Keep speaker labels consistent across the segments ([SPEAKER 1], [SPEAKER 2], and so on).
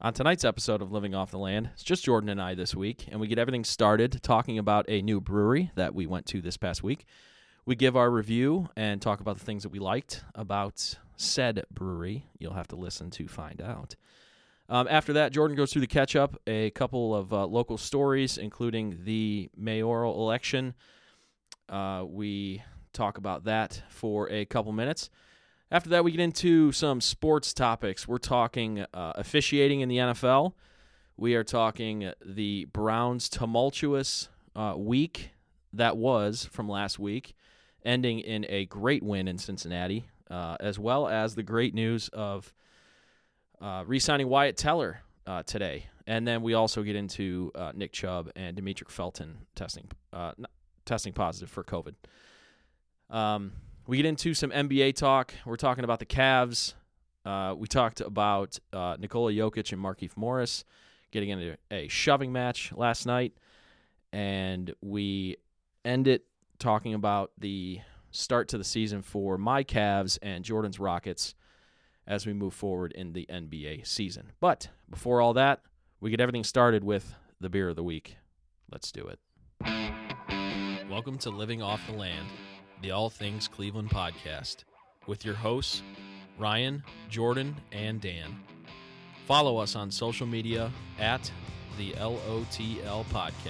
[SPEAKER 1] On tonight's episode of Living Off the Land, it's just Jordan and I this week, and we get everything started talking about a new brewery that we went to this past week. We give our review and talk about the things that we liked about said brewery. You'll have to listen to find out. Um, after that, Jordan goes through the catch up, a couple of uh, local stories, including the mayoral election. Uh, we talk about that for a couple minutes. After that, we get into some sports topics. We're talking uh, officiating in the NFL. We are talking the Browns' tumultuous uh, week that was from last week, ending in a great win in Cincinnati, uh, as well as the great news of uh, re signing Wyatt Teller uh, today. And then we also get into uh, Nick Chubb and Demetric Felton testing, uh, n- testing positive for COVID. Um, we get into some NBA talk. We're talking about the Cavs. Uh, we talked about uh, Nikola Jokic and Markeith Morris getting into a shoving match last night. And we end it talking about the start to the season for my Cavs and Jordan's Rockets as we move forward in the NBA season. But before all that, we get everything started with the beer of the week. Let's do it. Welcome to Living Off the Land the All Things Cleveland podcast with your hosts, Ryan, Jordan, and Dan. Follow us on social media at the LOTL podcast.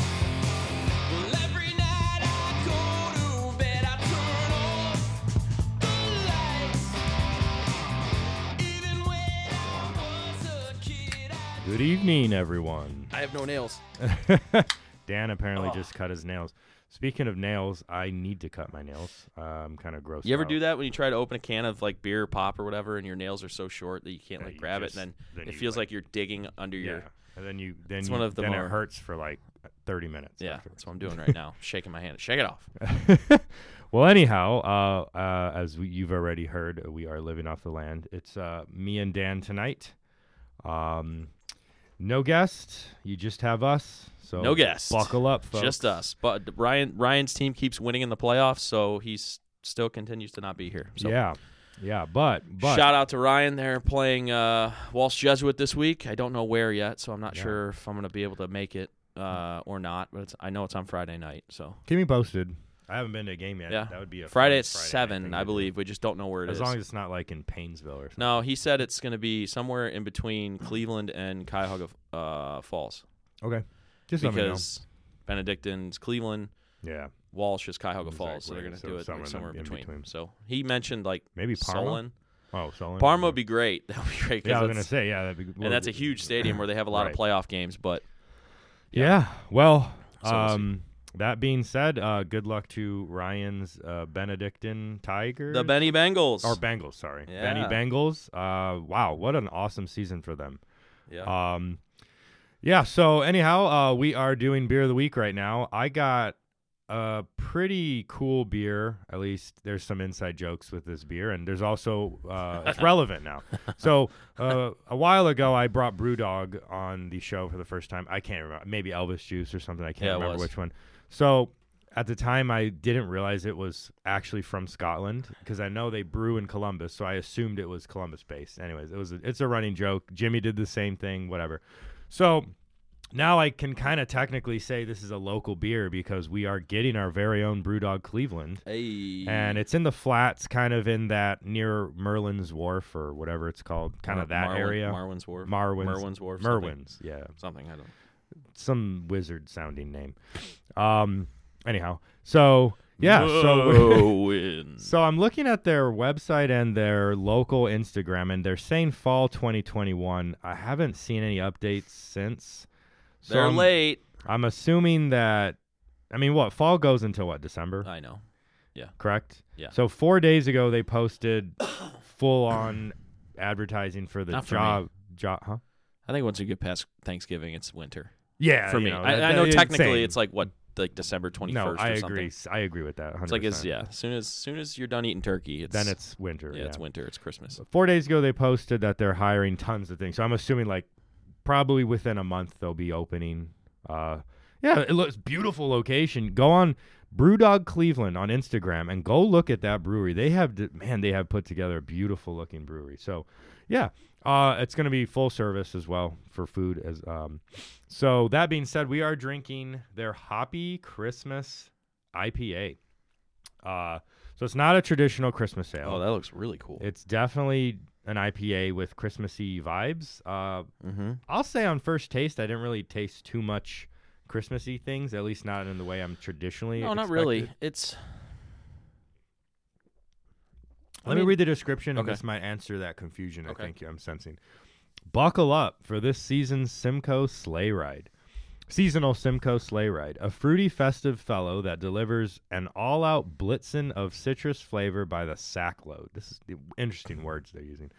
[SPEAKER 2] Well, every night I go to bed, I turn on the lights. Even when I was a kid, I
[SPEAKER 3] Good evening, everyone.
[SPEAKER 1] I have no nails.
[SPEAKER 3] Dan apparently
[SPEAKER 1] Ugh.
[SPEAKER 3] just cut his nails. Speaking of nails, I need to cut my nails. Uh, I'm kind of gross.
[SPEAKER 1] You ever do that when you try to open a can of like beer or pop or whatever and your nails are so short that you can't
[SPEAKER 3] Yeah,
[SPEAKER 1] like
[SPEAKER 3] you
[SPEAKER 1] grab
[SPEAKER 3] just-
[SPEAKER 1] it and then,
[SPEAKER 3] then
[SPEAKER 1] it
[SPEAKER 3] you,
[SPEAKER 1] feels like,
[SPEAKER 3] like-
[SPEAKER 1] you're digging under
[SPEAKER 3] Yeah.
[SPEAKER 1] your
[SPEAKER 3] And then you then
[SPEAKER 1] It's
[SPEAKER 3] you,
[SPEAKER 1] one of the
[SPEAKER 3] then
[SPEAKER 1] more-
[SPEAKER 3] it hurts for like 30 minutes.
[SPEAKER 1] Yeah,
[SPEAKER 3] afterwards.
[SPEAKER 1] that's what I'm doing right now. Shaking my hand. Shake it off.
[SPEAKER 3] well, anyhow, uh, uh, as we, you've already heard, we are living off the land. It's uh, me and Dan tonight. Um, no guest. You just have us. So
[SPEAKER 1] No guest.
[SPEAKER 3] Buckle up, folks.
[SPEAKER 1] Just us. But Ryan Ryan's team keeps winning in the playoffs, so he's still continues to not be here. So
[SPEAKER 3] Yeah, yeah. But but
[SPEAKER 1] Shout out to Ryan. They're playing uh, Walsh Jesuit this week. I don't know where yet, so I'm not
[SPEAKER 3] Yeah.
[SPEAKER 1] sure if I'm going to be able to make it uh, or not. But it's, I know it's on Friday night. So
[SPEAKER 3] Keep me posted. I haven't been to a game yet.
[SPEAKER 1] Yeah.
[SPEAKER 3] That would be a fun
[SPEAKER 1] Friday at
[SPEAKER 3] night thing
[SPEAKER 1] seven,
[SPEAKER 3] to
[SPEAKER 1] I
[SPEAKER 3] do.
[SPEAKER 1] believe. We just don't know where it is.
[SPEAKER 3] As long as it's not like in Painesville or something.
[SPEAKER 1] no, he said it's going to be somewhere in between Cleveland and Cuyahoga uh, Falls
[SPEAKER 3] Okay. Just let me know.
[SPEAKER 1] because Benedictine's Cleveland,
[SPEAKER 3] Yeah.
[SPEAKER 1] Walsh is Cuyahoga Falls, so
[SPEAKER 3] Exactly.
[SPEAKER 1] they're going to
[SPEAKER 3] So
[SPEAKER 1] do it like,
[SPEAKER 3] somewhere in
[SPEAKER 1] somewhere,
[SPEAKER 3] the-
[SPEAKER 1] in,
[SPEAKER 3] in
[SPEAKER 1] between.
[SPEAKER 3] between.
[SPEAKER 1] So he mentioned like
[SPEAKER 3] Maybe Parma.
[SPEAKER 1] Solon.
[SPEAKER 3] Oh, Solon.
[SPEAKER 1] Parma would be great. That would be great. 'cause
[SPEAKER 3] Yeah, I was
[SPEAKER 1] that's-
[SPEAKER 3] gonna say yeah. That'd be,
[SPEAKER 1] and that's a huge stadium where they have a lot of playoff games. But
[SPEAKER 3] Yeah. Well,
[SPEAKER 1] So we'll see.
[SPEAKER 3] um, that being said, uh, good luck to Ryan's uh, Benedictine Tigers.
[SPEAKER 1] the Benny Bengals
[SPEAKER 3] or Bengals, sorry, Benny
[SPEAKER 1] Yeah.
[SPEAKER 3] Bengals. Uh, wow, what an awesome season for them.
[SPEAKER 1] yeah.
[SPEAKER 3] Um, yeah. So anyhow, uh, we are doing beer of the week right now. I got a pretty cool beer. At least there's some inside jokes with this beer, and there's also uh, it's relevant now. So uh, a while ago, I brought BrewDog on the show for the first time. I can't remember. Maybe Elvis Juice or something. I can't
[SPEAKER 1] Yeah, it
[SPEAKER 3] remember
[SPEAKER 1] was.
[SPEAKER 3] which one. So. At the time, I didn't realize it was actually from Scotland because I know they brew in Columbus, so I assumed it was Columbus based. Anyways, it was a, it's a running joke. Jimmy did the same thing, whatever. So now I can kind of technically say this is a local beer because we are getting our very own BrewDog Cleveland.
[SPEAKER 1] Hey.
[SPEAKER 3] And it's in the flats, kind of in that near Merlin's Wharf or whatever it's called, kind of that
[SPEAKER 1] Marwin-
[SPEAKER 3] area.
[SPEAKER 1] Marwin's Wharf.
[SPEAKER 3] Marwin's-
[SPEAKER 1] Merwin's Wharf. something.
[SPEAKER 3] Merwin's, yeah
[SPEAKER 1] Something. I don't.
[SPEAKER 3] some wizard sounding name. Um anyhow, so yeah, so so I'm looking at their website and their local Instagram and they're saying fall 2021. I haven't seen any updates since. So
[SPEAKER 1] They're
[SPEAKER 3] I'm-
[SPEAKER 1] late.
[SPEAKER 3] I'm assuming that I mean what, fall goes until what, December,
[SPEAKER 1] I know.
[SPEAKER 3] correct?
[SPEAKER 1] yeah.
[SPEAKER 3] So 4 days ago they posted full on advertising for the
[SPEAKER 1] Not for me.
[SPEAKER 3] job job huh?
[SPEAKER 1] I think once you get past Thanksgiving, it's winter
[SPEAKER 3] Yeah,
[SPEAKER 1] for
[SPEAKER 3] Uh, you
[SPEAKER 1] me.
[SPEAKER 3] know,
[SPEAKER 1] I,
[SPEAKER 3] that-
[SPEAKER 1] I know
[SPEAKER 3] that-
[SPEAKER 1] technically
[SPEAKER 3] insane.
[SPEAKER 1] it's like what, like December twenty first.
[SPEAKER 3] No, I
[SPEAKER 1] or
[SPEAKER 3] agree.
[SPEAKER 1] Something.
[SPEAKER 3] S- I agree with that. 100%.
[SPEAKER 1] It's like it's yeah. As soon as soon as you're done eating turkey, it's
[SPEAKER 3] Then it's winter.
[SPEAKER 1] yeah,
[SPEAKER 3] Yeah,
[SPEAKER 1] it's winter. It's Christmas.
[SPEAKER 3] Four days ago, they posted that they're hiring tons of things. So I'm assuming like probably within a month they'll be opening. Uh, yeah, it looks beautiful location. Go on Brewdog Cleveland on Instagram and go look at that brewery. They have d- man, they have put together a beautiful looking brewery. So, yeah, uh, it's going to be full service as well for food as um. So that being said, we are drinking their Hoppy Christmas IPA. Uh, so it's not a traditional Christmas ale.
[SPEAKER 1] Oh, that looks really cool.
[SPEAKER 3] It's definitely an IPA with Christmassy vibes. Uh,
[SPEAKER 1] Mm-hmm.
[SPEAKER 3] I'll say on first taste, I didn't really taste too much Christmassy things, at least not in the way I'm traditionally.
[SPEAKER 1] No, not
[SPEAKER 3] expected.
[SPEAKER 1] really. It's
[SPEAKER 3] Let
[SPEAKER 1] I
[SPEAKER 3] me
[SPEAKER 1] mean-
[SPEAKER 3] read the description, and
[SPEAKER 1] Okay.
[SPEAKER 3] this might answer that confusion I
[SPEAKER 1] Okay.
[SPEAKER 3] think I'm sensing. Buckle up for this season's Simcoe sleigh ride. Seasonal Simcoe sleigh ride, a fruity, festive fellow that delivers an all-out blitzen of citrus flavor by the sackload. This is the interesting words they're using.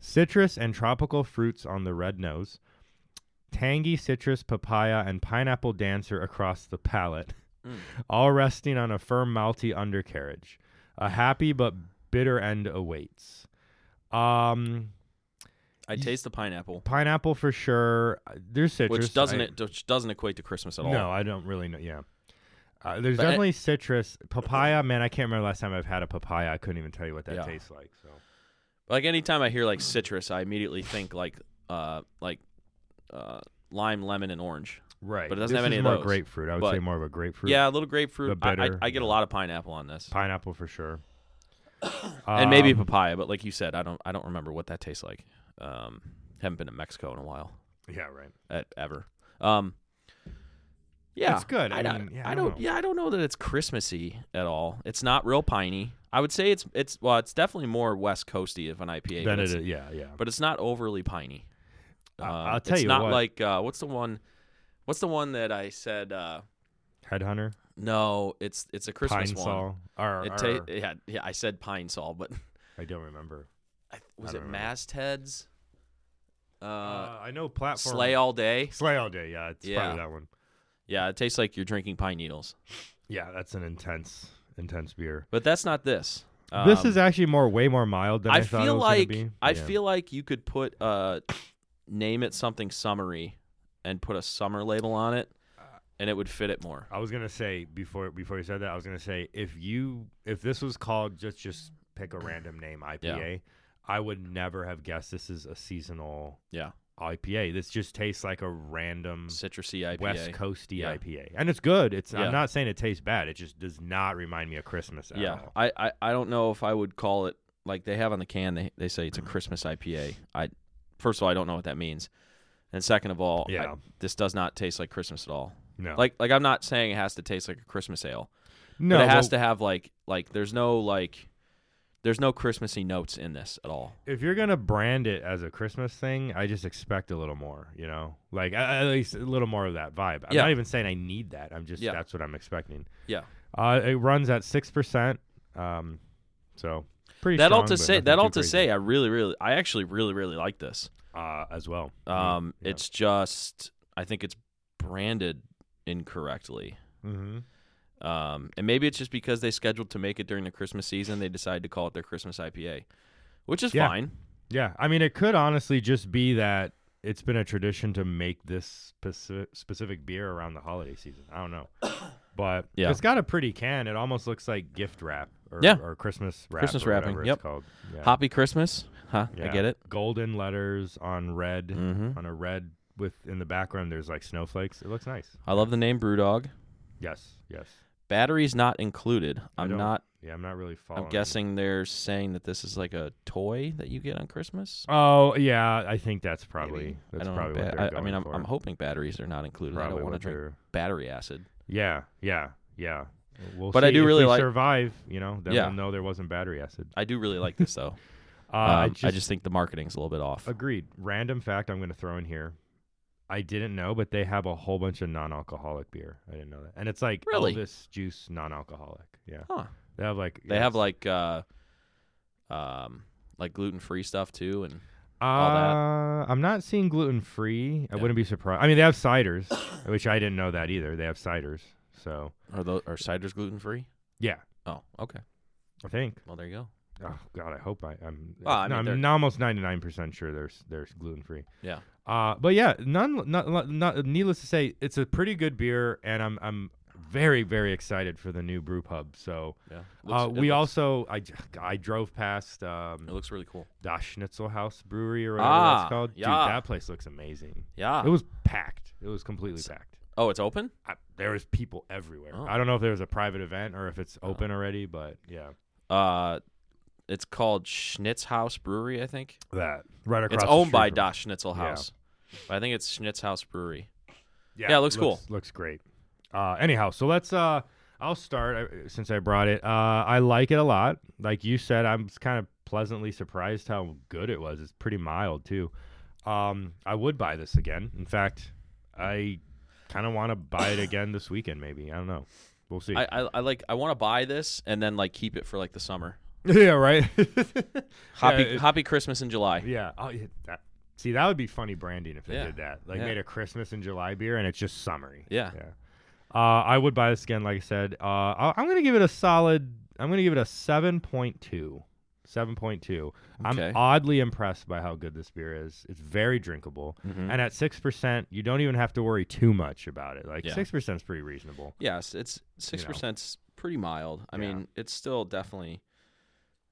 [SPEAKER 3] Citrus and tropical fruits on the red nose, tangy citrus, papaya, and pineapple dancer across the palate, all resting on a firm, malty undercarriage. A happy but bitter end awaits. Um,
[SPEAKER 1] I taste the pineapple,
[SPEAKER 3] pineapple for sure. Uh, There's citrus,
[SPEAKER 1] which doesn't
[SPEAKER 3] I-
[SPEAKER 1] it which doesn't equate to Christmas at all.
[SPEAKER 3] No, I don't really know. Yeah. Uh, there's
[SPEAKER 1] But eh, uh, I-
[SPEAKER 3] definitely citrus, papaya. Man, I can't remember last time I've had a papaya. I couldn't even tell you what that
[SPEAKER 1] Yeah.
[SPEAKER 3] tastes like. So
[SPEAKER 1] Like anytime I hear like citrus, I immediately think like uh like uh lime, lemon, and orange.
[SPEAKER 3] right,
[SPEAKER 1] But it doesn't
[SPEAKER 3] This
[SPEAKER 1] have any
[SPEAKER 3] is
[SPEAKER 1] of
[SPEAKER 3] more
[SPEAKER 1] those.
[SPEAKER 3] grapefruit. I would
[SPEAKER 1] But-
[SPEAKER 3] say more of a grapefruit.
[SPEAKER 1] Yeah, a little grapefruit.
[SPEAKER 3] The
[SPEAKER 1] I- I,
[SPEAKER 3] bitter,
[SPEAKER 1] I get a lot of pineapple on this,
[SPEAKER 3] pineapple for sure.
[SPEAKER 1] and maybe
[SPEAKER 3] Um,
[SPEAKER 1] papaya. But like you said, I don't I don't remember what that tastes like. Um, haven't been to Mexico in a while,
[SPEAKER 3] yeah, right.
[SPEAKER 1] at, ever. Um, yeah,
[SPEAKER 3] It's good. I
[SPEAKER 1] don't-
[SPEAKER 3] mean, yeah, I
[SPEAKER 1] don't.
[SPEAKER 3] don't know.
[SPEAKER 1] yeah, I don't know that it's Christmassy at all. It's not real piney. I would say it's it's well, it's definitely more West Coasty of an IPA.
[SPEAKER 3] Then
[SPEAKER 1] but
[SPEAKER 3] it,
[SPEAKER 1] it's-
[SPEAKER 3] yeah, yeah.
[SPEAKER 1] but it's not overly piney.
[SPEAKER 3] I-
[SPEAKER 1] Um,
[SPEAKER 3] I'll tell
[SPEAKER 1] it's
[SPEAKER 3] you
[SPEAKER 1] not
[SPEAKER 3] what.
[SPEAKER 1] like uh, what's the one? What's the one that I said? Uh,
[SPEAKER 3] Headhunter,
[SPEAKER 1] no, it's it's a Christmas
[SPEAKER 3] pine
[SPEAKER 1] one.
[SPEAKER 3] saw, or,
[SPEAKER 1] It
[SPEAKER 3] or-
[SPEAKER 1] ta- yeah, yeah, I said pine sol, but
[SPEAKER 3] I don't remember.
[SPEAKER 1] I, was it
[SPEAKER 3] don't remember.
[SPEAKER 1] mastheads? Uh,
[SPEAKER 3] Uh, I know platform.
[SPEAKER 1] slay all day.
[SPEAKER 3] Slay all day. Yeah, it's
[SPEAKER 1] Yeah.
[SPEAKER 3] probably that one.
[SPEAKER 1] Yeah, it tastes like you're drinking pine needles,
[SPEAKER 3] Yeah, that's an intense, intense beer.
[SPEAKER 1] but that's not this.
[SPEAKER 3] this
[SPEAKER 1] Um,
[SPEAKER 3] is actually more, way more mild than I,
[SPEAKER 1] I
[SPEAKER 3] thought it
[SPEAKER 1] feel
[SPEAKER 3] was gonna
[SPEAKER 1] like
[SPEAKER 3] be.
[SPEAKER 1] I
[SPEAKER 3] Yeah.
[SPEAKER 1] feel like you could put uh name it something summery and put a summer label on it, and it would fit it more.
[SPEAKER 3] I was gonna say before before you said that, I was gonna say if you if this was called just just pick a random name IPA, I would never have guessed this is a seasonal
[SPEAKER 1] Yeah,
[SPEAKER 3] IPA. This just tastes like a random
[SPEAKER 1] citrusy IPA.
[SPEAKER 3] Um, West Coasty
[SPEAKER 1] Yeah.
[SPEAKER 3] IPA, and it's good. It's
[SPEAKER 1] Yeah.
[SPEAKER 3] I'm not saying it tastes bad. It just does not remind me of Christmas at
[SPEAKER 1] yeah,
[SPEAKER 3] all.
[SPEAKER 1] I, I I don't know if I would call it like they have on the can. They they say
[SPEAKER 3] Mm-hmm.
[SPEAKER 1] it's a Christmas IPA. I first of all I don't know what that means, and second of all, I-
[SPEAKER 3] Yeah.
[SPEAKER 1] this does not taste like Christmas at all.
[SPEAKER 3] No,
[SPEAKER 1] Like like I'm not saying it has to taste like a Christmas ale.
[SPEAKER 3] no,
[SPEAKER 1] but it has
[SPEAKER 3] well,
[SPEAKER 1] to have like like there's no like there's no Christmassy notes in this at all.
[SPEAKER 3] If you're gonna brand it as a Christmas thing, I just expect a little more. You know, like a- at least a little more of that vibe. I'm
[SPEAKER 1] Yeah.
[SPEAKER 3] not even saying I need that. I'm just
[SPEAKER 1] Yeah.
[SPEAKER 3] that's what I'm expecting.
[SPEAKER 1] Yeah.
[SPEAKER 3] Uh, it runs at six percent. Um, so pretty.
[SPEAKER 1] that all
[SPEAKER 3] strong,
[SPEAKER 1] to
[SPEAKER 3] but
[SPEAKER 1] say
[SPEAKER 3] nothing
[SPEAKER 1] that
[SPEAKER 3] too
[SPEAKER 1] all to
[SPEAKER 3] crazy.
[SPEAKER 1] say I really really I actually really really like this.
[SPEAKER 3] uh, as well.
[SPEAKER 1] Um it's just I think it's branded incorrectly.
[SPEAKER 3] hmm
[SPEAKER 1] Um, and maybe it's just because they scheduled to make it during the Christmas season, they decided to call it their Christmas IPA, which is
[SPEAKER 3] Yeah.
[SPEAKER 1] fine.
[SPEAKER 3] yeah. I mean, it could honestly just be that it's been a tradition to make this specific, specific beer around the holiday season. I don't know, but
[SPEAKER 1] Yeah.
[SPEAKER 3] it's got a pretty can. It almost looks like gift wrap or,
[SPEAKER 1] Yeah.
[SPEAKER 3] or Christmas wrap.
[SPEAKER 1] Christmas
[SPEAKER 3] or
[SPEAKER 1] wrapping,
[SPEAKER 3] whatever
[SPEAKER 1] yep.
[SPEAKER 3] It's called. Yeah.
[SPEAKER 1] Hoppy Christmas, huh? I
[SPEAKER 3] Yeah.
[SPEAKER 1] get it.
[SPEAKER 3] Golden letters on red
[SPEAKER 1] Mhm.
[SPEAKER 3] on a red with in the background. There's like snowflakes. It looks nice.
[SPEAKER 1] I love the name BrewDog.
[SPEAKER 3] Yes. Yes.
[SPEAKER 1] Batteries not included.
[SPEAKER 3] I
[SPEAKER 1] I'm
[SPEAKER 3] don't-
[SPEAKER 1] not.
[SPEAKER 3] Yeah, I'm not really following.
[SPEAKER 1] I'm guessing they're saying that this is like a toy that you get on Christmas.
[SPEAKER 3] Oh yeah, I think that's probably
[SPEAKER 1] Maybe.
[SPEAKER 3] that's
[SPEAKER 1] I don't
[SPEAKER 3] probably
[SPEAKER 1] know.
[SPEAKER 3] what
[SPEAKER 1] Ba-
[SPEAKER 3] they're
[SPEAKER 1] I, I
[SPEAKER 3] going
[SPEAKER 1] mean, I'm,
[SPEAKER 3] for.
[SPEAKER 1] I'm hoping batteries are not included.
[SPEAKER 3] probably
[SPEAKER 1] I don't want to
[SPEAKER 3] what
[SPEAKER 1] drink
[SPEAKER 3] they're-
[SPEAKER 1] battery acid.
[SPEAKER 3] Yeah, yeah, yeah. We'll
[SPEAKER 1] But I
[SPEAKER 3] see.
[SPEAKER 1] do
[SPEAKER 3] If
[SPEAKER 1] really
[SPEAKER 3] we
[SPEAKER 1] like-
[SPEAKER 3] survive. You know, then
[SPEAKER 1] Yeah.
[SPEAKER 3] we'll know there wasn't battery acid.
[SPEAKER 1] I do really like this though.
[SPEAKER 3] Uh,
[SPEAKER 1] um,
[SPEAKER 3] I, just,
[SPEAKER 1] think the marketing's a little bit off.
[SPEAKER 3] agreed. Random fact I'm going to throw in here. I didn't know, but they have a whole bunch of non-alcoholic beer. I didn't know that, and it's like
[SPEAKER 1] Really?
[SPEAKER 3] Elvis juice non-alcoholic. Yeah,
[SPEAKER 1] Huh.
[SPEAKER 3] they have like
[SPEAKER 1] They have
[SPEAKER 3] yes.
[SPEAKER 1] like, uh, um, like gluten free stuff too, and all that.
[SPEAKER 3] Uh, I'm not seeing gluten free. I
[SPEAKER 1] Yeah.
[SPEAKER 3] wouldn't be surprised. I mean, they have ciders, which I didn't know that either. They have ciders. So
[SPEAKER 1] Are those are ciders gluten free?
[SPEAKER 3] yeah,
[SPEAKER 1] Oh, okay.
[SPEAKER 3] I think
[SPEAKER 1] Well, there you go.
[SPEAKER 3] Oh God, I hope I, I'm.
[SPEAKER 1] Well, I
[SPEAKER 3] no,
[SPEAKER 1] mean,
[SPEAKER 3] I'm
[SPEAKER 1] they're-
[SPEAKER 3] n- almost 99 percent sure there's there's gluten free.
[SPEAKER 1] Yeah.
[SPEAKER 3] Uh, but yeah, none, not, not, needless to say, it's a pretty good beer, and I'm I'm very very excited for the new brew pub. So
[SPEAKER 1] Yeah.
[SPEAKER 3] uh,
[SPEAKER 1] Looks- it
[SPEAKER 3] we
[SPEAKER 1] looks-
[SPEAKER 3] also I, j- I drove past um,
[SPEAKER 1] It looks really cool.
[SPEAKER 3] Das Schnitzel House Brewery or whatever
[SPEAKER 1] Ah,
[SPEAKER 3] that's called.
[SPEAKER 1] yeah. Ah.
[SPEAKER 3] Dude, that place looks amazing.
[SPEAKER 1] Yeah.
[SPEAKER 3] It was packed. It was completely packed.
[SPEAKER 1] oh, it's open.
[SPEAKER 3] I, there was people everywhere.
[SPEAKER 1] Oh.
[SPEAKER 3] I don't know if there was a private event or if it's open already, but yeah,
[SPEAKER 1] Uh, it's called Schnitz House Brewery, I think.
[SPEAKER 3] that right across.
[SPEAKER 1] It's
[SPEAKER 3] the
[SPEAKER 1] owned
[SPEAKER 3] street
[SPEAKER 1] by
[SPEAKER 3] from-
[SPEAKER 1] Das Schnitzel
[SPEAKER 3] Yeah.
[SPEAKER 1] House, but I think it's Schnitz House Brewery. Yeah, it looks cool.
[SPEAKER 3] Looks great. Uh, anyhow, so let's. Uh, I'll start uh, since I brought it. Uh, I like it a lot. Like you said, I'm kind of pleasantly surprised how good it was. It's pretty mild too. Um, I would buy this again. In fact, I kind of want to buy it again this weekend. Maybe I don't know. We'll see.
[SPEAKER 1] I, I, I like. I want to buy this and then like keep it for like the summer.
[SPEAKER 3] yeah, right.
[SPEAKER 1] Hoppy,
[SPEAKER 3] it-
[SPEAKER 1] hoppy Christmas in July.
[SPEAKER 3] yeah. Oh, yeah, that- see, that would be funny branding if they
[SPEAKER 1] Yeah.
[SPEAKER 3] did that. Like
[SPEAKER 1] Yeah.
[SPEAKER 3] made a Christmas and July beer, and it's just summery.
[SPEAKER 1] Yeah.
[SPEAKER 3] Yeah. Uh, I would buy this again, like I said. Uh, I- I'm going to give it a solid, I'm going to give it a 7.2. 7.2.
[SPEAKER 1] Okay.
[SPEAKER 3] I'm oddly impressed by how good this beer is. It's very drinkable.
[SPEAKER 1] Mhm.
[SPEAKER 3] And at 6%, you don't even have to worry too much about it. Like
[SPEAKER 1] Yeah.
[SPEAKER 3] 6% is pretty reasonable.
[SPEAKER 1] Yes, it's six percent's pretty mild. I
[SPEAKER 3] Yeah.
[SPEAKER 1] mean, it's still definitely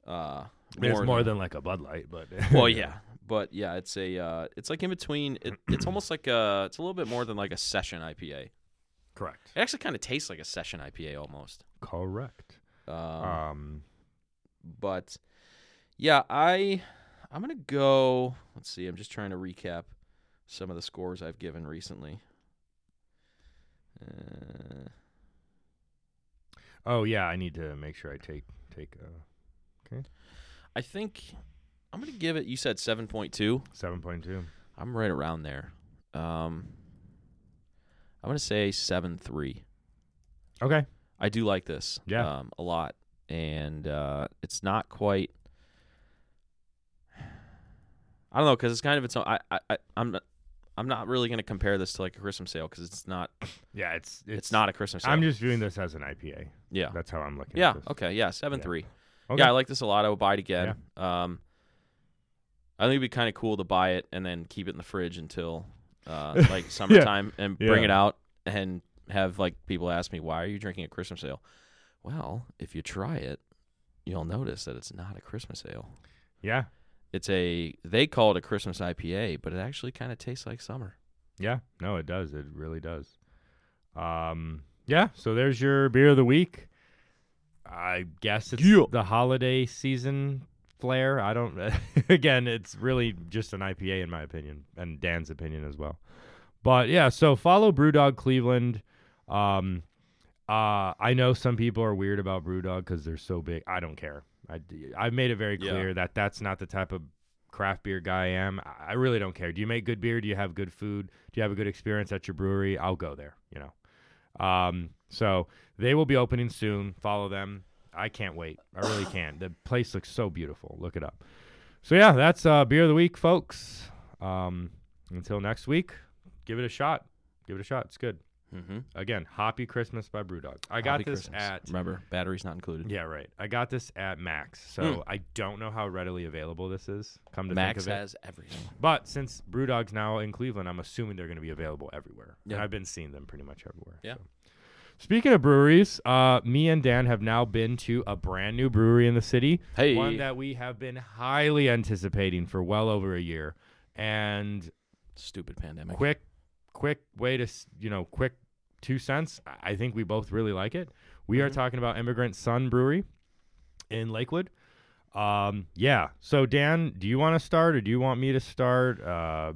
[SPEAKER 1] uh
[SPEAKER 3] I mean, it's more than like a Bud Light, but.
[SPEAKER 1] well, yeah. But yeah, it's a uh it's like in between it, it's almost like a it's a little bit more than like a session IPA. It
[SPEAKER 3] Correct.
[SPEAKER 1] actually kind of tastes like a session IPA almost.
[SPEAKER 3] Correct.
[SPEAKER 1] Um,
[SPEAKER 3] Um,
[SPEAKER 1] but yeah, I I'm going to go let's see, I'm just trying to recap some of the scores I've given recently. Uh,
[SPEAKER 3] oh, yeah. I need to make sure I take, take uh,
[SPEAKER 1] I think I'm going to give it you said 7.2.
[SPEAKER 3] 7.2.
[SPEAKER 1] I'm right around there. Um, I'm gonna say seven three.
[SPEAKER 3] Okay.
[SPEAKER 1] I do like this,
[SPEAKER 3] Yeah.
[SPEAKER 1] um, a lot, and uh, it's not quite. I don't know because it's kind of its own. I, I, I I'm not. I'm not really going to compare this to like a Christmas sale because it's not.
[SPEAKER 3] Yeah. It's, it's,
[SPEAKER 1] It's, not a Christmas sale.
[SPEAKER 3] I'm just viewing this as an IPA.
[SPEAKER 1] yeah.
[SPEAKER 3] That's how I'm looking.
[SPEAKER 1] Yeah.
[SPEAKER 3] At this.
[SPEAKER 1] Okay. Yeah. Seven
[SPEAKER 3] Yeah.
[SPEAKER 1] three.
[SPEAKER 3] Okay.
[SPEAKER 1] Yeah, I like this a lot. I would buy it again. Um, I think it'd be kind of cool to buy it and then keep it in the fridge until uh, like summertime and bring
[SPEAKER 3] Yeah.
[SPEAKER 1] it out and have like people ask me, "Why are you drinking a Christmas ale?" Well, if you try it, you'll notice that it's not a Christmas ale.
[SPEAKER 3] Yeah.
[SPEAKER 1] It's a they call it a Christmas IPA, but it actually kind of tastes like summer.
[SPEAKER 3] Yeah. No, it does. It really does. Um. Yeah. So there's your beer of the week. I guess it's
[SPEAKER 1] Yeah.
[SPEAKER 3] the holiday season flair. I don't. again, it's really just an IPA in my opinion, and Dan's opinion as well. But yeah. So follow BrewDog Cleveland. Um. Uh, I know some people are weird about BrewDog because they're so big. I don't care. I have made it very
[SPEAKER 1] Yeah.
[SPEAKER 3] clear that that's not the type of craft beer guy I am. I- I really don't care. Do you make good beer? Do you have good food? Do you have a good experience at your brewery? I'll go there. You know. Um. So they will be opening soon. Follow them. I can't wait. I really can. The place looks so beautiful. Look it up. So yeah, that's uh, beer of the week, folks. Um. Until next week, give it a shot. Give it a shot. It's good
[SPEAKER 1] Mm-hmm.
[SPEAKER 3] again, Hoppy Christmas by Brewdog. I got this at
[SPEAKER 1] remember batteries not included.
[SPEAKER 3] yeah, right. I got this at Max, so I don't know how readily available this is. Come to
[SPEAKER 1] Hmm. Max
[SPEAKER 3] think of
[SPEAKER 1] has everything.
[SPEAKER 3] it, but since Brewdog's now in Cleveland, I'm assuming they're going to be available everywhere.
[SPEAKER 1] Yeah.
[SPEAKER 3] And I've been seeing them pretty much everywhere.
[SPEAKER 1] Yeah.
[SPEAKER 3] so. Speaking of breweries, uh, me and Dan have now been to a brand new brewery in the city
[SPEAKER 1] Hey,
[SPEAKER 3] one that we have been highly anticipating for well over a year, and
[SPEAKER 1] stupid pandemic.
[SPEAKER 3] quick quick way to s- you know quick two cents I- i think we both really like it we are talking about immigrant sun brewery in lakewood um yeah so dan do you want to start or do you want me to start uh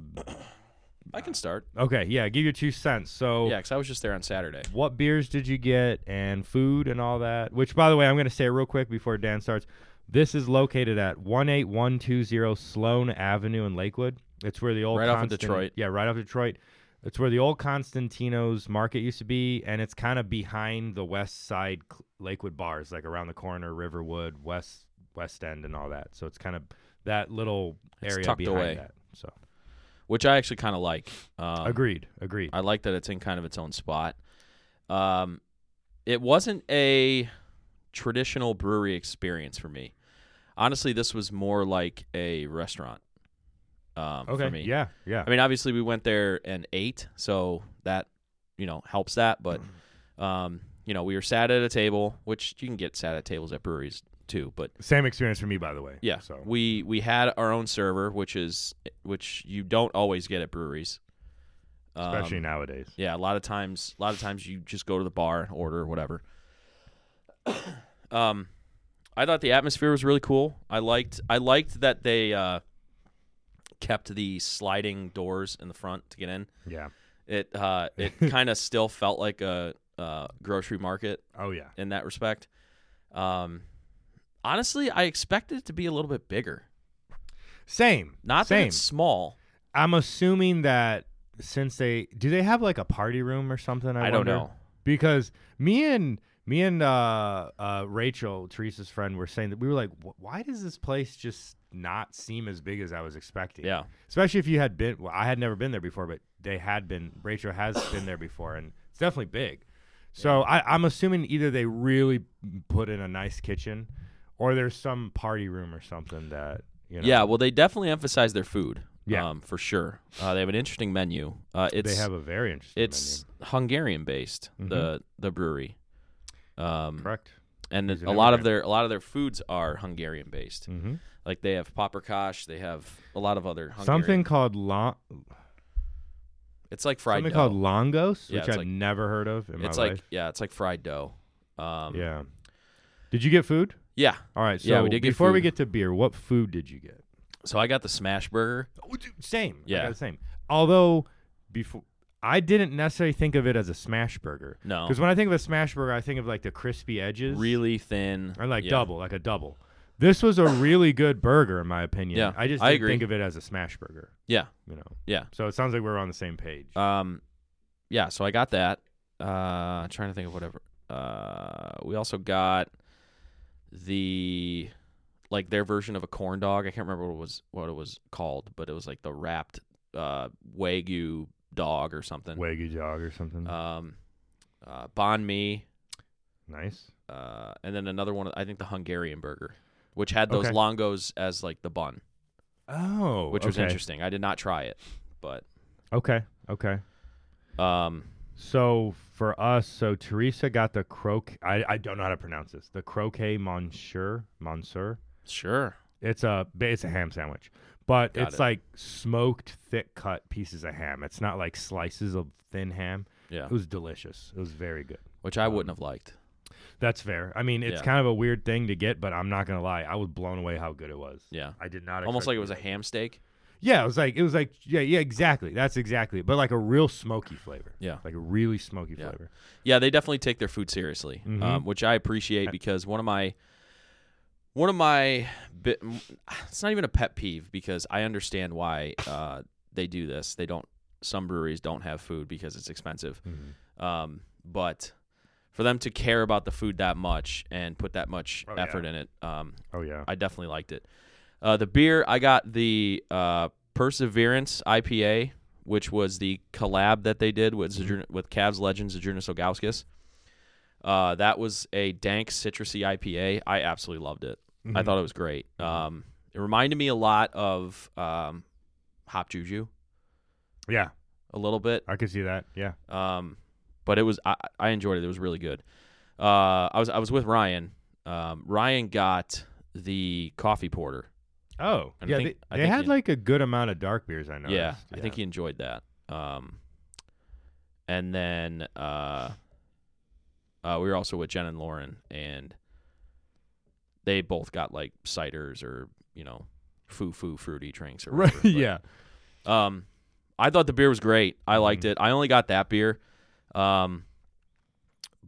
[SPEAKER 1] I can start.
[SPEAKER 3] okay yeah give your two cents so
[SPEAKER 1] Yeah, because I was just there on Saturday.
[SPEAKER 3] what beers did you get and food and all that which by the way i'm going to say real quick before dan starts this is located at 18120 sloan avenue in lakewood it's where the old
[SPEAKER 1] Right off of
[SPEAKER 3] Constant-
[SPEAKER 1] Detroit.
[SPEAKER 3] yeah right off detroit it's where the old constantino's market used to be and it's kind of behind the west side Cl- lakewood bars like around the corner riverwood west west end and all that so it's kind of that little
[SPEAKER 1] It's
[SPEAKER 3] area
[SPEAKER 1] tucked
[SPEAKER 3] behind
[SPEAKER 1] away.
[SPEAKER 3] that so
[SPEAKER 1] which I actually kind of like. Um,
[SPEAKER 3] agreed agreed
[SPEAKER 1] I like that it's in kind of its own spot. Um, it wasn't a traditional brewery experience for me. Honestly, this was more like a restaurant um,
[SPEAKER 3] Okay.
[SPEAKER 1] for me.
[SPEAKER 3] Yeah. Yeah.
[SPEAKER 1] I mean, obviously, we went there and ate, so that you know helps that. But
[SPEAKER 3] Mm-hmm.
[SPEAKER 1] um, you know, we were sat at a table, which you can get sat at tables at breweries too. But
[SPEAKER 3] Same experience for me, by the way.
[SPEAKER 1] yeah,
[SPEAKER 3] So
[SPEAKER 1] we we had our own server, which is which you don't always get at breweries, Um,
[SPEAKER 3] especially nowadays.
[SPEAKER 1] yeah, a lot of times, a lot of times you just go to the bar and order or whatever. um, I thought the atmosphere was really cool. I liked, I liked that they uh, kept the sliding doors in the front to get in.
[SPEAKER 3] Yeah.
[SPEAKER 1] It, uh, it kind of still felt like a uh, grocery market
[SPEAKER 3] Oh yeah.
[SPEAKER 1] in that respect. Um, honestly, I expected it to be a little bit bigger.
[SPEAKER 3] Same.
[SPEAKER 1] Not that
[SPEAKER 3] same.
[SPEAKER 1] it's small.
[SPEAKER 3] I'm assuming that since they do they have like a party room or something. I,
[SPEAKER 1] I, don't
[SPEAKER 3] wonder?
[SPEAKER 1] know.
[SPEAKER 3] because me and me and uh, uh, Rachel, Teresa's friend, were saying that we were like, "Wh- why does this place just not seem as big as I was expecting?
[SPEAKER 1] Yeah.
[SPEAKER 3] especially if you had been. Well, I had never been there before, but they had been. Rachel has been there before, and it's definitely big. So I, I'm assuming either they really put in a nice kitchen, or there's some party room or something that you know.
[SPEAKER 1] Yeah, well, they definitely emphasize their food.
[SPEAKER 3] Yeah.
[SPEAKER 1] um, for sure. Uh, they have an interesting menu. Uh, it's
[SPEAKER 3] they have a Mm-hmm. very interesting.
[SPEAKER 1] it's Hungarian based the the brewery, Um,
[SPEAKER 3] menu. correct.
[SPEAKER 1] and
[SPEAKER 3] He's an
[SPEAKER 1] a lot of their
[SPEAKER 3] immigrant.
[SPEAKER 1] a lot of their foods are Hungarian based.
[SPEAKER 3] Mhm.
[SPEAKER 1] Like they have paprikash, they have a lot of other Hungarian.
[SPEAKER 3] Something called long,
[SPEAKER 1] It's like fried
[SPEAKER 3] something
[SPEAKER 1] dough.
[SPEAKER 3] called longos,
[SPEAKER 1] Yeah,
[SPEAKER 3] which
[SPEAKER 1] it's
[SPEAKER 3] I've
[SPEAKER 1] like-
[SPEAKER 3] never heard of in my
[SPEAKER 1] it's like
[SPEAKER 3] life.
[SPEAKER 1] yeah, it's like fried dough. Um, yeah,
[SPEAKER 3] Yeah. Did you get food?
[SPEAKER 1] yeah.
[SPEAKER 3] All right. So
[SPEAKER 1] Yeah, we did get
[SPEAKER 3] before we
[SPEAKER 1] food.
[SPEAKER 3] get to beer, what food did you get?
[SPEAKER 1] So I got the smash burger.
[SPEAKER 3] Oh, Same.
[SPEAKER 1] Yeah.
[SPEAKER 3] I got the same. Although before I didn't necessarily think of it as a smash burger.
[SPEAKER 1] No.
[SPEAKER 3] Because when I think of a smash burger, I think of like the crispy edges.
[SPEAKER 1] Oh. Really thin.
[SPEAKER 3] Or like
[SPEAKER 1] yeah.
[SPEAKER 3] double, like a double. This was a really good burger in my opinion.
[SPEAKER 1] Yeah,
[SPEAKER 3] I just
[SPEAKER 1] I
[SPEAKER 3] didn't
[SPEAKER 1] agree.
[SPEAKER 3] think of it as a smash burger,
[SPEAKER 1] Yeah,
[SPEAKER 3] you know.
[SPEAKER 1] yeah.
[SPEAKER 3] So it sounds like we're on the same page.
[SPEAKER 1] Um, yeah. So I got that. Uh, trying to think of whatever. Uh, we also got the like their version of a corn dog. I can't remember what it was what it was called, but it was like the wrapped uh, wagyu dog or something.
[SPEAKER 3] Wagyu dog or something.
[SPEAKER 1] Um, uh, banh mi,
[SPEAKER 3] nice.
[SPEAKER 1] uh, and then another one. I think the Hungarian burger, which had those
[SPEAKER 3] Okay.
[SPEAKER 1] longos as like the bun,
[SPEAKER 3] Oh,
[SPEAKER 1] which was
[SPEAKER 3] okay.
[SPEAKER 1] interesting. I did not try it, but
[SPEAKER 3] Okay. Okay.
[SPEAKER 1] um,
[SPEAKER 3] So for us, so Teresa got the croque. I, I don't know how to pronounce this. The croquet monsieur, monsieur.
[SPEAKER 1] sure.
[SPEAKER 3] It's a ba- it's a ham sandwich, but
[SPEAKER 1] Got
[SPEAKER 3] it's
[SPEAKER 1] it.
[SPEAKER 3] like smoked, thick cut pieces of ham. It's not like slices of thin ham.
[SPEAKER 1] Yeah,
[SPEAKER 3] It was delicious. It was very good.
[SPEAKER 1] which I wouldn't have liked.
[SPEAKER 3] That's fair. I mean, it's
[SPEAKER 1] Yeah.
[SPEAKER 3] kind of a weird thing to get, but I'm not gonna lie. I was blown away how good it was.
[SPEAKER 1] Yeah.
[SPEAKER 3] I did not
[SPEAKER 1] almost
[SPEAKER 3] expect
[SPEAKER 1] like
[SPEAKER 3] to
[SPEAKER 1] it
[SPEAKER 3] be
[SPEAKER 1] was a ham steak.
[SPEAKER 3] Yeah, it was like it was like yeah yeah exactly. That's exactly. it. But like a real smoky flavor.
[SPEAKER 1] Yeah.
[SPEAKER 3] like a really smoky
[SPEAKER 1] Yeah.
[SPEAKER 3] flavor.
[SPEAKER 1] Yeah, they definitely take their food seriously,
[SPEAKER 3] Mhm.
[SPEAKER 1] um, which I appreciate because one of my one of my bi- m- it's not even a pet peeve because I understand why uh, they do this. They don't. Some breweries don't have food because it's expensive, um, but for them to care about the food that much and put that much
[SPEAKER 3] Oh, yeah.
[SPEAKER 1] effort in it, um,
[SPEAKER 3] Oh yeah.
[SPEAKER 1] I definitely liked it. Uh, the beer, I got the uh, Perseverance IPA, which was the collab that they did with Zadrun- with Cavs legend Zadrunas Ogauskas. Uh, that was a dank citrusy IPA. I absolutely loved it.
[SPEAKER 3] Mm-hmm.
[SPEAKER 1] I thought it was great. Um, it reminded me a lot of um, Hop Juju
[SPEAKER 3] yeah,
[SPEAKER 1] a little bit,
[SPEAKER 3] I could see that. Yeah.
[SPEAKER 1] um, but it was I, I enjoyed it. It was really good. Uh, I was I was with Ryan. Um, Ryan got the coffee porter.
[SPEAKER 3] Oh,
[SPEAKER 1] And I
[SPEAKER 3] yeah.
[SPEAKER 1] think-
[SPEAKER 3] they
[SPEAKER 1] I
[SPEAKER 3] they
[SPEAKER 1] think
[SPEAKER 3] had
[SPEAKER 1] he-
[SPEAKER 3] like a good amount of dark beers. I know.
[SPEAKER 1] yeah, I think he enjoyed that. Um, and then uh, uh, we were also with Jen and Lauren, and they both got like ciders or you know, foo foo fruity drinks or
[SPEAKER 3] Right.
[SPEAKER 1] whatever. but,
[SPEAKER 3] yeah.
[SPEAKER 1] Um, I thought the beer was great. I liked it. I only got that beer, um,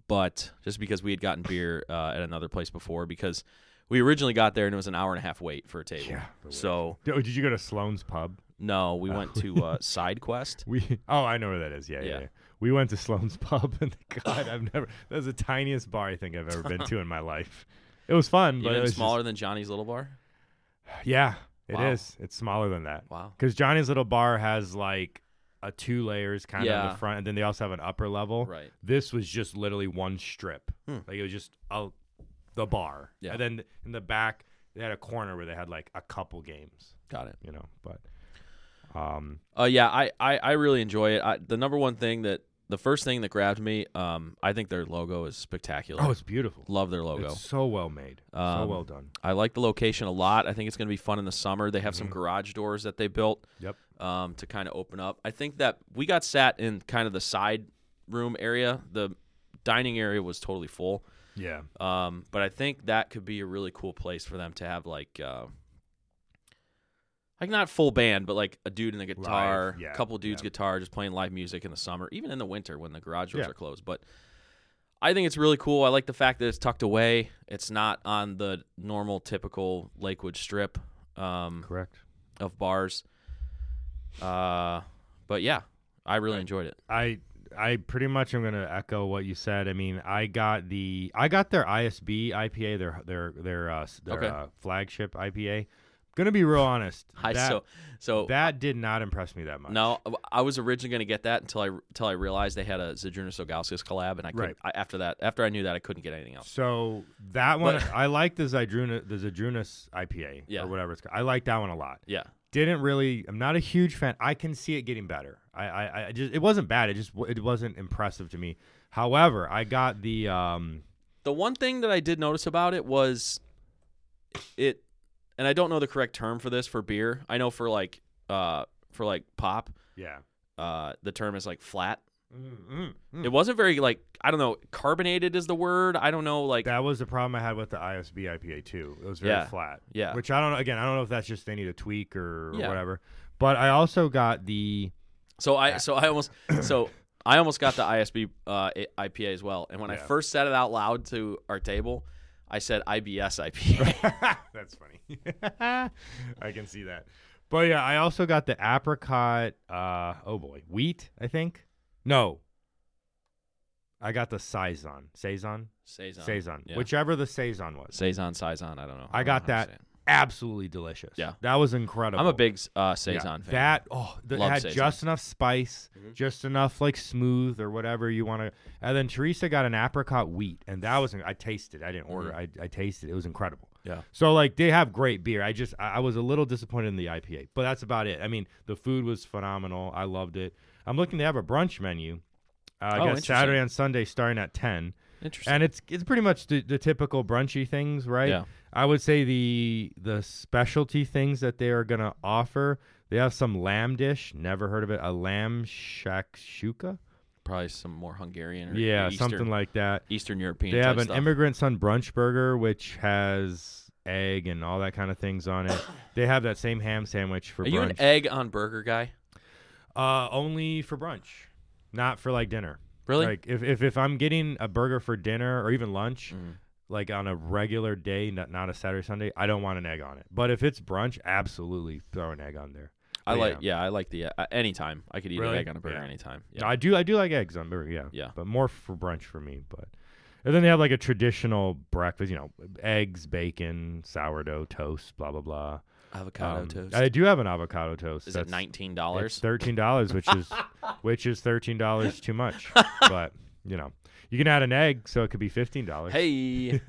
[SPEAKER 1] but just because we had gotten beer uh, at another place before, because we originally got there and it was an hour and a half wait for a table.
[SPEAKER 3] Yeah.
[SPEAKER 1] So
[SPEAKER 3] Oh, did you go to Sloan's Pub?
[SPEAKER 1] no, we went to uh, Side Quest.
[SPEAKER 3] We. Oh, I know where that is. Yeah. Yeah.
[SPEAKER 1] Yeah.
[SPEAKER 3] yeah. We went to Sloan's Pub, and God, I've never. That was the tiniest bar I think I've ever been to in my life. It was fun, but it
[SPEAKER 1] Even
[SPEAKER 3] was
[SPEAKER 1] smaller than Johnny's Little Bar.
[SPEAKER 3] just- yeah, it is.
[SPEAKER 1] Wow.
[SPEAKER 3] It's smaller than that.
[SPEAKER 1] Wow.
[SPEAKER 3] Because Johnny's little bar has like a two layers kind of in
[SPEAKER 1] Yeah.
[SPEAKER 3] the front, and then they also have an upper level.
[SPEAKER 1] Right.
[SPEAKER 3] This was just literally one strip.
[SPEAKER 1] Hmm.
[SPEAKER 3] Like it was just a, the bar,
[SPEAKER 1] Yeah.
[SPEAKER 3] and then in the back they had a corner where they had like a couple games,
[SPEAKER 1] Got it.
[SPEAKER 3] you know. But um,
[SPEAKER 1] Uh, yeah, I, I, I really enjoy it. I, the number one thing that the first thing that grabbed me, um, I think their logo is spectacular.
[SPEAKER 3] oh, it's beautiful.
[SPEAKER 1] Love their logo.
[SPEAKER 3] It's so well made, so
[SPEAKER 1] Um,
[SPEAKER 3] well done.
[SPEAKER 1] I like the location a lot. I think it's going to be fun in the summer. They have some
[SPEAKER 3] Mm-hmm.
[SPEAKER 1] garage doors that they built
[SPEAKER 3] Yep.
[SPEAKER 1] um, to kind of open up. I think that we got sat in kind of the side room area. The dining area was totally full.
[SPEAKER 3] Yeah.
[SPEAKER 1] Um, but I think that could be a really cool place for them to have like, uh, like not full band, but like a dude in the guitar,
[SPEAKER 3] Live, yeah,
[SPEAKER 1] couple dudes
[SPEAKER 3] yeah.
[SPEAKER 1] guitar, just playing live music in the summer, even in the winter when the garage doors
[SPEAKER 3] Yeah.
[SPEAKER 1] are closed. But I think it's really cool. I like the fact that it's tucked away. It's not on the normal, typical Lakewood strip um,
[SPEAKER 3] Correct.
[SPEAKER 1] of bars. Uh, but yeah, I really enjoyed it.
[SPEAKER 3] I I pretty much am gonna echo what you said. I mean, I got the I got their ISB IPA, their their their uh, s- their
[SPEAKER 1] Okay.
[SPEAKER 3] uh, flagship IPA. Gonna be real honest.
[SPEAKER 1] I
[SPEAKER 3] that,
[SPEAKER 1] so so
[SPEAKER 3] that did not impress me that much.
[SPEAKER 1] No, I- I was originally going to get that until I until I realized they had a Zadrunas Sogauskas collab, and I couldn't. I, after that, after I knew that, I couldn't get anything else.
[SPEAKER 3] So that one,
[SPEAKER 1] But-
[SPEAKER 3] I like the Zydruna, the Zydrunas IPA
[SPEAKER 1] Yeah.
[SPEAKER 3] or whatever it's called. I like that one a lot.
[SPEAKER 1] Yeah,
[SPEAKER 3] Didn't really. I'm not a huge fan. I can see it getting better. I, I, I just it wasn't bad. It just w- it wasn't impressive to me. However, I got the um.
[SPEAKER 1] the one thing that I did notice about it was it, and I don't know the correct term for this for beer. I know for like uh for like pop,
[SPEAKER 3] Yeah.
[SPEAKER 1] uh the term is like flat.
[SPEAKER 3] mm mm
[SPEAKER 1] It wasn't very like I don't know carbonated is the word. I don't know like
[SPEAKER 3] That was the problem I had with the ISB IPA too. It was very
[SPEAKER 1] Yeah.
[SPEAKER 3] flat.
[SPEAKER 1] Yeah.
[SPEAKER 3] Which I don't know. Again, I don't know if that's just they need a tweak or, or
[SPEAKER 1] Yeah.
[SPEAKER 3] whatever. But I also got the
[SPEAKER 1] So I so I almost so I almost got the ISB uh, I- IPA as well. And when I
[SPEAKER 3] Yeah.
[SPEAKER 1] first said it out loud to our table, I said IBS IPA.
[SPEAKER 3] That's funny. I can see that. But yeah, I also got the apricot. Uh, oh boy, wheat. I think. No. I got the saison, saison,
[SPEAKER 1] Saison.
[SPEAKER 3] saison,
[SPEAKER 1] Yeah.
[SPEAKER 3] whichever the saison was.
[SPEAKER 1] Saison, Saison, I don't know.
[SPEAKER 3] I
[SPEAKER 1] don't
[SPEAKER 3] got
[SPEAKER 1] know how to
[SPEAKER 3] that.
[SPEAKER 1] say it.
[SPEAKER 3] Absolutely delicious.
[SPEAKER 1] Yeah.
[SPEAKER 3] that was incredible.
[SPEAKER 1] I'm a big uh,
[SPEAKER 3] Yeah,
[SPEAKER 1] Saison fan.
[SPEAKER 3] That oh, the, it
[SPEAKER 1] Love
[SPEAKER 3] had
[SPEAKER 1] saison.
[SPEAKER 3] just enough spice, just enough like smooth or whatever you want to. And then Teresa got an apricot wheat, and that was I tasted. I didn't order.
[SPEAKER 1] Mm-hmm.
[SPEAKER 3] I I tasted. It was incredible.
[SPEAKER 1] yeah.
[SPEAKER 3] So like they have great beer. I just I, I was a little disappointed in the IPA, but that's about it. I mean, the food was phenomenal. I loved it. I'm looking to have a brunch menu. Uh, I
[SPEAKER 1] Oh,
[SPEAKER 3] guess
[SPEAKER 1] interesting.
[SPEAKER 3] Saturday and Sunday starting at ten,
[SPEAKER 1] Interesting.
[SPEAKER 3] and it's it's pretty much the, the typical brunchy things, right?
[SPEAKER 1] Yeah.
[SPEAKER 3] I would say the the specialty things that they are gonna offer. They have some lamb dish. Never heard of it. A lamb shakshuka.
[SPEAKER 1] Probably some more Hungarian or
[SPEAKER 3] Yeah,
[SPEAKER 1] Eastern,
[SPEAKER 3] something like that.
[SPEAKER 1] Eastern European.
[SPEAKER 3] They
[SPEAKER 1] type
[SPEAKER 3] have an
[SPEAKER 1] stuff.
[SPEAKER 3] immigrant son brunch burger, which has egg and all that kind of things on it. they have that same ham sandwich for
[SPEAKER 1] Are
[SPEAKER 3] brunch.
[SPEAKER 1] you an egg on burger guy?
[SPEAKER 3] uh, only for brunch, not for like dinner.
[SPEAKER 1] Really?
[SPEAKER 3] Like if, if if I'm getting a burger for dinner or even lunch,
[SPEAKER 1] Mm.
[SPEAKER 3] like on a regular day, not not a Saturday Sunday, I don't want an egg on it. But if it's brunch, absolutely throw an egg on there.
[SPEAKER 1] I
[SPEAKER 3] But
[SPEAKER 1] like yeah. I like the uh, anytime. I could eat
[SPEAKER 3] oh, Really?
[SPEAKER 1] an egg on a burger
[SPEAKER 3] Yeah.
[SPEAKER 1] anytime.
[SPEAKER 3] No,
[SPEAKER 1] Yeah.
[SPEAKER 3] I do I do like eggs on burger, yeah.
[SPEAKER 1] Yeah.
[SPEAKER 3] But more for brunch for me, but and then they have like a traditional breakfast, you know, eggs, bacon, sourdough toast, blah blah blah.
[SPEAKER 1] Avocado
[SPEAKER 3] Um,
[SPEAKER 1] toast.
[SPEAKER 3] I do have an avocado toast.
[SPEAKER 1] is it
[SPEAKER 3] That's-
[SPEAKER 1] nineteen
[SPEAKER 3] it's
[SPEAKER 1] dollars?
[SPEAKER 3] Thirteen dollars, which is which is thirteen dollars too much. but you know, you can add an egg, so it could be fifteen dollars.
[SPEAKER 1] Hey,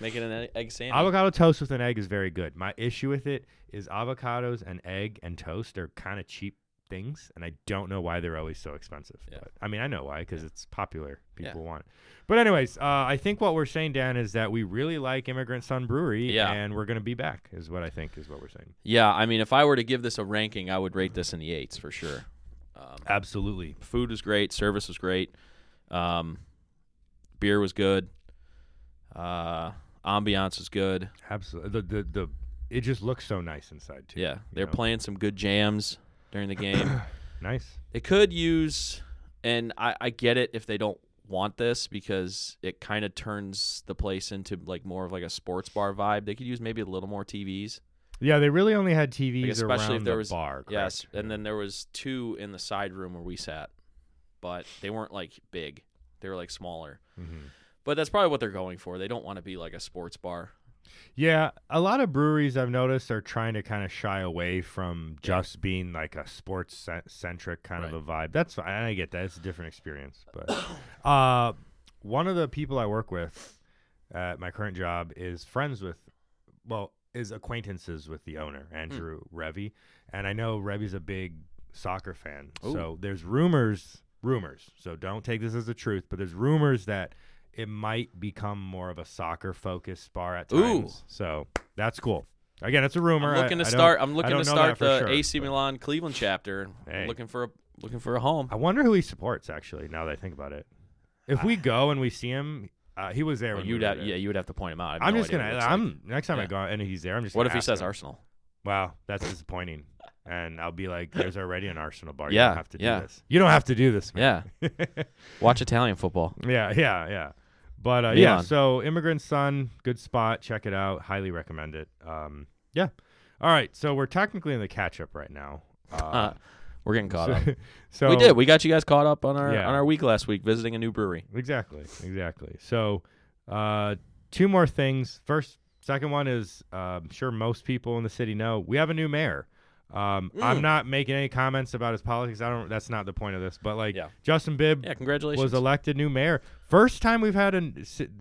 [SPEAKER 1] making an egg- egg sandwich.
[SPEAKER 3] Avocado toast with an egg is very good. My issue with it is avocados and egg and toast are kind of cheap things, and I don't know why they're always so expensive.
[SPEAKER 1] Yeah.
[SPEAKER 3] But, I mean, I know why because it's popular.
[SPEAKER 1] Yeah.
[SPEAKER 3] People want it. But anyways, uh, I think what we're saying, Dan, is that we really like Immigrant Sun Brewery,
[SPEAKER 1] Yeah.
[SPEAKER 3] and we're gonna be back. Is what I think is what we're saying.
[SPEAKER 1] Yeah, I mean, if I were to give this a ranking, I would rate this in the eights for sure. Um,
[SPEAKER 3] Absolutely.
[SPEAKER 1] food was great, service was great, um, beer was good, uh, ambiance was good.
[SPEAKER 3] Absolutely. The, the the it just looks so nice inside too.
[SPEAKER 1] Yeah,
[SPEAKER 3] you
[SPEAKER 1] they're
[SPEAKER 3] know?
[SPEAKER 1] playing some good jams during the game.
[SPEAKER 3] nice.
[SPEAKER 1] they could use, and I, I get it if they don't want this because it kind of turns the place into like more of like a sports bar vibe. They could use maybe a little more TVs.
[SPEAKER 3] Yeah, they really only had
[SPEAKER 1] Like,
[SPEAKER 3] TVs around
[SPEAKER 1] especially if there
[SPEAKER 3] the
[SPEAKER 1] was
[SPEAKER 3] bar.
[SPEAKER 1] yes,
[SPEAKER 3] correct?
[SPEAKER 1] and then there was two in the side room where we sat, but they weren't like big; they were like smaller.
[SPEAKER 3] Mhm.
[SPEAKER 1] But that's probably what they're going for. They don't want to be like a sports bar.
[SPEAKER 3] Yeah, a lot of breweries I've noticed are trying to kind of shy away from just being like a sports ce- centric kind of a vibe. That's fine. I get that. It's a different experience. But uh, one of the people I work with at my current job is friends with, well, is acquaintances with the owner, Andrew Revy, and I know Revy's a big soccer fan.
[SPEAKER 1] Ooh.
[SPEAKER 3] So there's rumors, rumors. So don't take this as the truth, but there's rumors that it might become more of a soccer focused bar at
[SPEAKER 1] Ooh.
[SPEAKER 3] times. So that's cool. Again, it's a rumor.
[SPEAKER 1] I'm
[SPEAKER 3] I-
[SPEAKER 1] looking
[SPEAKER 3] I
[SPEAKER 1] to
[SPEAKER 3] don't-
[SPEAKER 1] start. I'm
[SPEAKER 3] I
[SPEAKER 1] looking
[SPEAKER 3] don't
[SPEAKER 1] to
[SPEAKER 3] know
[SPEAKER 1] start
[SPEAKER 3] that for
[SPEAKER 1] the
[SPEAKER 3] sure,
[SPEAKER 1] AC
[SPEAKER 3] but-
[SPEAKER 1] Milan Cleveland chapter.
[SPEAKER 3] Hey.
[SPEAKER 1] Looking for a looking for a home.
[SPEAKER 3] I wonder who he supports. Actually, now that I think about it, if we go and we see him, uh, he was there. when we
[SPEAKER 1] you'd
[SPEAKER 3] were
[SPEAKER 1] have,
[SPEAKER 3] there.
[SPEAKER 1] yeah, you would have to point him out. I have
[SPEAKER 3] I'm
[SPEAKER 1] no
[SPEAKER 3] just
[SPEAKER 1] idea
[SPEAKER 3] gonna.
[SPEAKER 1] what he looks
[SPEAKER 3] I'm
[SPEAKER 1] like.
[SPEAKER 3] next time
[SPEAKER 1] Yeah.
[SPEAKER 3] I go out and he's there. I'm just.
[SPEAKER 1] What
[SPEAKER 3] gonna
[SPEAKER 1] if he
[SPEAKER 3] ask
[SPEAKER 1] says
[SPEAKER 3] him.
[SPEAKER 1] Arsenal?
[SPEAKER 3] Wow, that's disappointing. And I'll be like, "There's already an Arsenal bar. You
[SPEAKER 1] Yeah,
[SPEAKER 3] don't have to
[SPEAKER 1] yeah.
[SPEAKER 3] do this. You don't have to do this, man."
[SPEAKER 1] Yeah, watch Italian football.
[SPEAKER 3] yeah, yeah, yeah. But uh, yeah,
[SPEAKER 1] Milan.
[SPEAKER 3] so immigrant son, good spot. Check it out. Highly recommend it. Um, yeah. All right, so we're technically in the catch up right now. Uh,
[SPEAKER 1] Uh, we're getting caught up.
[SPEAKER 3] so, so-
[SPEAKER 1] we did. We got you guys caught up on our
[SPEAKER 3] Yeah.
[SPEAKER 1] on our week last week, visiting a new brewery.
[SPEAKER 3] Exactly. Exactly. So, uh, two more things. First, second one is uh, I'm sure most people in the city know we have a new mayor. Um,
[SPEAKER 1] Mm.
[SPEAKER 3] I'm not making any comments about his politics. I don't. That's not the point of this. But like
[SPEAKER 1] Yeah.
[SPEAKER 3] Justin Bibb
[SPEAKER 1] Yeah, congratulations.
[SPEAKER 3] was elected new mayor. First time we've had a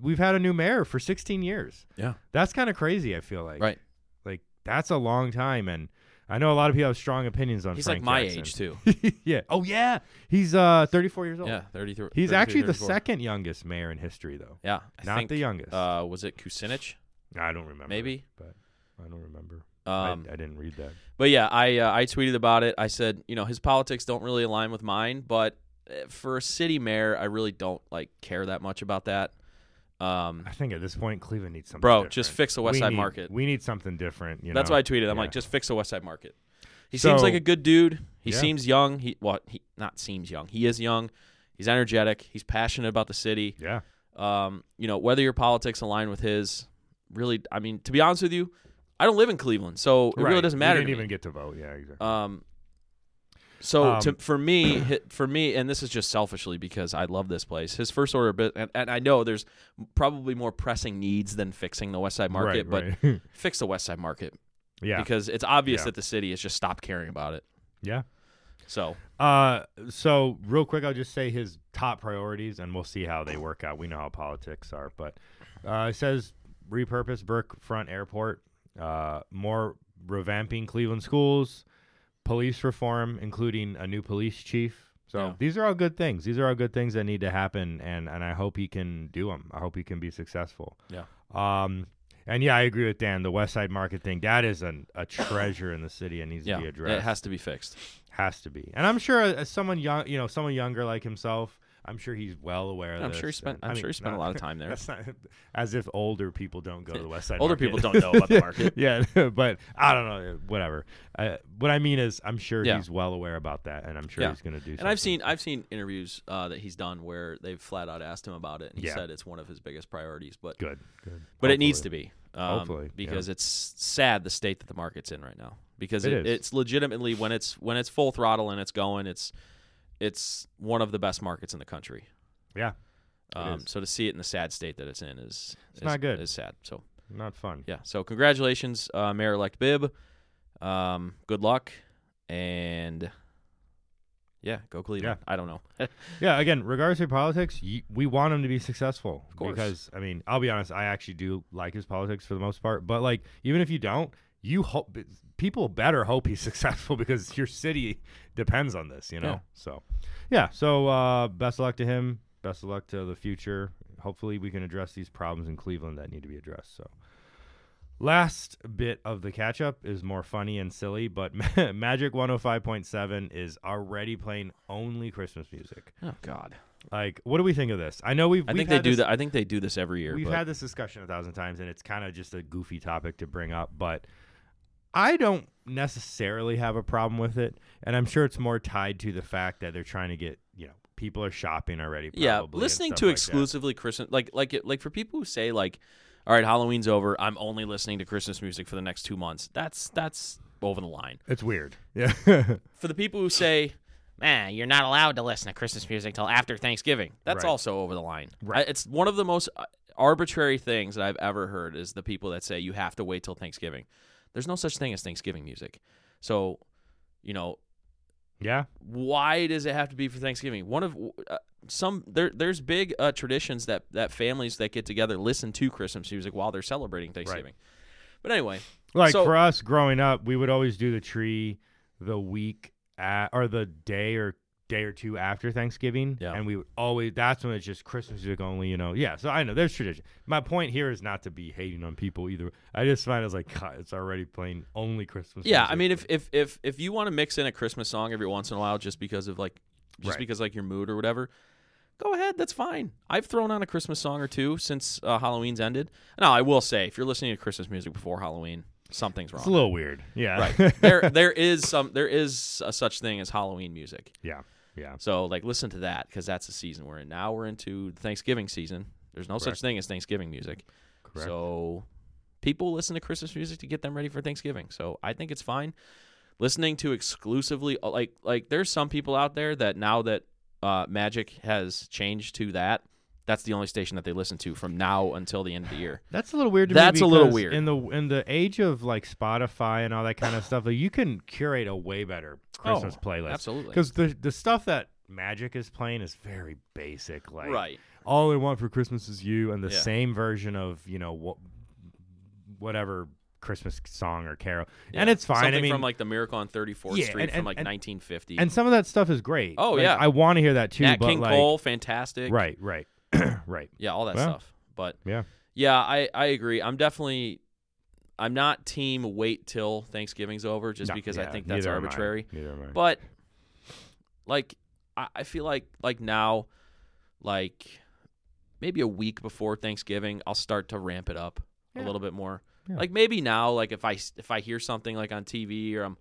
[SPEAKER 3] we've had a new mayor for 16 years.
[SPEAKER 1] Yeah.
[SPEAKER 3] That's kind of crazy. I feel like.
[SPEAKER 1] Right.
[SPEAKER 3] Like that's a long time, and I know a lot of people have strong opinions on.
[SPEAKER 1] He's like
[SPEAKER 3] Frank
[SPEAKER 1] my
[SPEAKER 3] Jackson.
[SPEAKER 1] age too.
[SPEAKER 3] yeah. Oh yeah. He's uh 34 years old.
[SPEAKER 1] Yeah, thirty three.
[SPEAKER 3] He's
[SPEAKER 1] 33,
[SPEAKER 3] actually the
[SPEAKER 1] 34.
[SPEAKER 3] second youngest mayor in history, though.
[SPEAKER 1] Yeah, I
[SPEAKER 3] Not
[SPEAKER 1] think,
[SPEAKER 3] the youngest.
[SPEAKER 1] Uh, was it Kucinich?
[SPEAKER 3] I don't remember.
[SPEAKER 1] Maybe.
[SPEAKER 3] but I don't remember.
[SPEAKER 1] Um,
[SPEAKER 3] I, I didn't read that.
[SPEAKER 1] But yeah, I uh, I tweeted about it. I said, you know, his politics don't really align with mine, but uh, for a city mayor, I really don't like care that much about that. Um,
[SPEAKER 3] I think at this point, Cleveland needs something.
[SPEAKER 1] bro, just
[SPEAKER 3] different.
[SPEAKER 1] fix the West
[SPEAKER 3] We
[SPEAKER 1] Side
[SPEAKER 3] need-
[SPEAKER 1] Market.
[SPEAKER 3] We need something different. You
[SPEAKER 1] That's
[SPEAKER 3] know?
[SPEAKER 1] why I tweeted. I'm
[SPEAKER 3] Yeah.
[SPEAKER 1] like, just fix the West Side Market. He seems like
[SPEAKER 3] So-
[SPEAKER 1] a good dude. He
[SPEAKER 3] Yeah.
[SPEAKER 1] seems young. He well, he not seems young. He is young. He's energetic. He's passionate about the city.
[SPEAKER 3] Yeah.
[SPEAKER 1] Um, you know, whether your politics align with his, really, I mean, to be honest with you, I don't live in Cleveland, so it really
[SPEAKER 3] Right.
[SPEAKER 1] doesn't
[SPEAKER 3] We
[SPEAKER 1] matter.
[SPEAKER 3] didn't
[SPEAKER 1] to me.
[SPEAKER 3] even get to vote. Yeah. Exactly.
[SPEAKER 1] Um, so
[SPEAKER 3] Um,
[SPEAKER 1] to, for me, hi- for me, and this is just selfishly because I love this place. His first order, but and, and I know there's probably more pressing needs than fixing the West Side Market, but
[SPEAKER 3] Right, right.
[SPEAKER 1] fix the West Side Market
[SPEAKER 3] yeah.
[SPEAKER 1] because it's obvious
[SPEAKER 3] Yeah.
[SPEAKER 1] that the city has just stopped caring about it.
[SPEAKER 3] yeah.
[SPEAKER 1] So
[SPEAKER 3] Uh, so real quick, I'll just say his top priorities, and we'll see how they work out. We know how politics are, but uh, it says repurpose Brook Front Airport, uh, more revamping Cleveland schools, police reform, including a new police chief. So
[SPEAKER 1] Yeah.
[SPEAKER 3] these are all good things. These are all good things that need to happen, and and I hope he can do them. I hope he can be successful.
[SPEAKER 1] Yeah.
[SPEAKER 3] Um. And yeah, I agree with Dan. The West Side Market thing—that is an, a treasure in the city and needs
[SPEAKER 1] yeah,
[SPEAKER 3] to be addressed
[SPEAKER 1] it has to be fixed.
[SPEAKER 3] has to be. And I'm sure as someone young, you know, someone younger like himself, I'm sure he's well aware. Of
[SPEAKER 1] I'm
[SPEAKER 3] this,
[SPEAKER 1] sure he spent.
[SPEAKER 3] and-
[SPEAKER 1] I'm
[SPEAKER 3] I mean,
[SPEAKER 1] sure he spent a
[SPEAKER 3] not-
[SPEAKER 1] lot of time there.
[SPEAKER 3] That's not as if older people don't go to the West Side.
[SPEAKER 1] Older
[SPEAKER 3] Market.
[SPEAKER 1] people don't know about the market.
[SPEAKER 3] yeah, but I don't know. Whatever. Uh, what I mean is, I'm sure
[SPEAKER 1] Yeah.
[SPEAKER 3] he's well aware about that, and I'm sure
[SPEAKER 1] Yeah.
[SPEAKER 3] he's going to do.
[SPEAKER 1] And I've seen I've seen interviews uh, that he's done where they've flat out asked him about it, and he
[SPEAKER 3] Yeah.
[SPEAKER 1] said it's one of his biggest priorities. But
[SPEAKER 3] good, good.
[SPEAKER 1] but it needs
[SPEAKER 3] Hopefully.
[SPEAKER 1] to be um,
[SPEAKER 3] Hopefully, yeah.
[SPEAKER 1] because it's sad the state that the market's in right now because
[SPEAKER 3] It
[SPEAKER 1] it
[SPEAKER 3] is.
[SPEAKER 1] it's legitimately when it's when it's full throttle and it's going it's it's one of the best markets in the country
[SPEAKER 3] Yeah,
[SPEAKER 1] um,
[SPEAKER 3] is.
[SPEAKER 1] so to see it in the sad state that it's in is it's
[SPEAKER 3] not good.
[SPEAKER 1] is sad so
[SPEAKER 3] not fun.
[SPEAKER 1] yeah so congratulations uh, mayor elect Bibb um, good luck and yeah go Cleveland I don't know
[SPEAKER 3] Yeah, again, regards to politics, y- we want him to be successful. Of
[SPEAKER 1] course.
[SPEAKER 3] Because, I mean, I'll be honest, I actually do like his politics for the most part. But, like, even if you don't, you hope people better hope he's successful because your city depends on this, you know?
[SPEAKER 1] Yeah.
[SPEAKER 3] So, yeah. So, uh, best of luck to him. Best of luck to the future. Hopefully, we can address these problems in Cleveland that need to be addressed. So, Last bit of the catch up is more funny and silly, but Magic 105.7 is already playing only Christmas music.
[SPEAKER 1] oh God
[SPEAKER 3] Like, what do we think of this? I know we've.
[SPEAKER 1] I
[SPEAKER 3] we've
[SPEAKER 1] think they
[SPEAKER 3] had
[SPEAKER 1] do
[SPEAKER 3] this,
[SPEAKER 1] that I think they do this every year
[SPEAKER 3] We've
[SPEAKER 1] but
[SPEAKER 3] had this discussion a thousand times, and it's kind of just a goofy topic to bring up, but I don't necessarily have a problem with it, and I'm sure it's more tied to the fact that they're trying to get you know people are shopping already. Probably
[SPEAKER 1] yeah
[SPEAKER 3] and
[SPEAKER 1] listening
[SPEAKER 3] stuff
[SPEAKER 1] to
[SPEAKER 3] like that.
[SPEAKER 1] exclusively christmas like like it like for people who say like all right halloween's over i'm only listening to christmas music for the next two months that's that's over the line
[SPEAKER 3] It's weird. Yeah.
[SPEAKER 1] for the people who say
[SPEAKER 4] man, you're not allowed to listen to Christmas music till after Thanksgiving.
[SPEAKER 1] that's
[SPEAKER 3] Right.
[SPEAKER 1] also over the line
[SPEAKER 3] Right.
[SPEAKER 1] I- it's one of the most uh, arbitrary things that i've ever heard is the people that say you have to wait till thanksgiving there's no such thing as thanksgiving music so you know
[SPEAKER 3] yeah.
[SPEAKER 1] why does it have to be for Thanksgiving? One of uh, some there there's big uh, traditions that that families that get together listen to Christmas music while they're celebrating Thanksgiving. But anyway,
[SPEAKER 3] Like
[SPEAKER 1] So-
[SPEAKER 3] for us growing up, we would always do the tree the week at, or the day or day or two after Thanksgiving.
[SPEAKER 1] Yeah.
[SPEAKER 3] And we would always that's when it's just Christmas music only, you know. Yeah, so I know there's tradition. My point here is not to be hating on people either. I just find it's like God, it's already playing only Christmas
[SPEAKER 1] Yeah,
[SPEAKER 3] music.
[SPEAKER 1] I mean, if if if if you want to mix in a Christmas song every once in a while, just because of like, just
[SPEAKER 3] Right.
[SPEAKER 1] because like your mood or whatever, go ahead. That's fine. I've thrown on a Christmas song or two since uh, Halloween's ended. Now, I will say, if you're listening to Christmas music before Halloween, something's
[SPEAKER 3] it's a
[SPEAKER 1] wrong.
[SPEAKER 3] little weird. Yeah.
[SPEAKER 1] right there, there is some there is a such thing as Halloween music.
[SPEAKER 3] yeah. Yeah.
[SPEAKER 1] So like, listen to that because that's the season we're in. Now we're into the Thanksgiving season. There's no such
[SPEAKER 3] Correct.
[SPEAKER 1] thing as Thanksgiving music.
[SPEAKER 3] Correct.
[SPEAKER 1] So people listen to Christmas music to get them ready for Thanksgiving. So I think it's fine. Listening to exclusively uh, like like there's some people out there that now that uh, Magic has changed to that, that's the only station that they listen to from now until the end of the year.
[SPEAKER 3] That's a little weird. To
[SPEAKER 1] That's
[SPEAKER 3] me
[SPEAKER 1] a little
[SPEAKER 3] because
[SPEAKER 1] weird.
[SPEAKER 3] in the in the age of like Spotify and all that kind of stuff. Like you can curate a way better Christmas
[SPEAKER 1] Oh,
[SPEAKER 3] playlist
[SPEAKER 1] absolutely.
[SPEAKER 3] because the the stuff that Magic is playing is very basic. Like
[SPEAKER 1] right.
[SPEAKER 3] all I want for Christmas is you, and the
[SPEAKER 1] Yeah.
[SPEAKER 3] same version of you know what whatever Christmas song or carol,
[SPEAKER 1] Yeah.
[SPEAKER 3] and it's fine.
[SPEAKER 1] Something
[SPEAKER 3] I mean.
[SPEAKER 1] from like the Miracle on 34th
[SPEAKER 3] Yeah,
[SPEAKER 1] Street
[SPEAKER 3] and-
[SPEAKER 1] from
[SPEAKER 3] and-
[SPEAKER 1] like
[SPEAKER 3] and-
[SPEAKER 1] 1950.
[SPEAKER 3] and some of that stuff is great.
[SPEAKER 1] Oh,
[SPEAKER 3] Like,
[SPEAKER 1] yeah.
[SPEAKER 3] I want to hear that too.
[SPEAKER 1] Nat
[SPEAKER 3] but
[SPEAKER 1] King
[SPEAKER 3] like,
[SPEAKER 1] Cole, fantastic.
[SPEAKER 3] right, right, right.
[SPEAKER 1] Yeah, all that
[SPEAKER 3] Well.
[SPEAKER 1] stuff. But
[SPEAKER 3] Yeah,
[SPEAKER 1] Yeah, I, I agree. I'm definitely I'm not team wait till Thanksgiving's over just
[SPEAKER 3] No,
[SPEAKER 1] because I
[SPEAKER 3] yeah,
[SPEAKER 1] think that's
[SPEAKER 3] neither am I.
[SPEAKER 1] arbitrary.
[SPEAKER 3] Neither am I.
[SPEAKER 1] But like I, I feel like like now, like maybe a week before Thanksgiving, I'll start to ramp it up a
[SPEAKER 3] Yeah.
[SPEAKER 1] little bit more.
[SPEAKER 3] Yeah.
[SPEAKER 1] Like maybe now, like if I s- if I hear something like on TV or I'm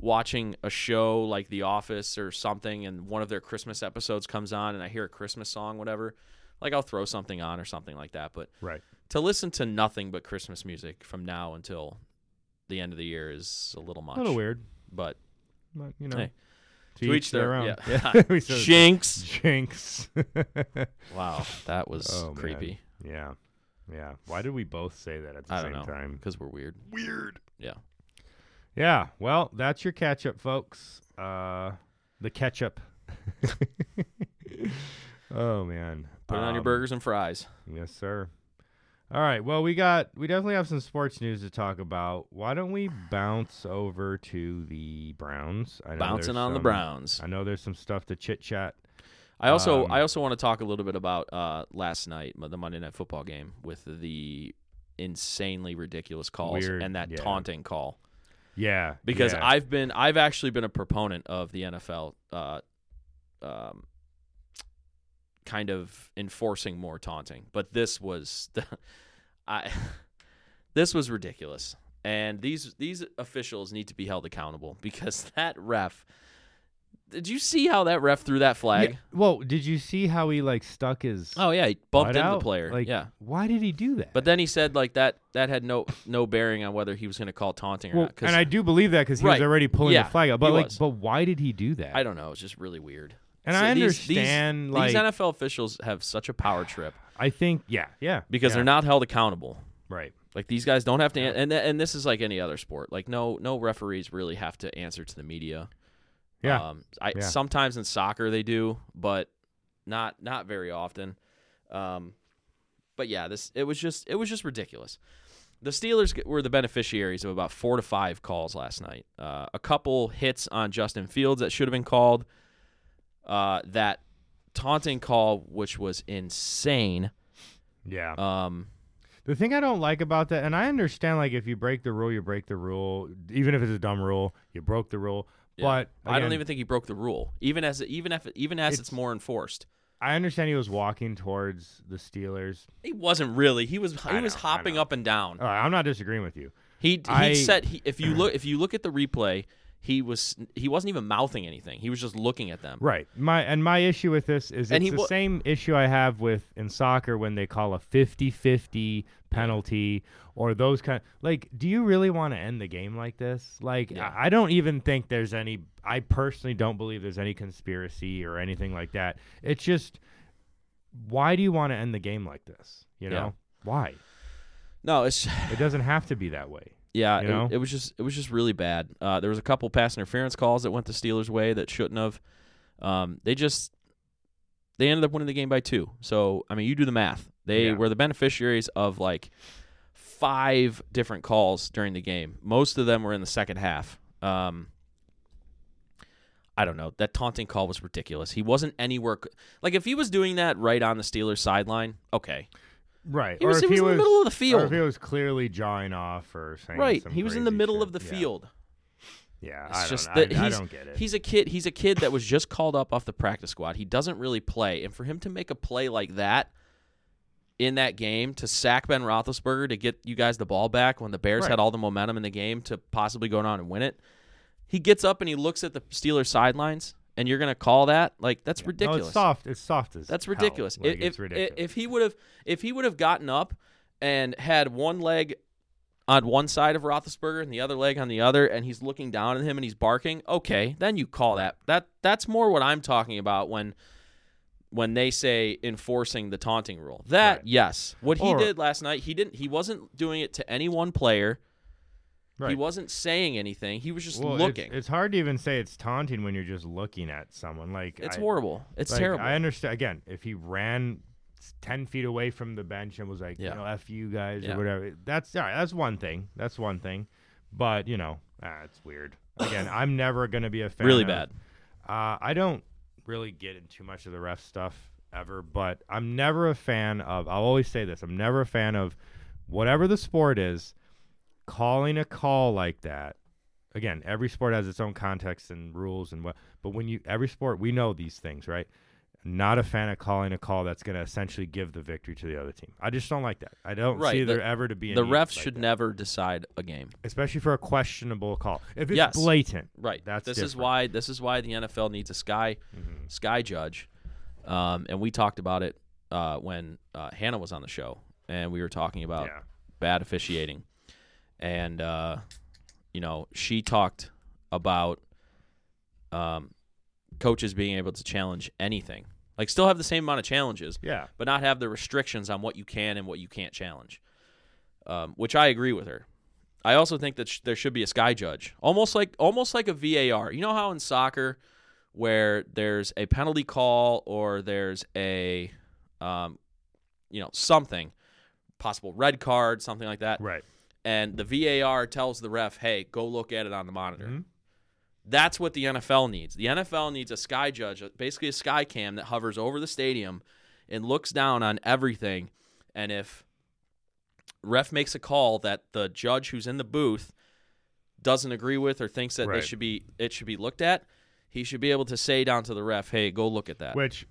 [SPEAKER 1] watching a show like The Office or something, and one of their Christmas episodes comes on, and I hear a Christmas song, whatever. Like I'll throw something on or something like that, but
[SPEAKER 3] right.
[SPEAKER 1] to listen to nothing but Christmas music from now until the end of the year is a little much.
[SPEAKER 3] A little weird,
[SPEAKER 1] But
[SPEAKER 3] but you know.
[SPEAKER 1] Hey.
[SPEAKER 3] To,
[SPEAKER 1] To
[SPEAKER 3] each,
[SPEAKER 1] each
[SPEAKER 3] their,
[SPEAKER 1] their-
[SPEAKER 3] own.
[SPEAKER 1] yeah.
[SPEAKER 3] We said it.
[SPEAKER 1] Jinx.
[SPEAKER 3] Jinx.
[SPEAKER 1] Wow, that was
[SPEAKER 3] Oh, man.
[SPEAKER 1] creepy.
[SPEAKER 3] yeah. Yeah. Why did we both say that at the
[SPEAKER 1] I
[SPEAKER 3] same
[SPEAKER 1] don't know
[SPEAKER 3] time?
[SPEAKER 1] because we're weird.
[SPEAKER 3] Weird.
[SPEAKER 1] Yeah.
[SPEAKER 3] Yeah. Well, that's your catch up, folks. Uh, the catch up. oh man.
[SPEAKER 1] Put it on your
[SPEAKER 3] Um,
[SPEAKER 1] burgers and fries.
[SPEAKER 3] Yes, sir. All right. Well, we got we definitely have some sports news to talk about. Why don't we bounce over to the Browns? I know
[SPEAKER 1] Bouncing
[SPEAKER 3] there's
[SPEAKER 1] on the
[SPEAKER 3] some-
[SPEAKER 1] Browns.
[SPEAKER 3] I know there's some stuff to chit chat.
[SPEAKER 1] I also
[SPEAKER 3] um,
[SPEAKER 1] I also want to talk a little bit about uh, last night, the Monday Night Football game with the insanely ridiculous calls
[SPEAKER 3] Weird,
[SPEAKER 1] and that
[SPEAKER 3] yeah.
[SPEAKER 1] taunting call.
[SPEAKER 3] Yeah.
[SPEAKER 1] because
[SPEAKER 3] yeah.
[SPEAKER 1] I've been I've actually been a proponent of the NFL uh, um, kind of enforcing more taunting, but this was the, I this was ridiculous, and these these officials need to be held accountable because that ref. Did you see how that ref threw that flag?
[SPEAKER 3] Yeah, Well, did you see how he like stuck his
[SPEAKER 1] Oh yeah, he bumped
[SPEAKER 3] butt
[SPEAKER 1] into the
[SPEAKER 3] out?
[SPEAKER 1] player.
[SPEAKER 3] Like,
[SPEAKER 1] yeah.
[SPEAKER 3] Why did he do that?
[SPEAKER 1] But then he said like that that had no no bearing on whether he was going to call taunting or
[SPEAKER 3] well,
[SPEAKER 1] not. 'cause
[SPEAKER 3] and I do believe that because he
[SPEAKER 1] Right.
[SPEAKER 3] was already pulling
[SPEAKER 1] Yeah,
[SPEAKER 3] the flag up.
[SPEAKER 1] he
[SPEAKER 3] But like,
[SPEAKER 1] was.
[SPEAKER 3] but why did he do that?
[SPEAKER 1] I don't know. It's just really weird.
[SPEAKER 3] And I
[SPEAKER 1] these- these-
[SPEAKER 3] understand,
[SPEAKER 1] these,
[SPEAKER 3] like-
[SPEAKER 1] NFL officials have such a power trip
[SPEAKER 3] I think yeah, yeah,
[SPEAKER 1] because
[SPEAKER 3] yeah,
[SPEAKER 1] they're not held accountable.
[SPEAKER 3] right.
[SPEAKER 1] Like these guys don't have to, an- and th- and this is like any other sport. Like no no referees really have to answer to the media.
[SPEAKER 3] Yeah,
[SPEAKER 1] Um, I
[SPEAKER 3] Yeah.
[SPEAKER 1] sometimes in soccer they do, but not not very often. Um, but yeah, this it was just it was just ridiculous. The Steelers g- were the beneficiaries of about four to five calls last night. Uh, a couple hits on Justin Fields that should have been called. Uh, that taunting call, which was insane.
[SPEAKER 3] yeah.
[SPEAKER 1] Um,
[SPEAKER 3] The thing I don't like about that, and I understand, like if you break the rule, you break the rule, even if it's a dumb rule, you broke the rule. But
[SPEAKER 1] I don't
[SPEAKER 3] again,
[SPEAKER 1] even think he broke the rule, even as even if even as it's
[SPEAKER 3] It's-
[SPEAKER 1] more enforced.
[SPEAKER 3] I understand he was walking towards the Steelers.
[SPEAKER 1] He wasn't really. He was he
[SPEAKER 3] I
[SPEAKER 1] was
[SPEAKER 3] know, I
[SPEAKER 1] hopping
[SPEAKER 3] know.
[SPEAKER 1] up and down.
[SPEAKER 3] All right, I'm not disagreeing with you.
[SPEAKER 1] He he
[SPEAKER 3] I-
[SPEAKER 1] said he, if you look if you look at the replay, he was he wasn't even mouthing anything. He was just looking at them.
[SPEAKER 3] Right. My and my issue with this is
[SPEAKER 1] And
[SPEAKER 3] it's
[SPEAKER 1] he
[SPEAKER 3] the
[SPEAKER 1] wa-
[SPEAKER 3] same issue I have with in soccer when they call a 50-50 penalty or those kind. Like, do you really want to end the game like this? Like,
[SPEAKER 1] Yeah.
[SPEAKER 3] I I don't even think there's any. I personally don't believe there's any conspiracy or anything like that. It's just, why do you want to end the game like this? You
[SPEAKER 1] Yeah.
[SPEAKER 3] know why?
[SPEAKER 1] No, it's
[SPEAKER 3] It doesn't have to be that way.
[SPEAKER 1] yeah.
[SPEAKER 3] You
[SPEAKER 1] it-
[SPEAKER 3] know?
[SPEAKER 1] It, was just it was just really bad. Uh, there was a couple pass interference calls that went the Steelers' way that shouldn't have. Um, they just they ended up winning the game by two. So I mean, you do the math. They
[SPEAKER 3] Yeah.
[SPEAKER 1] were the beneficiaries of like five different calls during the game. Most of them were in the second half. Um, I don't know. That taunting call was ridiculous. He wasn't anywhere. c- Like if he was doing that right on the Steelers sideline, okay.
[SPEAKER 3] Right.
[SPEAKER 1] He
[SPEAKER 3] or
[SPEAKER 1] was-
[SPEAKER 3] if
[SPEAKER 1] he was in the middle of the
[SPEAKER 3] Or if
[SPEAKER 1] field.
[SPEAKER 3] he was clearly jawing off or saying
[SPEAKER 1] Right.
[SPEAKER 3] some
[SPEAKER 1] He was in the
[SPEAKER 3] crazy
[SPEAKER 1] middle
[SPEAKER 3] shit.
[SPEAKER 1] of the
[SPEAKER 3] Yeah.
[SPEAKER 1] field.
[SPEAKER 3] Yeah.
[SPEAKER 1] It's
[SPEAKER 3] I
[SPEAKER 1] just
[SPEAKER 3] don't,
[SPEAKER 1] that
[SPEAKER 3] I, I
[SPEAKER 1] he's,
[SPEAKER 3] don't get it.
[SPEAKER 1] he's a kid. He's a kid that was just called up off the practice squad. He doesn't really play, and for him to make a play like that in that game to sack Ben Roethlisberger to get you guys the ball back when the Bears
[SPEAKER 3] Right.
[SPEAKER 1] had all the momentum in the game to possibly go on and win it, he gets up and he looks at the Steelers sidelines, and you're gonna call that like that's
[SPEAKER 3] No,
[SPEAKER 1] ridiculous.
[SPEAKER 3] it's soft. It's soft as
[SPEAKER 1] That's
[SPEAKER 3] hell.
[SPEAKER 1] ridiculous.
[SPEAKER 3] Like,
[SPEAKER 1] if,
[SPEAKER 3] it's
[SPEAKER 1] if-
[SPEAKER 3] ridiculous.
[SPEAKER 1] if he would have if he would have gotten up and had one leg on one side of Roethlisberger and the other leg on the other, and he's looking down at him and he's barking, okay, then you call that that that's more what I'm talking about when when they say enforcing the taunting rule. That
[SPEAKER 3] Right.
[SPEAKER 1] yes, what he
[SPEAKER 3] Or-
[SPEAKER 1] did last night, he didn't he wasn't doing it to any one player.
[SPEAKER 3] right.
[SPEAKER 1] He wasn't saying anything. He was just
[SPEAKER 3] Well, it's-
[SPEAKER 1] looking.
[SPEAKER 3] It's, hard to even say it's taunting when you're just looking at someone. Like
[SPEAKER 1] It's
[SPEAKER 3] I-
[SPEAKER 1] horrible. It's
[SPEAKER 3] like,
[SPEAKER 1] terrible.
[SPEAKER 3] I understand. Again, if he ran s- ten feet away from the bench and was like,
[SPEAKER 1] Yeah.
[SPEAKER 3] you know, f you guys
[SPEAKER 1] Yeah.
[SPEAKER 3] or whatever, that's all right, that's one thing. That's one thing. But you know, ah, it's weird. Again, I'm never gonna be a fan.
[SPEAKER 1] really
[SPEAKER 3] of-
[SPEAKER 1] bad.
[SPEAKER 3] Uh, I don't really get into too much of the ref stuff ever, but I'm never a fan of. I'll always say this: I'm never a fan of whatever the sport is. Calling a call like that, again, every sport has its own context and rules and what. But when you every sport, we know these things, right? Not a fan of calling a call that's going to essentially give the victory to the other team. I just don't like that. I don't
[SPEAKER 1] Right,
[SPEAKER 3] see
[SPEAKER 1] the-
[SPEAKER 3] there ever to be a
[SPEAKER 1] The
[SPEAKER 3] need
[SPEAKER 1] refs
[SPEAKER 3] like uh,
[SPEAKER 1] should
[SPEAKER 3] that,
[SPEAKER 1] never decide a game.
[SPEAKER 3] especially for a questionable call. If it's
[SPEAKER 1] Yes.
[SPEAKER 3] blatant,
[SPEAKER 1] Right.
[SPEAKER 3] That's
[SPEAKER 1] this is
[SPEAKER 3] different. Mm-hmm.
[SPEAKER 1] why this is why the NFL needs a sky sky judge, um, and we talked about it uh, when uh, Hannah was on the show, and we were talking about
[SPEAKER 3] Yeah.
[SPEAKER 1] bad officiating, and uh, you know she talked about um, coaches being able to challenge anything, like still have the same amount of challenges,
[SPEAKER 3] Yeah.
[SPEAKER 1] but not have the restrictions on what you can and what you can't challenge, um, which I agree with her. I also think that sh- there should be a sky judge, almost like almost like a VAR. You know how in soccer, where there's a penalty call or there's a, um, you know, something, possible red card, something like that,
[SPEAKER 3] Right.
[SPEAKER 1] and the VAR tells the ref, "Hey, go look at it on the monitor."
[SPEAKER 3] Mm-hmm.
[SPEAKER 1] That's what the NFL needs. The NFL needs a sky judge, basically a sky cam that hovers over the stadium and looks down on everything. And if ref makes a call that the judge who's in the booth doesn't agree with or thinks that they
[SPEAKER 3] Right.
[SPEAKER 1] should be it should be looked at, he should be able to say down to the ref, "Hey, go look at that."
[SPEAKER 3] Which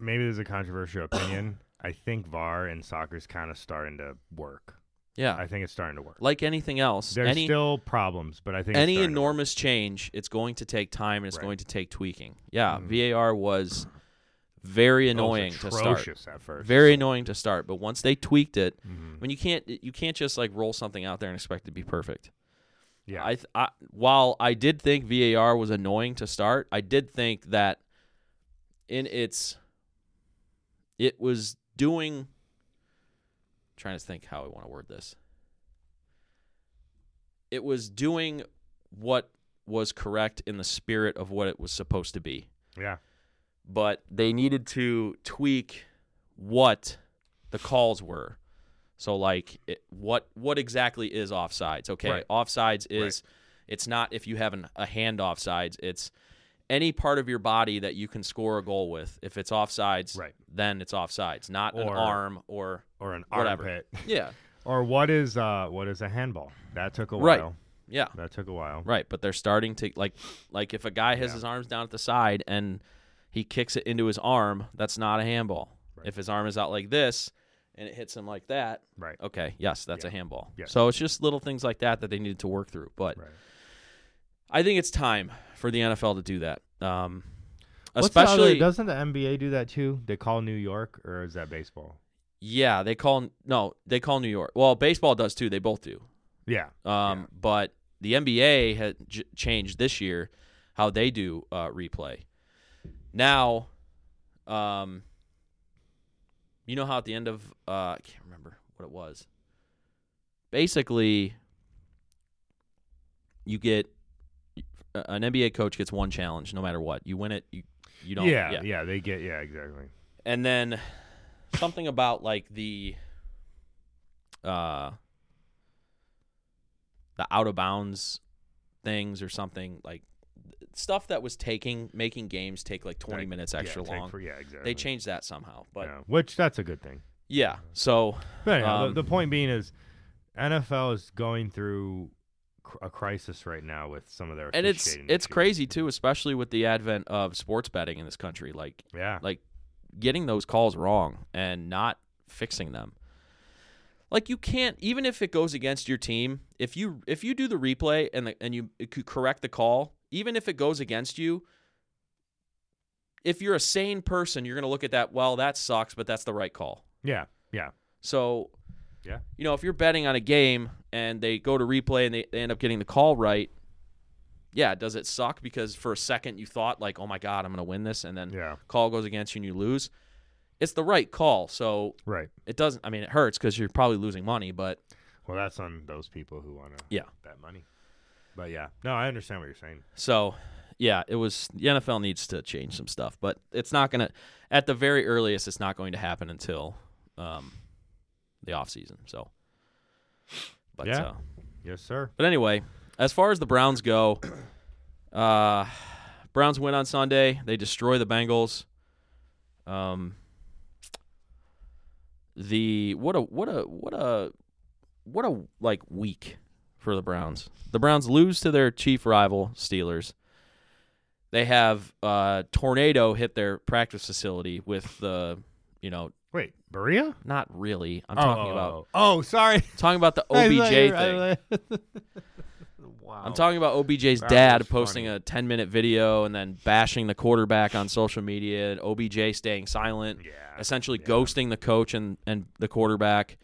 [SPEAKER 3] maybe there's a controversial opinion. I think VAR in soccer is kind of starting to work.
[SPEAKER 1] yeah,
[SPEAKER 3] I think it's starting to work.
[SPEAKER 1] like anything else,
[SPEAKER 3] There's
[SPEAKER 1] any
[SPEAKER 3] still problems, but I think it's
[SPEAKER 1] any
[SPEAKER 3] starting to work.
[SPEAKER 1] enormous change, it's going to take time and it's
[SPEAKER 3] Right. Mm-hmm.
[SPEAKER 1] going to take tweaking. Yeah, VAR was very
[SPEAKER 3] Oh,
[SPEAKER 1] annoying
[SPEAKER 3] it's
[SPEAKER 1] to start.
[SPEAKER 3] atrocious at first.
[SPEAKER 1] Very annoying to start, but once they tweaked it,
[SPEAKER 3] Mm-hmm.
[SPEAKER 1] when you can't you can't just like roll something out there and expect it to be perfect.
[SPEAKER 3] yeah.
[SPEAKER 1] I, th- I while I did think VAR was annoying to start, I did think that in its it was doing trying to think how I want to word this. It was doing what was correct in the spirit of what it was supposed to be
[SPEAKER 3] yeah.
[SPEAKER 1] but they needed to tweak what the calls were. So like it, what what exactly is offsides? Okay,
[SPEAKER 3] Right.
[SPEAKER 1] offsides is it's not if you have an, a hand offsides, it's any part of your body that you can score a goal with. If it's offsides,
[SPEAKER 3] Right.
[SPEAKER 1] then it's offsides, not an
[SPEAKER 3] Or-
[SPEAKER 1] arm or
[SPEAKER 3] Or an
[SPEAKER 1] Whatever.
[SPEAKER 3] armpit.
[SPEAKER 1] yeah,
[SPEAKER 3] or what is uh what is a handball? That took a while.
[SPEAKER 1] Right. yeah.
[SPEAKER 3] That took a while.
[SPEAKER 1] Right, but they're starting to like like if a guy has his arms down at the side and he kicks it into his arm, that's not a handball. If his arm is out like this and it hits him like that,
[SPEAKER 3] Right.
[SPEAKER 1] okay, yes, that's a handball.
[SPEAKER 3] Yes.
[SPEAKER 1] So it's just little things like that that they needed to work through. But
[SPEAKER 3] Right.
[SPEAKER 1] I think it's time for the NFL to do that. Um,
[SPEAKER 3] What's the other-
[SPEAKER 1] especially
[SPEAKER 3] doesn't the NBA do that too? They call New York or is that baseball?
[SPEAKER 1] yeah, they call no, they call New York. Well, baseball does too. They both do.
[SPEAKER 3] Yeah.
[SPEAKER 1] Um, But the NBA had j- changed this year how they do uh, replay. Now, um, you know how at the end of uh, I can't remember what it was. Basically, you get a- an NBA coach gets one challenge no matter what. You win it, you you don't.
[SPEAKER 3] yeah, yeah, they get yeah, exactly.
[SPEAKER 1] And then something about like the uh the out of bounds things or something like stuff that was taking making games take like 20
[SPEAKER 3] Like,
[SPEAKER 1] minutes
[SPEAKER 3] yeah,
[SPEAKER 1] extra
[SPEAKER 3] take
[SPEAKER 1] long.
[SPEAKER 3] for- yeah, exactly.
[SPEAKER 1] they changed that somehow, but yeah.
[SPEAKER 3] Yeah, which that's a good thing.
[SPEAKER 1] so
[SPEAKER 3] But anyhow,
[SPEAKER 1] Um,
[SPEAKER 3] the, the point being is, NFL is going through cr- a crisis right now with some of their
[SPEAKER 1] and it's
[SPEAKER 3] officiating
[SPEAKER 1] it's
[SPEAKER 3] issues.
[SPEAKER 1] crazy too, especially with the advent of sports betting in this country. Like
[SPEAKER 3] Yeah,
[SPEAKER 1] like getting those calls wrong and not fixing them. Like you can't even if it goes against your team, if you if you do the replay and the, and you c- correct the call, even if it goes against you, if you're a sane person, you're going to look at that, well, that sucks, but that's the right call.
[SPEAKER 3] yeah, yeah,
[SPEAKER 1] So,
[SPEAKER 3] Yeah.
[SPEAKER 1] you know, if you're betting on a game and they go to replay and they, they end up getting the call right, yeah, does it suck because for a second you thought like, oh my god, I'm going to win this, and then
[SPEAKER 3] Yeah.
[SPEAKER 1] call goes against you and you lose. It's the right call, so
[SPEAKER 3] right.
[SPEAKER 1] it doesn't. I mean, it hurts because you're probably losing money, but
[SPEAKER 3] Well, that's on those people who want to
[SPEAKER 1] Yeah.
[SPEAKER 3] that money. But yeah, no, I understand what you're saying.
[SPEAKER 1] so yeah, it was the NFL needs to change some stuff, but it's not going to. At the very earliest, it's not going to happen until um, the off season. So, but
[SPEAKER 3] Yeah.
[SPEAKER 1] uh,
[SPEAKER 3] Yes, sir.
[SPEAKER 1] But anyway, as far as the Browns go, uh, Browns win on Sunday. They destroy the Bengals. Um, the what a what a what a what a like week for the Browns. The Browns lose to their chief rival Steelers. They have a tornado hit their practice facility with the you know
[SPEAKER 3] Wait, Berea?
[SPEAKER 1] not really. I'm talking about
[SPEAKER 3] Oh, sorry.
[SPEAKER 1] talking about the
[SPEAKER 3] I
[SPEAKER 1] OBJ
[SPEAKER 3] thought you
[SPEAKER 1] thing.
[SPEAKER 3] were- I- wow.
[SPEAKER 1] I'm talking about OBJ's
[SPEAKER 3] That
[SPEAKER 1] dad
[SPEAKER 3] was
[SPEAKER 1] posting
[SPEAKER 3] funny.
[SPEAKER 1] a 10 minute video and then bashing the quarterback on social media, and OBJ staying silent,
[SPEAKER 3] Yeah.
[SPEAKER 1] essentially ghosting the coach and, and the quarterback,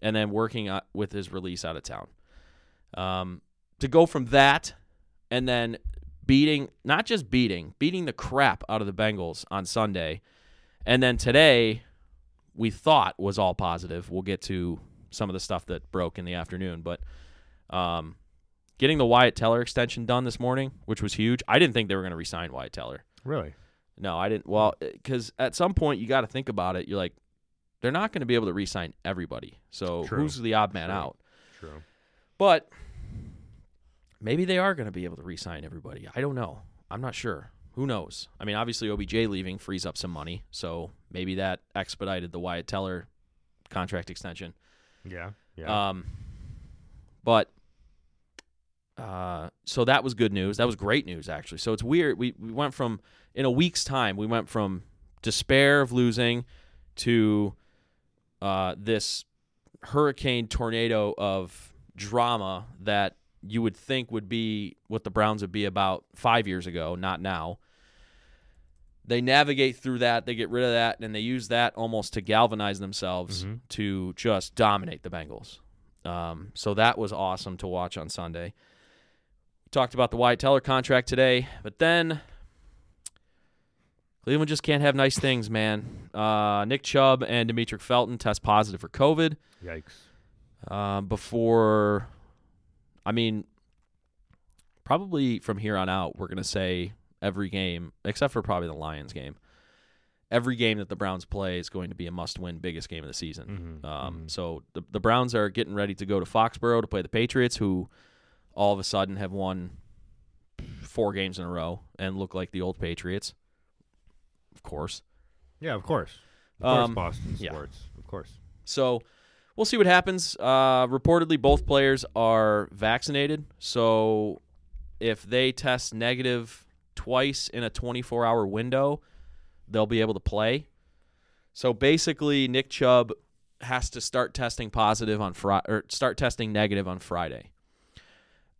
[SPEAKER 1] and then working out with his release out of town. Um, to go from that and then beating, not just beating, beating the crap out of the Bengals on Sunday. And then today, we thought was all positive. We'll get to some of the stuff that broke in the afternoon, but um, getting the Wyatt Teller extension done this morning, which was huge. I didn't think they were going to resign Wyatt Teller.
[SPEAKER 3] Really?
[SPEAKER 1] No, I didn't. Well, because at some point you got to think about it. You're like, they're not going to be able to re-sign everybody. So
[SPEAKER 3] True.
[SPEAKER 1] who's the odd man
[SPEAKER 3] True.
[SPEAKER 1] out?
[SPEAKER 3] True.
[SPEAKER 1] But maybe they are going to be able to re-sign everybody. I don't know. I'm not sure. Who knows? I mean, obviously OBJ leaving frees up some money, so maybe that expedited the Wyatt Teller contract extension.
[SPEAKER 3] Yeah. Yeah.
[SPEAKER 1] Um, but uh, so that was good news. That was great news, actually. So it's weird. We we went from in a week's time. We went from despair of losing to uh, this hurricane tornado of drama that you would think would be what the Browns would be about five years ago, not now. They navigate through that, they get rid of that, and they use that almost to galvanize themselves
[SPEAKER 3] Mhm.
[SPEAKER 1] to just dominate the Bengals. Um, so that was awesome to watch on Sunday. Talked about the Wyatt Teller contract today, but then Cleveland just can't have nice things, man. Uh, Nick Chubb and Dimitri Felton test positive for COVID
[SPEAKER 3] Yikes.
[SPEAKER 1] um, before i mean probably from here on out we're going to say every game except for probably the lions game every game that the browns play is going to be a must-win biggest game of the season
[SPEAKER 3] Mhm,
[SPEAKER 1] um,
[SPEAKER 3] mhm.
[SPEAKER 1] so the, the browns are getting ready to go to foxborough to play the patriots who all of a sudden have won four games in a row and look like the old patriots of course
[SPEAKER 3] Yeah, of course. Of course,
[SPEAKER 1] Um,
[SPEAKER 3] Boston
[SPEAKER 1] yeah.
[SPEAKER 3] sports. Of course.
[SPEAKER 1] So we'll see what happens. Uh, reportedly, both players are vaccinated. So if they test negative twice in a 24 hour window, they'll be able to play. So basically, Nick Chubb has to start testing positive on Friday or start testing negative on Friday.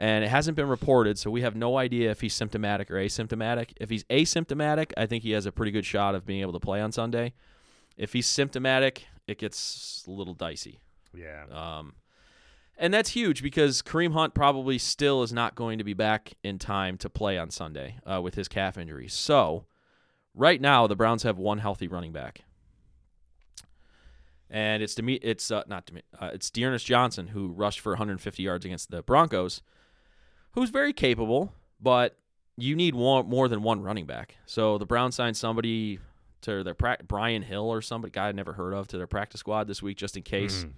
[SPEAKER 1] And it hasn't been reported, so we have no idea if he's symptomatic or asymptomatic. If he's asymptomatic, I think he has a pretty good shot of being able to play on Sunday. If he's symptomatic, it gets a little dicey.
[SPEAKER 3] Yeah.
[SPEAKER 1] Um, and that's huge because Kareem Hunt probably still is not going to be back in time to play on Sunday uh, with his calf injury. So, right now the Browns have one healthy running back, and it's Deme- it's uh, not Deme- uh, it's Dearness Johnson who rushed for 150 yards against the Broncos, who's very capable, but you need one, more than one running back. So the Browns signed somebody to their pra- Brian Hill or somebody guy I never heard of to their
[SPEAKER 3] Mm-hmm.
[SPEAKER 1] practice squad this week just in case
[SPEAKER 3] Mhm.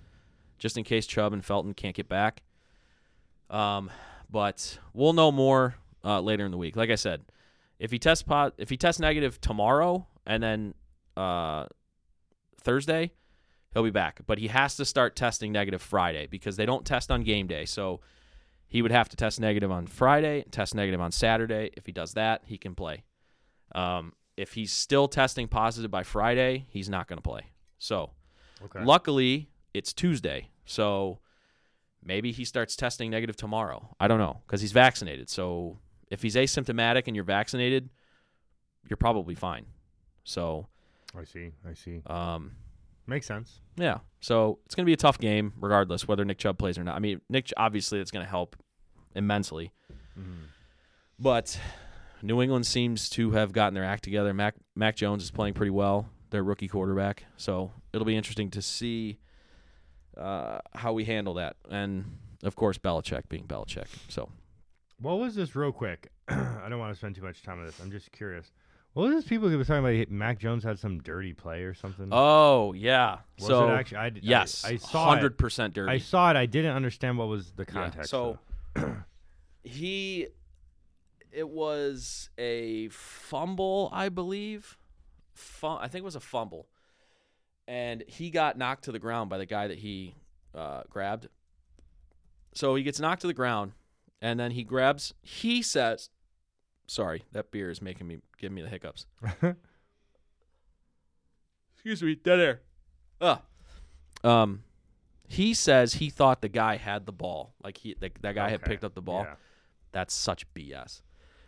[SPEAKER 1] just in case Chubb and Felton can't get back. Um, but we'll know more uh, later in the week. Like I said, if he tests pot, if he tests negative tomorrow and then uh, Thursday, he'll be back. But he has to start testing negative Friday because they don't test on game day. So he would have to test negative on Friday, test negative on Saturday. If he does that, he can play. Um, if he's still testing positive by Friday, he's not going to play. So
[SPEAKER 3] Okay.
[SPEAKER 1] Luckily, it's Tuesday, so maybe he starts testing negative tomorrow. I don't know because he's vaccinated. So if he's asymptomatic and you're vaccinated, you're probably fine. So
[SPEAKER 3] I see. I see.
[SPEAKER 1] um,
[SPEAKER 3] Makes sense.
[SPEAKER 1] yeah, so it's going to be a tough game regardless whether Nick Chubb plays or not. I mean, Nick Ch- obviously that's going to help immensely,
[SPEAKER 3] Mm-hmm.
[SPEAKER 1] but New England seems to have gotten their act together. Mac Mac Jones is playing pretty well, their rookie quarterback. So it'll be interesting to see uh, how we handle that, and of course Belichick being Belichick. So
[SPEAKER 3] What was this, real quick? I don't want to spend too much time on this. I'm just curious. What was this? People who were talking about Mac Jones had some dirty play or something.
[SPEAKER 1] oh yeah,
[SPEAKER 3] Mm-hmm. was
[SPEAKER 1] so
[SPEAKER 3] it actually? I, d- I-
[SPEAKER 1] yes,
[SPEAKER 3] I, saw
[SPEAKER 1] hundred
[SPEAKER 3] it.
[SPEAKER 1] percent dirty.
[SPEAKER 3] I saw it. I didn't understand what was the
[SPEAKER 1] Yeah,
[SPEAKER 3] context.
[SPEAKER 1] So
[SPEAKER 3] though.
[SPEAKER 1] he, it was a fumble, I believe. Fum- I think it was a fumble, and he got knocked to the ground by the guy that he uh, grabbed. So he gets knocked to the ground, and then he grabs. He says, "Sorry, that beer is making me giving me the hiccups." Excuse me, dead air. Ugh. Um, he says he thought the guy had the ball, like he the, that guy had
[SPEAKER 3] Okay,
[SPEAKER 1] picked up the ball.
[SPEAKER 3] yeah.
[SPEAKER 1] That's such BS.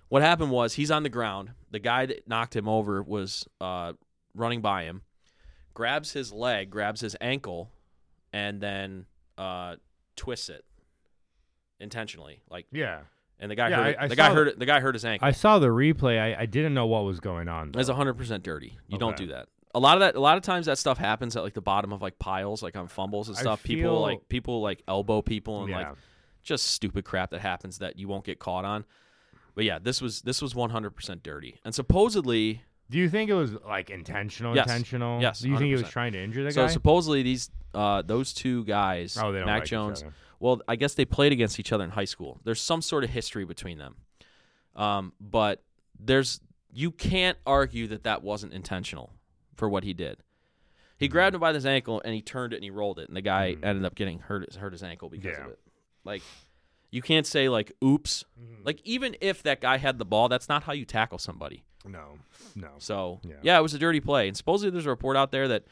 [SPEAKER 1] What happened was he's on the ground. The guy that knocked him over was uh, running by him, grabs his leg, grabs his ankle, and then uh, twists it intentionally. Like,
[SPEAKER 3] Yeah.
[SPEAKER 1] and the guy
[SPEAKER 3] Yeah,
[SPEAKER 1] hurt
[SPEAKER 3] I-
[SPEAKER 1] it-
[SPEAKER 3] I
[SPEAKER 1] the guy
[SPEAKER 3] saw
[SPEAKER 1] hurt
[SPEAKER 3] that.
[SPEAKER 1] it- the guy hurt his ankle.
[SPEAKER 3] I saw the replay. I, I didn't know what was going on. though.
[SPEAKER 1] That's hundred percent dirty. You don't
[SPEAKER 3] Okay.
[SPEAKER 1] do that. A lot of that, a lot of times that stuff happens at like the bottom of like piles, like on fumbles and
[SPEAKER 3] I
[SPEAKER 1] stuff. People
[SPEAKER 3] feel-
[SPEAKER 1] like people like elbow people and like
[SPEAKER 3] Yeah.
[SPEAKER 1] just stupid crap that happens that you won't get caught on. But yeah, this was this was one hundred percent dirty. And supposedly,
[SPEAKER 3] Do you think it was like intentional?
[SPEAKER 1] Yes.
[SPEAKER 3] Intentional?
[SPEAKER 1] Yes,
[SPEAKER 3] Do you think he was
[SPEAKER 1] 100%.
[SPEAKER 3] trying to injure the
[SPEAKER 1] so
[SPEAKER 3] guy?
[SPEAKER 1] supposedly these uh, those two guys,
[SPEAKER 3] Oh, they don't
[SPEAKER 1] Mac
[SPEAKER 3] like each
[SPEAKER 1] Jones.
[SPEAKER 3] other.
[SPEAKER 1] Well, I guess they played against each other in high school. There's some sort of history between them. Um, but there's you can't argue that that wasn't intentional for what he did. He grabbed him by his ankle and he turned it and he rolled it, and the guy ended up getting hurt hurt his ankle because
[SPEAKER 3] Yeah.
[SPEAKER 1] of it. Like you can't say like oops. Like even if that guy had the ball, that's not how you tackle somebody.
[SPEAKER 3] no, no.
[SPEAKER 1] So yeah.
[SPEAKER 3] Yeah.
[SPEAKER 1] it was a dirty play. And supposedly there's a report out there that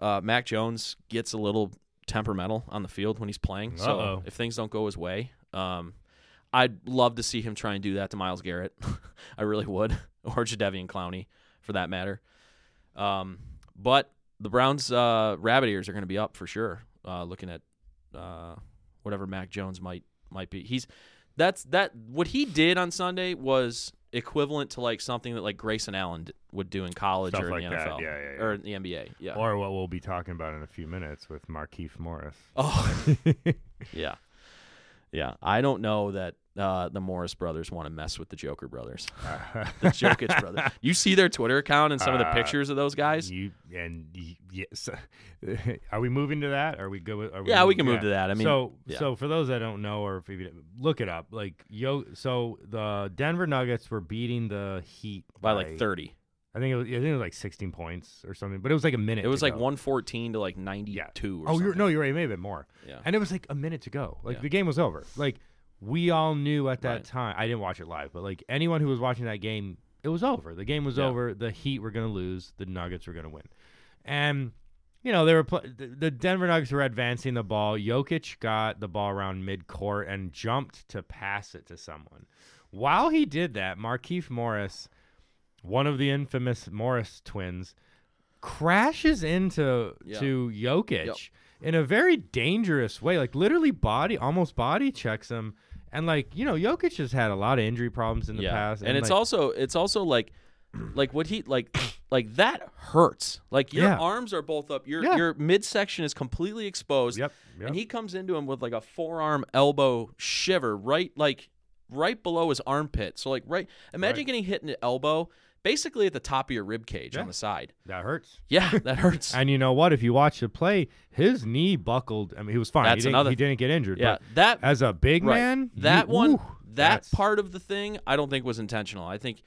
[SPEAKER 1] uh, Mac Jones gets a little temperamental on the field when he's playing. So
[SPEAKER 3] Uh-oh.
[SPEAKER 1] if things don't go his way, um, I'd love to see him try and do that to Miles Garrett. I really would, or Jadevian Clowney, for that matter. Um, but the Browns' uh, rabbit ears are going to be up for sure. Uh, looking at uh, whatever Mac Jones might might be, he's that's that what he did on Sunday was equivalent to like something that like Grayson Allen d- would do in college
[SPEAKER 3] Stuff
[SPEAKER 1] or in
[SPEAKER 3] like
[SPEAKER 1] the
[SPEAKER 3] that.
[SPEAKER 1] NFL
[SPEAKER 3] Yeah, yeah, yeah.
[SPEAKER 1] or in the NBA. Yeah.
[SPEAKER 3] Or what we'll be talking about in a few minutes with Markeith Morris.
[SPEAKER 1] oh, yeah, yeah. I don't know that uh, the Morris brothers want to mess with the Joker brothers, the Jokic brother. You see their Twitter account and some of the
[SPEAKER 3] Uh,
[SPEAKER 1] pictures of those guys.
[SPEAKER 3] You and y- yes, are we moving to that? Are we go? With, are
[SPEAKER 1] Yeah, we
[SPEAKER 3] moving-
[SPEAKER 1] can move to that. I mean,
[SPEAKER 3] so
[SPEAKER 1] yeah.
[SPEAKER 3] so for those that don't know, or if you look it up, like yo, so the Denver Nuggets were beating the Heat
[SPEAKER 1] by like thirty.
[SPEAKER 3] I think it was, I think it was like sixteen points or something, but it was like a minute.
[SPEAKER 1] It was
[SPEAKER 3] to
[SPEAKER 1] like
[SPEAKER 3] go.
[SPEAKER 1] one fourteen to like ninety
[SPEAKER 3] Yeah.
[SPEAKER 1] two. Or
[SPEAKER 3] Oh,
[SPEAKER 1] something.
[SPEAKER 3] you're no, you're right. It may have been more.
[SPEAKER 1] Yeah.
[SPEAKER 3] And it was like a minute to go. Like
[SPEAKER 1] Yeah.
[SPEAKER 3] the game was over. Like we all knew at that
[SPEAKER 1] Right.
[SPEAKER 3] time. I didn't watch it live, but like anyone who was watching that game, it was over. The game was
[SPEAKER 1] Yeah.
[SPEAKER 3] over. The Heat were going to lose. The Nuggets were going to win. And you know they were pl- the the Denver Nuggets were advancing the ball. Jokic got the ball around midcourt and jumped to pass it to someone. While he did that, Markeith Morris, one of the infamous Morris twins, crashes into
[SPEAKER 1] Yeah.
[SPEAKER 3] to Jokic
[SPEAKER 1] Yep.
[SPEAKER 3] in a very dangerous way. Like literally body almost body checks him. And like, you know, Jokic has had a lot of injury problems in the past.
[SPEAKER 1] And, it's
[SPEAKER 3] like,
[SPEAKER 1] also it's also like like what he like like that hurts. Like your
[SPEAKER 3] Yeah.
[SPEAKER 1] arms are both up. Your
[SPEAKER 3] Yeah.
[SPEAKER 1] your midsection is completely exposed.
[SPEAKER 3] Yep, yep.
[SPEAKER 1] And he comes into him with like a forearm elbow shiver right like right below his armpit. So like right imagine
[SPEAKER 3] Right.
[SPEAKER 1] getting hit in the elbow basically at the top of your rib cage on
[SPEAKER 3] Yeah.
[SPEAKER 1] the side.
[SPEAKER 3] That hurts.
[SPEAKER 1] Yeah, that hurts.
[SPEAKER 3] And you know what? If you watch the play, his knee buckled. I mean, he was fine.
[SPEAKER 1] That's
[SPEAKER 3] he, didn't,
[SPEAKER 1] another-
[SPEAKER 3] he didn't get injured.
[SPEAKER 1] yeah,
[SPEAKER 3] But
[SPEAKER 1] that
[SPEAKER 3] as a big
[SPEAKER 1] right.
[SPEAKER 3] man, you-
[SPEAKER 1] that one,
[SPEAKER 3] whew,
[SPEAKER 1] that
[SPEAKER 3] that's-
[SPEAKER 1] part of the thing, I don't think was intentional. I think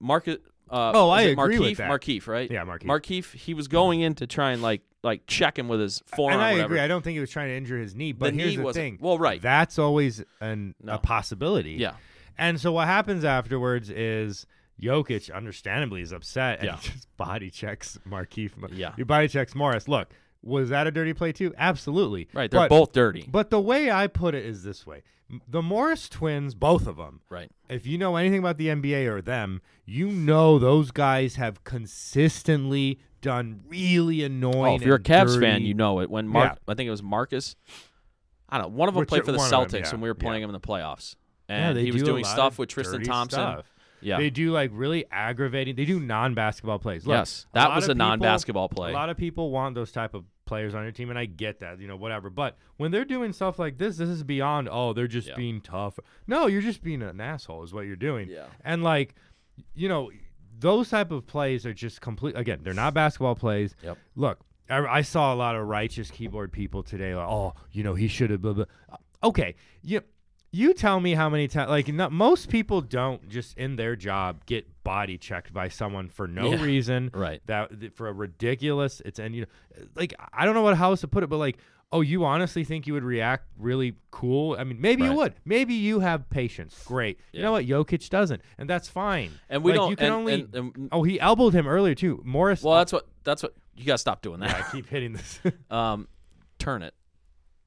[SPEAKER 1] Market. Uh,
[SPEAKER 3] Oh,
[SPEAKER 1] is
[SPEAKER 3] I
[SPEAKER 1] it
[SPEAKER 3] agree
[SPEAKER 1] Markeef?
[SPEAKER 3] with that.
[SPEAKER 1] Markeef, right?
[SPEAKER 3] Yeah, Markeef.
[SPEAKER 1] Markeef, he was going in to try and like like check him with his forearm.
[SPEAKER 3] And I
[SPEAKER 1] or whatever.
[SPEAKER 3] agree. I don't think he was trying to injure his knee, but
[SPEAKER 1] The
[SPEAKER 3] here's
[SPEAKER 1] knee
[SPEAKER 3] the
[SPEAKER 1] wasn't-
[SPEAKER 3] thing.
[SPEAKER 1] well, right.
[SPEAKER 3] That's always an,
[SPEAKER 1] No.
[SPEAKER 3] a possibility.
[SPEAKER 1] Yeah.
[SPEAKER 3] And so what happens afterwards is Jokic, understandably, is upset and
[SPEAKER 1] Yeah.
[SPEAKER 3] he just body checks Markeith. Mo-
[SPEAKER 1] Yeah.
[SPEAKER 3] He body checks Morris. Look, was that a dirty play too? Absolutely.
[SPEAKER 1] Right, they're
[SPEAKER 3] But-
[SPEAKER 1] both dirty.
[SPEAKER 3] But the way I put it is this way: M- the Morris twins, both of them.
[SPEAKER 1] right.
[SPEAKER 3] If you know anything about the NBA or them, you know those guys have consistently done really annoying.
[SPEAKER 1] Oh, if you're a
[SPEAKER 3] and
[SPEAKER 1] Cavs fan,
[SPEAKER 3] dirty-
[SPEAKER 1] you know it. When Mark,
[SPEAKER 3] Yeah.
[SPEAKER 1] I think it was Marcus. I don't know. One of them played
[SPEAKER 3] Richard-
[SPEAKER 1] for the
[SPEAKER 3] one of them,
[SPEAKER 1] Celtics,
[SPEAKER 3] yeah,
[SPEAKER 1] and we were
[SPEAKER 3] yeah.
[SPEAKER 1] playing him in the playoffs.
[SPEAKER 3] Yeah,
[SPEAKER 1] And
[SPEAKER 3] they
[SPEAKER 1] he was
[SPEAKER 3] do a
[SPEAKER 1] doing
[SPEAKER 3] lot
[SPEAKER 1] stuff
[SPEAKER 3] of
[SPEAKER 1] with Tristan
[SPEAKER 3] dirty
[SPEAKER 1] Thompson.
[SPEAKER 3] stuff.
[SPEAKER 1] Yeah.
[SPEAKER 3] They do like really aggravating. They do non-basketball plays. Look,
[SPEAKER 1] Yes,
[SPEAKER 3] a
[SPEAKER 1] that
[SPEAKER 3] lot
[SPEAKER 1] was
[SPEAKER 3] of
[SPEAKER 1] a
[SPEAKER 3] people-
[SPEAKER 1] non-basketball play.
[SPEAKER 3] A lot of people want those type of players on your team, and I get that. You know, whatever. But when they're doing stuff like this, this is beyond. Oh, they're just
[SPEAKER 1] Yeah.
[SPEAKER 3] being tough. No, you're just being an asshole. Is what you're doing.
[SPEAKER 1] Yeah.
[SPEAKER 3] And like, you know, those type of plays are just complete. Again, they're not basketball plays.
[SPEAKER 1] Yep.
[SPEAKER 3] Look, I, I saw a lot of righteous keyboard people today. Like, oh, you know, he should have. Blah, blah. Okay, you you tell me how many times. Like, not, most people don't just in their job get body checked by someone for no
[SPEAKER 1] Yeah.
[SPEAKER 3] reason.
[SPEAKER 1] Right.
[SPEAKER 3] That th- for a ridiculous. It's and you know, like I don't know what how else to put it, but like. Oh, you honestly think you would react really cool? I mean, maybe you
[SPEAKER 1] Right.
[SPEAKER 3] would. Maybe you have patience. Great. You know what? Jokic doesn't, and that's fine.
[SPEAKER 1] And we
[SPEAKER 3] Like,
[SPEAKER 1] don't.
[SPEAKER 3] You can
[SPEAKER 1] and-
[SPEAKER 3] only.
[SPEAKER 1] and- and-
[SPEAKER 3] oh, he elbowed him earlier too. Morris.
[SPEAKER 1] well, that's what. That's what. You gotta stop doing
[SPEAKER 3] I
[SPEAKER 1] that.
[SPEAKER 3] keep hitting this.
[SPEAKER 1] um, turn it.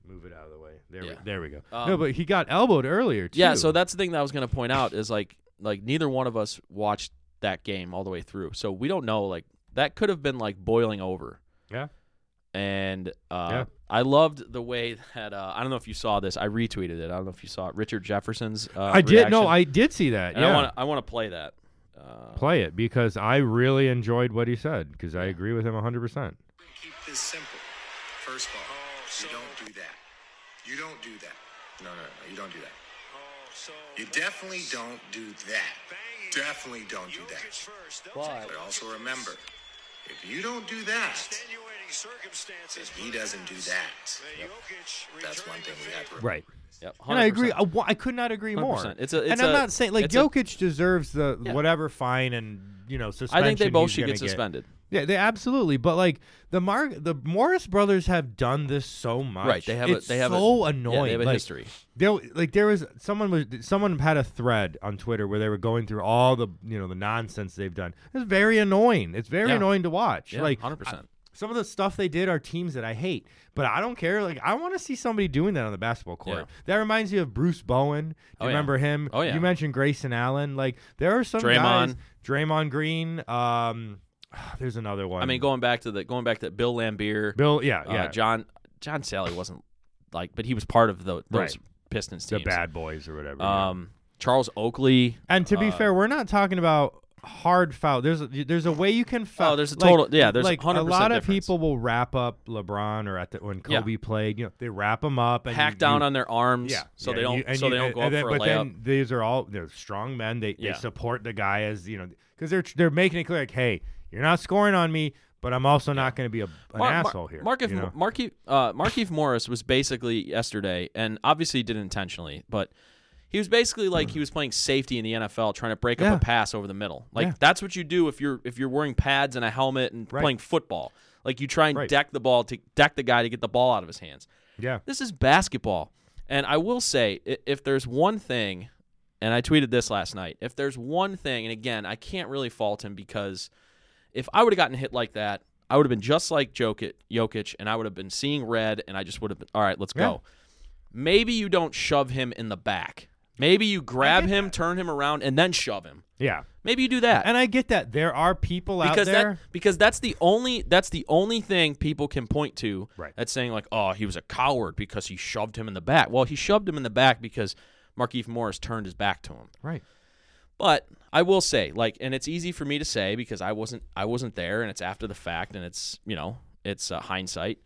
[SPEAKER 3] Move it out of the way. There, we,
[SPEAKER 1] Yeah.
[SPEAKER 3] there we go.
[SPEAKER 1] Um,
[SPEAKER 3] no, but he got elbowed earlier too.
[SPEAKER 1] Yeah. So that's the thing that I was gonna point out is like like neither one of us watched that game all the way through, so we don't know. Like that could have been like boiling over.
[SPEAKER 3] Yeah.
[SPEAKER 1] And uh,
[SPEAKER 3] Yeah.
[SPEAKER 1] I loved the way that uh, I don't know if you saw this. I retweeted it. I don't know if you saw it. Richard Jefferson's. Uh,
[SPEAKER 3] I did. No,
[SPEAKER 1] reaction.
[SPEAKER 3] I did see that.
[SPEAKER 1] And
[SPEAKER 3] yeah.
[SPEAKER 1] I want. I want to play that. Uh,
[SPEAKER 3] Play it because I really enjoyed what he said because I agree with him 100%.
[SPEAKER 5] Keep this simple. First of all, you don't do that. You don't do that. No, no, no, you don't do that. You definitely don't do that. Definitely don't do that. But also remember, if you don't do that, if he doesn't do that, that's one thing we have to remember.
[SPEAKER 3] Right.
[SPEAKER 1] Yep, 100%.
[SPEAKER 3] And I agree. I, wa- I could not agree more.
[SPEAKER 1] 100%. It's a- it's
[SPEAKER 3] and I'm
[SPEAKER 1] a-
[SPEAKER 3] not saying like
[SPEAKER 1] it's a-
[SPEAKER 3] Jokic deserves the
[SPEAKER 1] Yeah.
[SPEAKER 3] whatever fine and you know suspension.
[SPEAKER 1] I think they both
[SPEAKER 3] he's
[SPEAKER 1] should
[SPEAKER 3] gonna
[SPEAKER 1] get suspended.
[SPEAKER 3] Yeah, they absolutely. But like the Mar- the Morris brothers have done this so much.
[SPEAKER 1] Right, they have a-
[SPEAKER 3] it's
[SPEAKER 1] they have a-
[SPEAKER 3] so
[SPEAKER 1] yeah, they
[SPEAKER 3] annoying.
[SPEAKER 1] have a
[SPEAKER 3] Like,
[SPEAKER 1] history.
[SPEAKER 3] There, like there was someone was someone had a thread on Twitter where they were going through all the you know the nonsense they've done. It's very annoying. It's very
[SPEAKER 1] Yeah.
[SPEAKER 3] annoying to watch.
[SPEAKER 1] Yeah,
[SPEAKER 3] like
[SPEAKER 1] 100%.
[SPEAKER 3] I- some of the stuff they did are teams that I hate, but I don't care. Like I want to see somebody doing that on the basketball court.
[SPEAKER 1] Yeah.
[SPEAKER 3] That reminds me of Bruce Bowen. Do
[SPEAKER 1] Oh,
[SPEAKER 3] you
[SPEAKER 1] yeah.
[SPEAKER 3] remember him?
[SPEAKER 1] Oh, yeah.
[SPEAKER 3] You mentioned Grayson Allen. Like there are some guys,
[SPEAKER 1] Draymond.
[SPEAKER 3] Draymond Green. Um, there's another one.
[SPEAKER 1] I mean, going back to the going back to Bill Lambier,
[SPEAKER 3] Bill, yeah,
[SPEAKER 1] uh,
[SPEAKER 3] yeah,
[SPEAKER 1] John John Sally wasn't like, but he was part of the, those
[SPEAKER 3] Right.
[SPEAKER 1] Pistons
[SPEAKER 3] the
[SPEAKER 1] teams.
[SPEAKER 3] bad boys or whatever. yeah.
[SPEAKER 1] Um, Charles Oakley.
[SPEAKER 3] And to be
[SPEAKER 1] uh,
[SPEAKER 3] fair, we're not talking about hard foul. There's a, there's a way you can foul.
[SPEAKER 1] Oh, there's a
[SPEAKER 3] like-
[SPEAKER 1] total- yeah, there's
[SPEAKER 3] like
[SPEAKER 1] 100%
[SPEAKER 3] a lot of
[SPEAKER 1] difference.
[SPEAKER 3] people will wrap up LeBron or at the when
[SPEAKER 1] Yeah.
[SPEAKER 3] Kobe played. You know, they wrap him up and
[SPEAKER 1] pack
[SPEAKER 3] you-
[SPEAKER 1] down
[SPEAKER 3] you-
[SPEAKER 1] on their arms,
[SPEAKER 3] Yeah,
[SPEAKER 1] so
[SPEAKER 3] yeah,
[SPEAKER 1] they
[SPEAKER 3] and
[SPEAKER 1] don't
[SPEAKER 3] you- and
[SPEAKER 1] so
[SPEAKER 3] you-
[SPEAKER 1] they don't
[SPEAKER 3] and-
[SPEAKER 1] go
[SPEAKER 3] and
[SPEAKER 1] up
[SPEAKER 3] then-
[SPEAKER 1] for a
[SPEAKER 3] but
[SPEAKER 1] layup.
[SPEAKER 3] then these are all they're strong men. They
[SPEAKER 1] Yeah.
[SPEAKER 3] they support the guy as you know because they're they're making it clear like, hey, you're not scoring on me, but I'm also not going to be a, an asshole here.
[SPEAKER 1] Markeith,
[SPEAKER 3] you know?
[SPEAKER 1] Markeith, uh, Markeith Morris was basically yesterday, and obviously he did it intentionally, but he was basically like he was playing safety in the NFL, trying to break
[SPEAKER 3] Yeah.
[SPEAKER 1] up a pass over the middle. Like
[SPEAKER 3] Yeah.
[SPEAKER 1] that's what you do if you're if you're wearing pads and a helmet and
[SPEAKER 3] Right.
[SPEAKER 1] playing football. Like you try and
[SPEAKER 3] Right.
[SPEAKER 1] deck the ball to deck the guy to get the ball out of his hands.
[SPEAKER 3] yeah,
[SPEAKER 1] This is basketball. And I will say, i- if there's one thing, and I tweeted this last night, if there's one thing, and again, I can't really fault him because if I would have gotten hit like that, I would have been just like Jokic, Jokic, and I would have been seeing red, and I just would have been, all right, let's go. Maybe you don't shove him in the back. Maybe you grab him, turn him around, and then shove him.
[SPEAKER 3] yeah.
[SPEAKER 1] Maybe you do that
[SPEAKER 3] And I get that there are people out
[SPEAKER 1] because
[SPEAKER 3] there.
[SPEAKER 1] that because that's the only that's the only thing people can point to
[SPEAKER 3] Right.
[SPEAKER 1] that's saying like oh he was a coward because he shoved him in the back. Well, he shoved him in the back because Markeith Morris turned his back to him.
[SPEAKER 3] right.
[SPEAKER 1] But I will say like and it's easy for me to say because I wasn't I wasn't there and it's after the fact and it's you know it's uh, hindsight.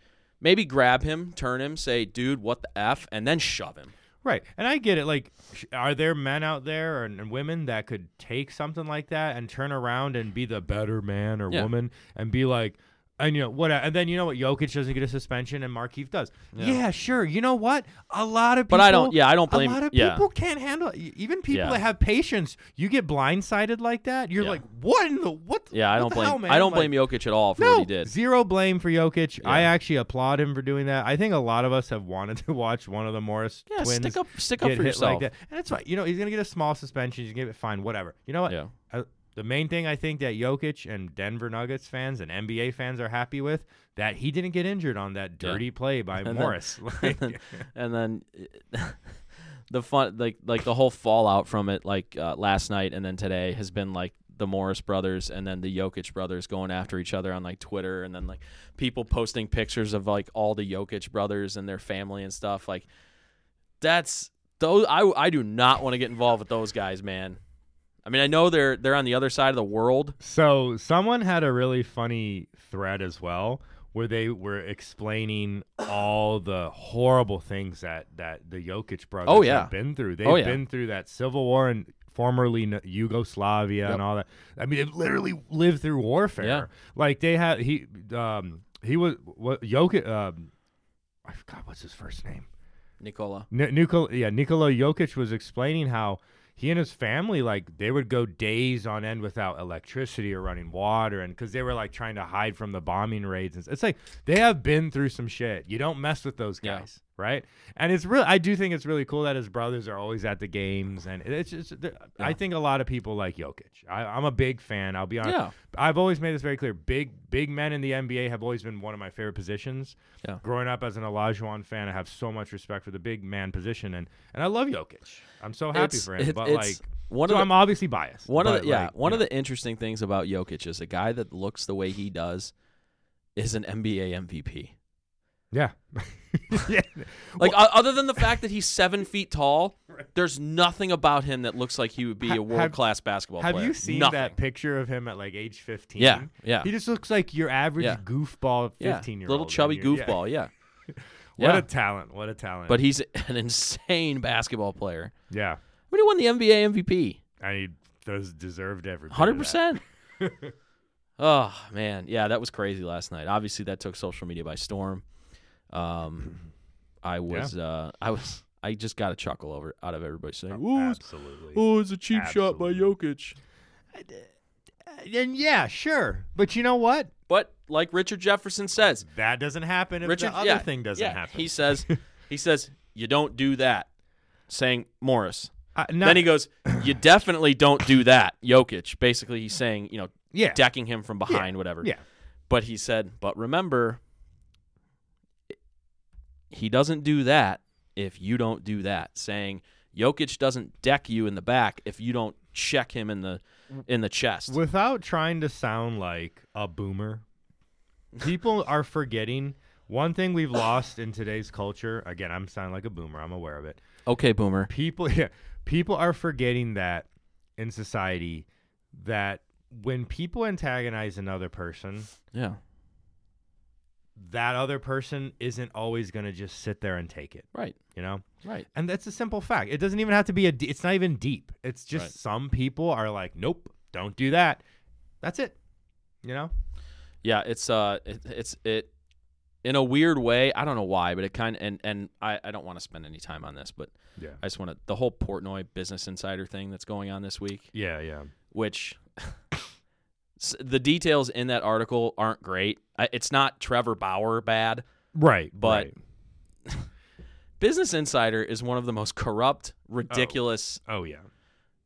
[SPEAKER 1] Maybe grab him, turn him, say dude what the f, and then shove him.
[SPEAKER 3] Right. And I get it. Like, sh- are there men out there and, and women that could take something like that and turn around and be the better man or
[SPEAKER 1] Yeah.
[SPEAKER 3] woman and be like, and you know what? And then you know what? Jokic doesn't get a suspension, and Markeith does. Yeah, sure. You know what? A lot of people.
[SPEAKER 1] But I don't- yeah, I don't blame-
[SPEAKER 3] A lot of
[SPEAKER 1] yeah.
[SPEAKER 3] people can't handle. E, Even people
[SPEAKER 1] Yeah.
[SPEAKER 3] that have patience, you get blindsided like that. You're
[SPEAKER 1] Yeah.
[SPEAKER 3] like, what in the what? the-
[SPEAKER 1] Yeah, I
[SPEAKER 3] what
[SPEAKER 1] don't
[SPEAKER 3] the
[SPEAKER 1] blame
[SPEAKER 3] hell, man?
[SPEAKER 1] I don't
[SPEAKER 3] Like-
[SPEAKER 1] blame Jokic at all for what he did.
[SPEAKER 3] Zero blame for Jokic.
[SPEAKER 1] Yeah.
[SPEAKER 3] I actually applaud him for doing that. I think a lot of us have wanted to watch one of the Morris
[SPEAKER 1] Yeah,
[SPEAKER 3] twins
[SPEAKER 1] stick up stick up
[SPEAKER 3] get
[SPEAKER 1] for
[SPEAKER 3] hit
[SPEAKER 1] yourself.
[SPEAKER 3] like that, and that's why you know he's gonna get a small suspension. He's gonna get fined, whatever. You know what?
[SPEAKER 1] Yeah.
[SPEAKER 3] I- the main thing I think that Jokic and Denver Nuggets fans and NBA fans are happy with that he didn't get injured on that
[SPEAKER 1] Yeah.
[SPEAKER 3] dirty play by
[SPEAKER 1] And then-
[SPEAKER 3] Morris. Like,
[SPEAKER 1] and then the fun like like the whole fallout from it like uh, last night and then today has been like the Morris brothers and then the Jokic brothers going after each other on like Twitter and then like people posting pictures of like all the Jokic brothers and their family and stuff like that's those I I do not want to get involved with those guys man. I mean I know they're they're on the other side of the world.
[SPEAKER 3] So someone had a really funny thread as well where they were explaining all the horrible things that that the Jokic brothers
[SPEAKER 1] Oh, yeah.
[SPEAKER 3] have been through. They've
[SPEAKER 1] Oh, yeah.
[SPEAKER 3] been through that civil war and formerly N- Yugoslavia and all that. I mean, they've literally lived through warfare.
[SPEAKER 1] Yeah.
[SPEAKER 3] Like they had he um he was what Jokic um I forgot what's his first name.
[SPEAKER 1] Nicola.
[SPEAKER 3] N- Nikola, yeah, Nikola Jokic was explaining how he and his family like they would go days on end without electricity or running water, and because they were like trying to hide from the bombing raids. And s- It's like they have been through some shit. You don't mess with those
[SPEAKER 1] Yeah.
[SPEAKER 3] guys, right? And it's real. I do think it's really cool that his brothers are always at the games, and it's just. th- I think a lot of people like Jokic. I, I'm a big fan. I'll be honest.
[SPEAKER 1] Yeah.
[SPEAKER 3] I've always made this very clear. Big big men in the NBA have always been one of my favorite positions.
[SPEAKER 1] Yeah.
[SPEAKER 3] Growing up as an Olajuwon fan, I have so much respect for the big man position, and and I love Jokic. I'm so happy
[SPEAKER 1] It's-
[SPEAKER 3] for him.
[SPEAKER 1] it-
[SPEAKER 3] but like,
[SPEAKER 1] it's one
[SPEAKER 3] so
[SPEAKER 1] of the-
[SPEAKER 3] I'm obviously biased.
[SPEAKER 1] One of
[SPEAKER 3] but,
[SPEAKER 1] the yeah,
[SPEAKER 3] like,
[SPEAKER 1] one
[SPEAKER 3] you
[SPEAKER 1] of
[SPEAKER 3] know.
[SPEAKER 1] the interesting things about Jokic is a guy that looks the way he does is an NBA MVP.
[SPEAKER 3] yeah.
[SPEAKER 1] Like o- other than the fact that he's seven feet tall, there's nothing about him that looks like he would be
[SPEAKER 3] Ha-
[SPEAKER 1] a
[SPEAKER 3] have-
[SPEAKER 1] world class basketball
[SPEAKER 3] Have
[SPEAKER 1] player.
[SPEAKER 3] you seen
[SPEAKER 1] nothing.
[SPEAKER 3] that picture of him at like age 15?
[SPEAKER 1] Yeah, yeah.
[SPEAKER 3] He just looks like your average
[SPEAKER 1] Yeah.
[SPEAKER 3] goofball
[SPEAKER 1] Yeah,
[SPEAKER 3] 15 year old.
[SPEAKER 1] little chubby goofball? Yeah,
[SPEAKER 3] What
[SPEAKER 1] Yeah.
[SPEAKER 3] a talent! What a talent!
[SPEAKER 1] but he's an insane basketball player.
[SPEAKER 3] yeah,
[SPEAKER 1] But he won the NBA MVP,
[SPEAKER 3] and he does deserved every bit of
[SPEAKER 1] hundred
[SPEAKER 3] that.
[SPEAKER 1] percent. Oh man, yeah, that was crazy last night. Obviously, that took social media by storm. Um, I was, uh, I was, I just got a chuckle over out of everybody saying, "Ooh, it's
[SPEAKER 3] Oh, Absolutely.
[SPEAKER 1] Oh, it's a cheap shot by
[SPEAKER 3] Absolutely.
[SPEAKER 1] Jokic.
[SPEAKER 3] And yeah, sure. But you know what?
[SPEAKER 1] But like Richard Jefferson says,
[SPEAKER 3] That doesn't happen if
[SPEAKER 1] Richard
[SPEAKER 3] the other
[SPEAKER 1] yeah,
[SPEAKER 3] thing doesn't
[SPEAKER 1] yeah,
[SPEAKER 3] happen.
[SPEAKER 1] He says he says you don't do that saying Morris.
[SPEAKER 3] Uh, not-
[SPEAKER 1] then he goes, "You definitely don't do that, Jokic." Basically, he's saying, you know,
[SPEAKER 3] yeah,
[SPEAKER 1] decking him from behind whatever.
[SPEAKER 3] yeah.
[SPEAKER 1] But he said, "But remember he doesn't do that if you don't do that." Saying Jokic doesn't deck you in the back if you don't check him in the in the chest.
[SPEAKER 3] Without trying to sound like a boomer, people are forgetting one thing we've lost in today's culture. Again, I'm sounding like a boomer. I'm aware of it.
[SPEAKER 1] Okay, boomer.
[SPEAKER 3] people yeah, people are forgetting that in society that when people antagonize another person
[SPEAKER 1] Yeah.
[SPEAKER 3] that other person isn't always going to just sit there and take it
[SPEAKER 1] Right.
[SPEAKER 3] you know
[SPEAKER 1] Right.
[SPEAKER 3] and that's a simple fact it doesn't even have to be a d- it's not even deep it's just
[SPEAKER 1] Right.
[SPEAKER 3] some people are like nope don't do that that's it you know
[SPEAKER 1] Yeah, it's uh, it, it's it, in a weird way. I don't know why, but it kind of and and I I don't want to spend any time on this, but
[SPEAKER 3] yeah
[SPEAKER 1] I just want to the whole Portnoy Business Insider thing that's going on this week,
[SPEAKER 3] yeah yeah
[SPEAKER 1] which s- the details in that article aren't great. I, it's not Trevor Bauer bad.
[SPEAKER 3] right
[SPEAKER 1] But-
[SPEAKER 3] right.
[SPEAKER 1] Business Insider is one of the most corrupt, ridiculous,
[SPEAKER 3] oh yeah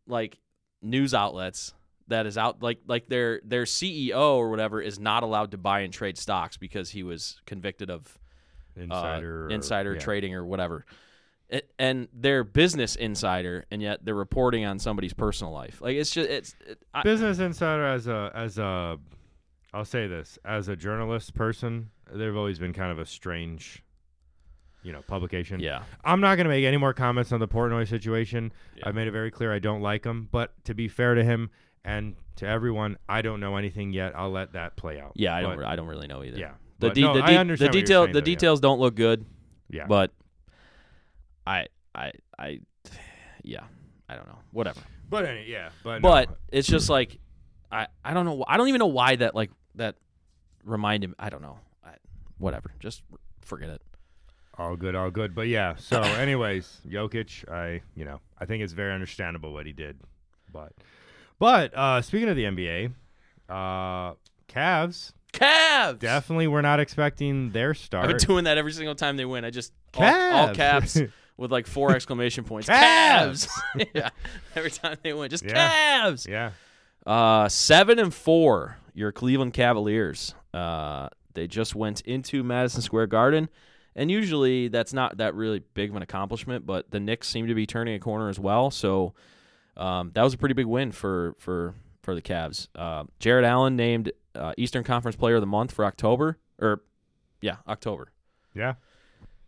[SPEAKER 1] like news outlets that is out like like their their CEO or whatever is not allowed to buy and trade stocks because he was convicted of uh,
[SPEAKER 3] insider or-
[SPEAKER 1] insider
[SPEAKER 3] yeah.
[SPEAKER 1] trading or whatever. It, and they're business insider, and yet they're reporting on somebody's personal life. Like it's just it's it, I,
[SPEAKER 3] Business Insider as a as a I'll say this as a journalist person, they've always been kind of a strange, you know, publication.
[SPEAKER 1] yeah.
[SPEAKER 3] I'm not going to make any more comments on the Portnoy situation.
[SPEAKER 1] Yeah.
[SPEAKER 3] I've made it very clear I don't like him, but to be fair to him and to everyone, I don't know anything yet. I'll let that play out.
[SPEAKER 1] Yeah, I don't.
[SPEAKER 3] But-
[SPEAKER 1] re- I don't really know either.
[SPEAKER 3] Yeah.
[SPEAKER 1] the
[SPEAKER 3] But
[SPEAKER 1] de-
[SPEAKER 3] no,
[SPEAKER 1] the,
[SPEAKER 3] I
[SPEAKER 1] de-
[SPEAKER 3] understand
[SPEAKER 1] the
[SPEAKER 3] what you're
[SPEAKER 1] detail
[SPEAKER 3] saying,
[SPEAKER 1] the
[SPEAKER 3] though, yeah.
[SPEAKER 1] details don't look good,
[SPEAKER 3] yeah.
[SPEAKER 1] but I I I yeah, I don't know. Whatever.
[SPEAKER 3] But any, yeah, but no.
[SPEAKER 1] But it's just like I I don't know. wh- I don't even know why that like that reminded me. I don't know. I, whatever. Just forget it.
[SPEAKER 3] all good, all good. But yeah. So, anyways, Jokic, I you know I think it's very understandable what he did, but but uh, speaking of the NBA, uh, Cavs
[SPEAKER 1] Cavs.
[SPEAKER 3] definitely were not expecting their
[SPEAKER 1] I've
[SPEAKER 3] start.
[SPEAKER 1] been doing that every single time they win. I just all, all
[SPEAKER 3] Cavs.
[SPEAKER 1] caps with like four exclamation points.
[SPEAKER 3] Cavs.
[SPEAKER 1] Cavs! yeah. Every time they win, just
[SPEAKER 3] Yeah.
[SPEAKER 1] Cavs.
[SPEAKER 3] yeah.
[SPEAKER 1] Uh, seven and four. Your Cleveland Cavaliers. Uh, they just went into Madison Square Garden, and usually that's not that really big of an accomplishment. But the Knicks seem to be turning a corner as well. So um, that was a pretty big win for for for the Cavs. Uh, Jared Allen named uh, Eastern Conference Player of the Month for October, or yeah, October.
[SPEAKER 3] Yeah.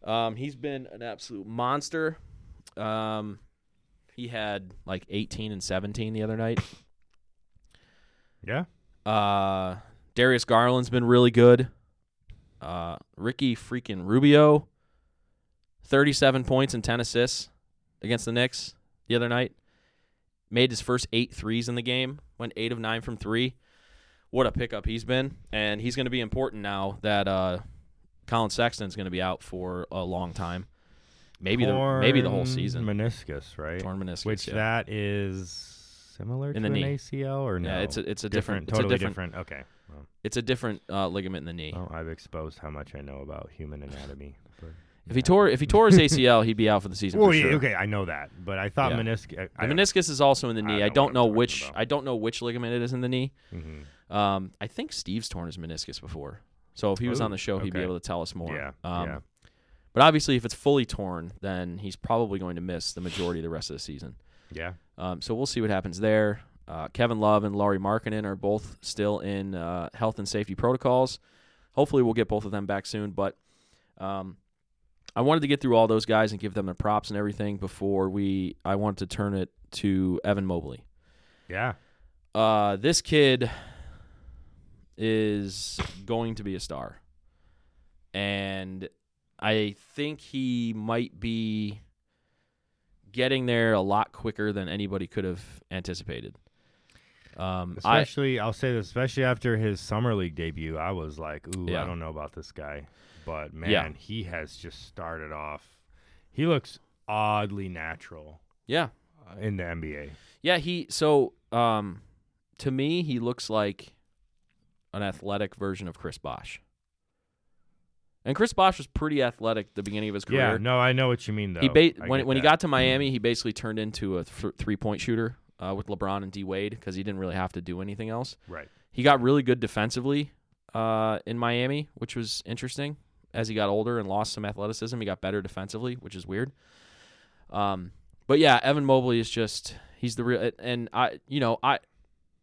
[SPEAKER 1] Um, he's been an absolute monster. Um, he had like 18 and 17 the other night.
[SPEAKER 3] Yeah.
[SPEAKER 1] Uh, Darius Garland's been really good. Uh, Ricky freaking Rubio, 37 points and 10 assists against the Knicks the other night. Made his first eight threes in the game. Went eight of nine from three. What a pickup he's been, and he's going to be important now that uh, Colin Sexton's going to be out for a long time. Maybe the maybe the whole
[SPEAKER 3] Torn
[SPEAKER 1] season.
[SPEAKER 3] Meniscus, right?
[SPEAKER 1] Torn meniscus.
[SPEAKER 3] Which
[SPEAKER 1] yeah.
[SPEAKER 3] that is similar
[SPEAKER 1] In
[SPEAKER 3] to
[SPEAKER 1] the
[SPEAKER 3] an
[SPEAKER 1] knee.
[SPEAKER 3] ACL or no?
[SPEAKER 1] Yeah, it's a- it's a different- it's a
[SPEAKER 3] totally
[SPEAKER 1] different-
[SPEAKER 3] Okay. Well,
[SPEAKER 1] It's a different uh, ligament in the knee.
[SPEAKER 3] well, I've exposed how much I know about human anatomy. but-
[SPEAKER 1] If he tore if he tore his ACL, he'd be out for the season.
[SPEAKER 3] Well,
[SPEAKER 1] for
[SPEAKER 3] yeah,
[SPEAKER 1] sure.
[SPEAKER 3] okay, I know that, but I thought
[SPEAKER 1] Yeah.
[SPEAKER 3] meniscus. I,
[SPEAKER 1] The
[SPEAKER 3] I
[SPEAKER 1] meniscus is also in the
[SPEAKER 3] I
[SPEAKER 1] knee. I
[SPEAKER 3] don't know what
[SPEAKER 1] don't
[SPEAKER 3] I'm
[SPEAKER 1] know,
[SPEAKER 3] talking
[SPEAKER 1] which
[SPEAKER 3] about.
[SPEAKER 1] I don't know which ligament it is in the knee.
[SPEAKER 3] Mhm.
[SPEAKER 1] Um, I think Steve's torn his meniscus before, so if he was
[SPEAKER 3] Ooh,
[SPEAKER 1] on the show, he'd be
[SPEAKER 3] okay.
[SPEAKER 1] able to tell us more.
[SPEAKER 3] Yeah,
[SPEAKER 1] Um,
[SPEAKER 3] yeah.
[SPEAKER 1] But obviously, if it's fully torn, then he's probably going to miss the majority of the rest of the season.
[SPEAKER 3] Yeah.
[SPEAKER 1] Um, so we'll see what happens there. Uh, Kevin Love and Laurie Markkinen are both still in uh, health and safety protocols. Hopefully, we'll get both of them back soon. But um, I wanted to get through all those guys and give them their props and everything before we. I wanted to turn it to Evan Mobley.
[SPEAKER 3] Yeah.
[SPEAKER 1] Uh, this kid is going to be a star, and I think he might be getting there a lot quicker than anybody could have anticipated. Um, I
[SPEAKER 3] Especially, I, will say this, especially after his summer league debut, I was like, ooh,
[SPEAKER 1] Yeah.
[SPEAKER 3] I don't know about this guy. But man,
[SPEAKER 1] Yeah.
[SPEAKER 3] he has just started off. He looks oddly natural
[SPEAKER 1] yeah
[SPEAKER 3] uh, in the NBA.
[SPEAKER 1] yeah he so um to me he looks like an athletic version of Chris Bosch. And Chris Bosch was pretty athletic at the beginning of his career.
[SPEAKER 3] Yeah, no, I know what you mean though.
[SPEAKER 1] He ba-
[SPEAKER 3] I
[SPEAKER 1] when
[SPEAKER 3] get
[SPEAKER 1] when he
[SPEAKER 3] that. Hmm.
[SPEAKER 1] got to Miami, he basically turned into a th- three point shooter uh, with LeBron and D Wade because he didn't really have to do anything else.
[SPEAKER 3] right.
[SPEAKER 1] He got really good defensively uh, in Miami, which was interesting. As he got older and lost some athleticism, he got better defensively, which is weird. Um, but yeah, Evan Mobley is just he's the real and I you know I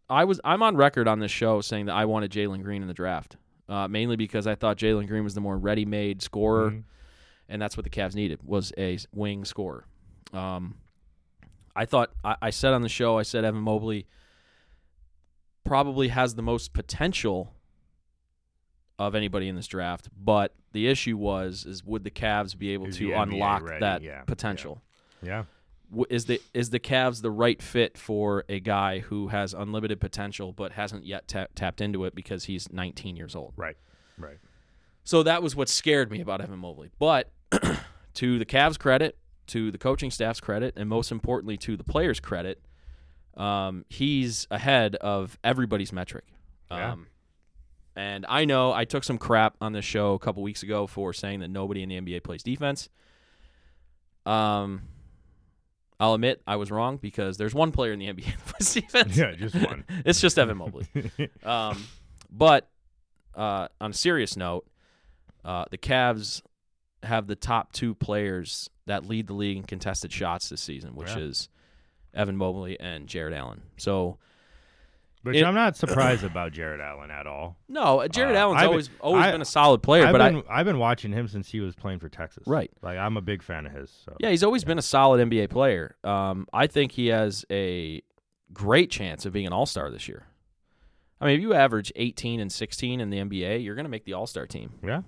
[SPEAKER 1] I was I'm on record on this show saying that I wanted Jalen Green in the draft. Uh, mainly because I thought Jalen Green was the more ready-made scorer,
[SPEAKER 3] Mhm.
[SPEAKER 1] and that's what the Cavs needed was a s- wing scorer. Um, I thought I, I said on the show, I said Evan Mobley probably has the most potential of anybody in this draft, but the issue was is would the Cavs be able
[SPEAKER 3] Is
[SPEAKER 1] to
[SPEAKER 3] the NBA
[SPEAKER 1] unlock
[SPEAKER 3] ready?
[SPEAKER 1] that
[SPEAKER 3] Yeah,
[SPEAKER 1] potential?
[SPEAKER 3] Yeah.
[SPEAKER 1] W Is the is the Cavs the right fit for a guy who has unlimited potential but hasn't yet ta- tapped into it because he's 19 years old?
[SPEAKER 3] Right. Right.
[SPEAKER 1] So that was what scared me about Evan Mobley. But to the Cavs' credit, to the coaching staff's credit, and most importantly to the players' credit, um, he's ahead of everybody's metric.
[SPEAKER 3] Yeah.
[SPEAKER 1] Um, and I know I took some crap on this show a couple weeks ago for saying that nobody in the NBA plays defense. Um, I'll admit I was wrong because there's one player in the NBA that plays defense.
[SPEAKER 3] Yeah, just one.
[SPEAKER 1] it's just Evan Mobley. Um, but uh, on a serious note, uh, the Cavs have the top two players that lead the league in contested shots this season, which
[SPEAKER 3] Yeah.
[SPEAKER 1] is Evan Mobley and Jared Allen. So
[SPEAKER 3] Which
[SPEAKER 1] It-
[SPEAKER 3] I'm not surprised about Jared Allen at all.
[SPEAKER 1] no, uh, Jared
[SPEAKER 3] Uh,
[SPEAKER 1] Allen's
[SPEAKER 3] I've-
[SPEAKER 1] always always
[SPEAKER 3] I-
[SPEAKER 1] been a solid player,
[SPEAKER 3] I've
[SPEAKER 1] but
[SPEAKER 3] been
[SPEAKER 1] I,
[SPEAKER 3] I, have been watching him since he was playing for Texas.
[SPEAKER 1] Right.
[SPEAKER 3] Like I'm a big fan of his. So
[SPEAKER 1] yeah, he's always been a solid NBA player. Um, I think he has a great chance of being an All Star this year. I mean, if you average 18 and 16 in the NBA, you're going to make the All Star team.
[SPEAKER 3] Yeah.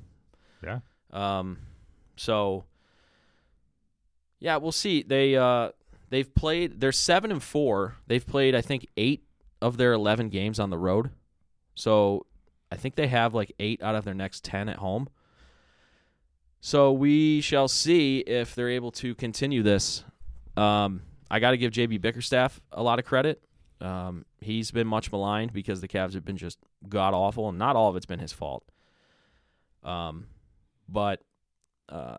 [SPEAKER 3] Yeah.
[SPEAKER 1] Um, so Yeah, we'll see. They uh they've played they're 7 and 4. They've played I think 8 of their 11 games on the road. So, I think they have like 8 out of their next 10 at home. So, we shall see if they're able to continue this. Um I got to give JB Bickerstaff a lot of credit. Um, he's been much maligned because the Cavs have been just god awful, and not all of it's been his fault. Um, but uh,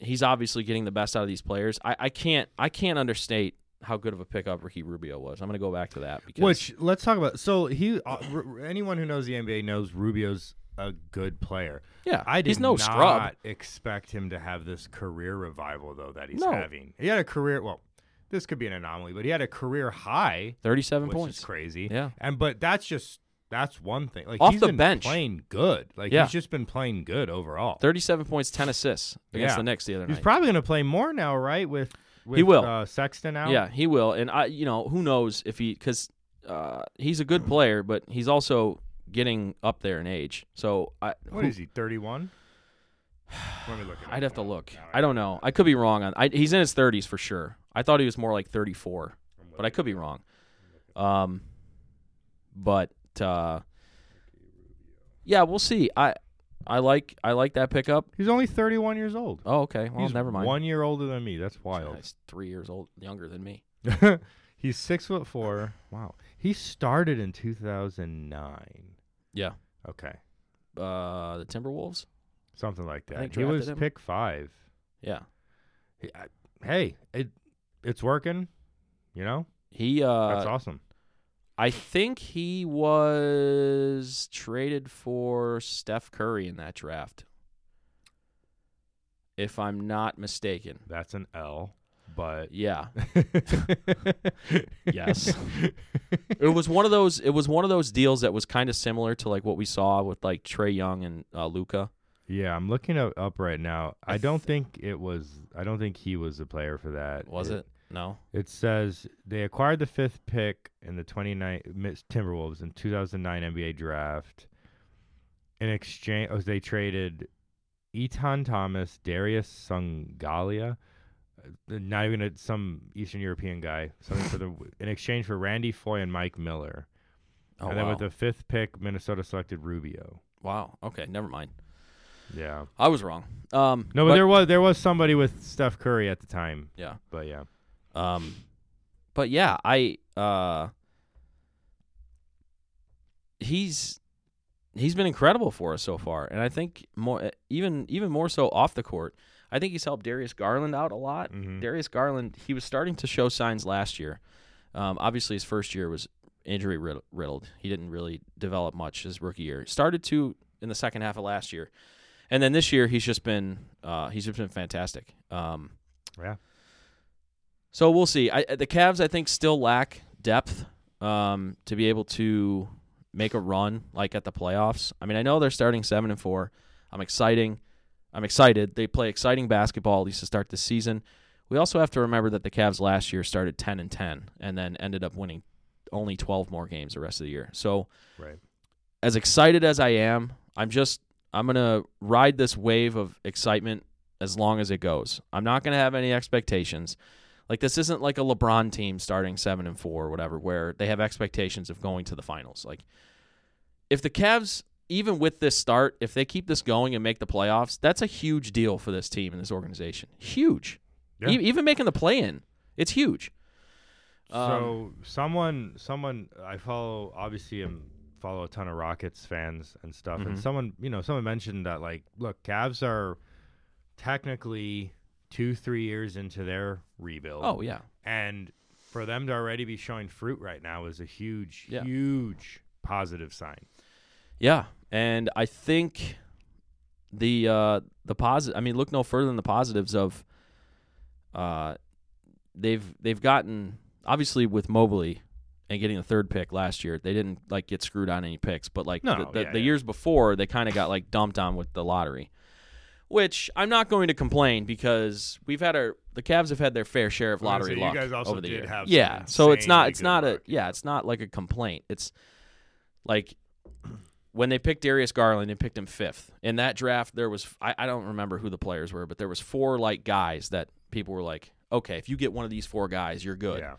[SPEAKER 1] he's obviously getting the best out of these players. I, I can't I can't understate how good of a pickup Ricky Rubio was. I'm going to go back to that because
[SPEAKER 3] Which let's talk about. So he, uh, r- r- anyone who knows the NBA knows Rubio's a good player.
[SPEAKER 1] yeah,
[SPEAKER 3] I did
[SPEAKER 1] he's no
[SPEAKER 3] not
[SPEAKER 1] scrub.
[SPEAKER 3] expect him to have this career revival though that he's
[SPEAKER 1] No.
[SPEAKER 3] having. He had a career. Well, this could be an anomaly, but he had a career high,
[SPEAKER 1] 37
[SPEAKER 3] which
[SPEAKER 1] points.
[SPEAKER 3] is crazy.
[SPEAKER 1] Yeah.
[SPEAKER 3] and but that's just that's one thing. Like
[SPEAKER 1] Off
[SPEAKER 3] he's
[SPEAKER 1] the
[SPEAKER 3] been
[SPEAKER 1] bench.
[SPEAKER 3] playing good. Like
[SPEAKER 1] Yeah.
[SPEAKER 3] he's just been playing good overall.
[SPEAKER 1] 37 points, 10 assists against
[SPEAKER 3] Yeah.
[SPEAKER 1] the Knicks the other
[SPEAKER 3] He's
[SPEAKER 1] night.
[SPEAKER 3] probably going to play more now, right? With, with
[SPEAKER 1] will.
[SPEAKER 3] uh, Sexton out.
[SPEAKER 1] Yeah, he will. And I, you know, who knows if he because uh, he's a good player, but he's also getting up there in age. So I,
[SPEAKER 3] What
[SPEAKER 1] who-
[SPEAKER 3] is he? Thirty-one. Let me look. It up
[SPEAKER 1] I'd have to
[SPEAKER 3] now.
[SPEAKER 1] look.
[SPEAKER 3] All right.
[SPEAKER 1] I don't know. I could be wrong on. I, he's in his 30s for sure. I thought he was more like 34, but I could be wrong. Um, but uh, yeah, we'll see. I I like I like that pickup.
[SPEAKER 3] He's only 31 years old.
[SPEAKER 1] Oh, okay. Well,
[SPEAKER 3] He's
[SPEAKER 1] never mind.
[SPEAKER 3] One year older than me. That's wild.
[SPEAKER 1] He's three years old, younger than me.
[SPEAKER 3] He's six foot four. Wow. He started in 2009.
[SPEAKER 1] Yeah.
[SPEAKER 3] Okay,
[SPEAKER 1] Uh, the Timberwolves.
[SPEAKER 3] something like that.
[SPEAKER 1] think
[SPEAKER 3] He
[SPEAKER 1] drafted
[SPEAKER 3] was
[SPEAKER 1] him.
[SPEAKER 3] pick five.
[SPEAKER 1] Yeah.
[SPEAKER 3] He, I, hey, it it's working. You know,
[SPEAKER 1] He. Uh,
[SPEAKER 3] that's awesome.
[SPEAKER 1] I think he was traded for Steph Curry in that draft. If I'm not mistaken.
[SPEAKER 3] That's an L, but
[SPEAKER 1] Yeah. Yes. It was one of those it was one of those deals that was kind of similar to like what we saw with like Trey Young and uh, Luca.
[SPEAKER 3] Yeah, I'm looking up, up right now.
[SPEAKER 1] I
[SPEAKER 3] I don't think it was. I don't think he was the player for that.
[SPEAKER 1] Was it? No.
[SPEAKER 3] It says they acquired the fifth pick in the 29 Miss- Timberwolves in 2009 NBA draft. In exchange, oh, they traded Eton Thomas, Darius Sungalia, uh, not even a, some Eastern European guy, something for the in exchange for Randy Foy and Mike Miller.
[SPEAKER 1] Oh
[SPEAKER 3] and then
[SPEAKER 1] wow.
[SPEAKER 3] with the fifth pick, Minnesota selected Rubio.
[SPEAKER 1] wow. Okay, never mind.
[SPEAKER 3] Yeah.
[SPEAKER 1] I was wrong. Um
[SPEAKER 3] No, but, there was there was somebody with Steph Curry at the time.
[SPEAKER 1] Yeah.
[SPEAKER 3] But yeah.
[SPEAKER 1] Um, but yeah, I uh, he's he's been incredible for us so far, and I think more eh, even even more so off the court. I think he's helped Darius Garland out a lot.
[SPEAKER 3] Mhm.
[SPEAKER 1] Darius Garland, he was starting to show signs last year. Um, obviously, his first year was injury rid- riddled. He didn't really develop much his rookie year. Started to in the second half of last year, and then this year he's just been uh, he's just been fantastic. Um,
[SPEAKER 3] Yeah.
[SPEAKER 1] so we'll see. I, the Cavs, I think, still lack depth um, to be able to make a run like at the playoffs. I mean, I know they're starting seven and four. I'm exciting. I'm excited. They play exciting basketball at least to start the season. We also have to remember that the Cavs last year started ten and ten, and then ended up winning only twelve more games the rest of the year. So
[SPEAKER 3] Right.
[SPEAKER 1] as excited as I am, I'm just I'm gonna ride this wave of excitement as long as it goes. I'm not gonna have any expectations. Like this isn't like a LeBron team starting seven and four or whatever, where they have expectations of going to the finals. Like if the Cavs, even with this start, if they keep this going and make the playoffs, that's a huge deal for this team and this organization. Huge.
[SPEAKER 3] Yeah.
[SPEAKER 1] E- even making the play in, it's huge.
[SPEAKER 3] So
[SPEAKER 1] Um,
[SPEAKER 3] someone, someone I follow. Obviously, i follow a ton of Rockets fans and stuff.
[SPEAKER 1] Mm-hmm.
[SPEAKER 3] And someone, you know, someone mentioned that like, look, Cavs are technically two, three years into their rebuild.
[SPEAKER 1] Oh yeah.
[SPEAKER 3] and for them to already be showing fruit right now is a huge,
[SPEAKER 1] Yeah.
[SPEAKER 3] huge positive sign.
[SPEAKER 1] Yeah, and I think the uh, the positive. I mean, look no further than the positives of uh, they've they've gotten obviously with Mobley and getting the third pick last year. They didn't like get screwed on any picks, but like
[SPEAKER 3] No,
[SPEAKER 1] the, the,
[SPEAKER 3] yeah,
[SPEAKER 1] the
[SPEAKER 3] yeah.
[SPEAKER 1] years before, they kind of got like dumped on with the lottery. Which I'm not going to complain because we've had our the Cavs have had their fair share of
[SPEAKER 3] I was gonna
[SPEAKER 1] lottery
[SPEAKER 3] say, you
[SPEAKER 1] luck
[SPEAKER 3] guys also
[SPEAKER 1] over the
[SPEAKER 3] did
[SPEAKER 1] year.
[SPEAKER 3] have some
[SPEAKER 1] yeah, so it's not
[SPEAKER 3] insanely
[SPEAKER 1] it's
[SPEAKER 3] good
[SPEAKER 1] not a
[SPEAKER 3] luck,
[SPEAKER 1] yeah it's not like a complaint. It's like when they picked Darius Garland and picked him fifth in that draft, there was I, I don't remember who the players were, but there was four like guys that people were like, okay, if you get one of these four guys, you're good.
[SPEAKER 3] Yeah.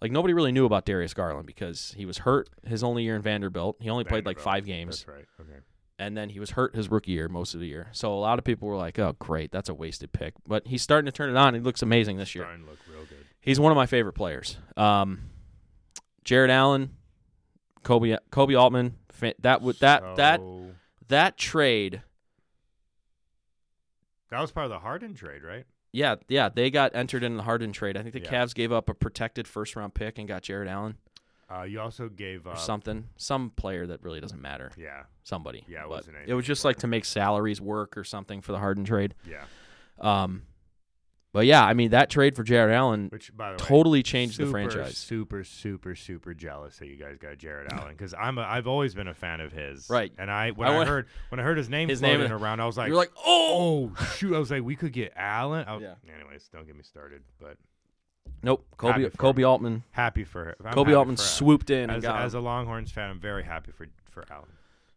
[SPEAKER 1] Like nobody really knew about Darius Garland because he was hurt his only year in Vanderbilt. He only played like
[SPEAKER 3] Vanderbilt.
[SPEAKER 1] five games,
[SPEAKER 3] That's right. Okay.
[SPEAKER 1] and then he was hurt his rookie year most of the year. So a lot of people were like, "Oh, great, that's a wasted pick." But he's starting to turn it on. He looks amazing this year.
[SPEAKER 3] Brian looked real good.
[SPEAKER 1] He's one of my favorite players. Um, Jared Allen, Kobe Kobe Altman. fa- That would Uh, that that
[SPEAKER 3] So-
[SPEAKER 1] that trade.
[SPEAKER 3] that was part of the Harden trade, right?
[SPEAKER 1] Yeah, yeah, they got entered in the Harden trade. I think the
[SPEAKER 3] Yeah.
[SPEAKER 1] Cavs gave up a protected first round pick and got Jared Allen
[SPEAKER 3] Uh, you also gave
[SPEAKER 1] or
[SPEAKER 3] up.
[SPEAKER 1] something, some player that really doesn't matter.
[SPEAKER 3] Yeah,
[SPEAKER 1] somebody.
[SPEAKER 3] Yeah, it
[SPEAKER 1] But
[SPEAKER 3] wasn't
[SPEAKER 1] It was
[SPEAKER 3] anything
[SPEAKER 1] just like to make salaries work or something for the Harden trade.
[SPEAKER 3] yeah.
[SPEAKER 1] Um, but yeah, I mean that trade for Jared Allen
[SPEAKER 3] Which by the way,
[SPEAKER 1] totally changed the
[SPEAKER 3] super,
[SPEAKER 1] franchise.
[SPEAKER 3] Super, super, super jealous that you guys got Jared Allen because I'm a, I've always been a fan of his.
[SPEAKER 1] Right.
[SPEAKER 3] And I when
[SPEAKER 1] I
[SPEAKER 3] I,
[SPEAKER 1] wa-
[SPEAKER 3] heard when I heard his name
[SPEAKER 1] His name
[SPEAKER 3] floating
[SPEAKER 1] is-
[SPEAKER 3] around, I was like,
[SPEAKER 1] You're like, oh
[SPEAKER 3] oh shoot! I was like, we could get Allen. I,
[SPEAKER 1] Yeah.
[SPEAKER 3] Anyways, don't get me started. But
[SPEAKER 1] nope, Kobe
[SPEAKER 3] Happy for
[SPEAKER 1] Kobe Altman.
[SPEAKER 3] happy for her. I'm
[SPEAKER 1] Kobe
[SPEAKER 3] happy
[SPEAKER 1] Altman
[SPEAKER 3] for-
[SPEAKER 1] swooped in and
[SPEAKER 3] As,
[SPEAKER 1] got
[SPEAKER 3] as
[SPEAKER 1] him.
[SPEAKER 3] a Longhorns fan, I'm very happy for for Allen.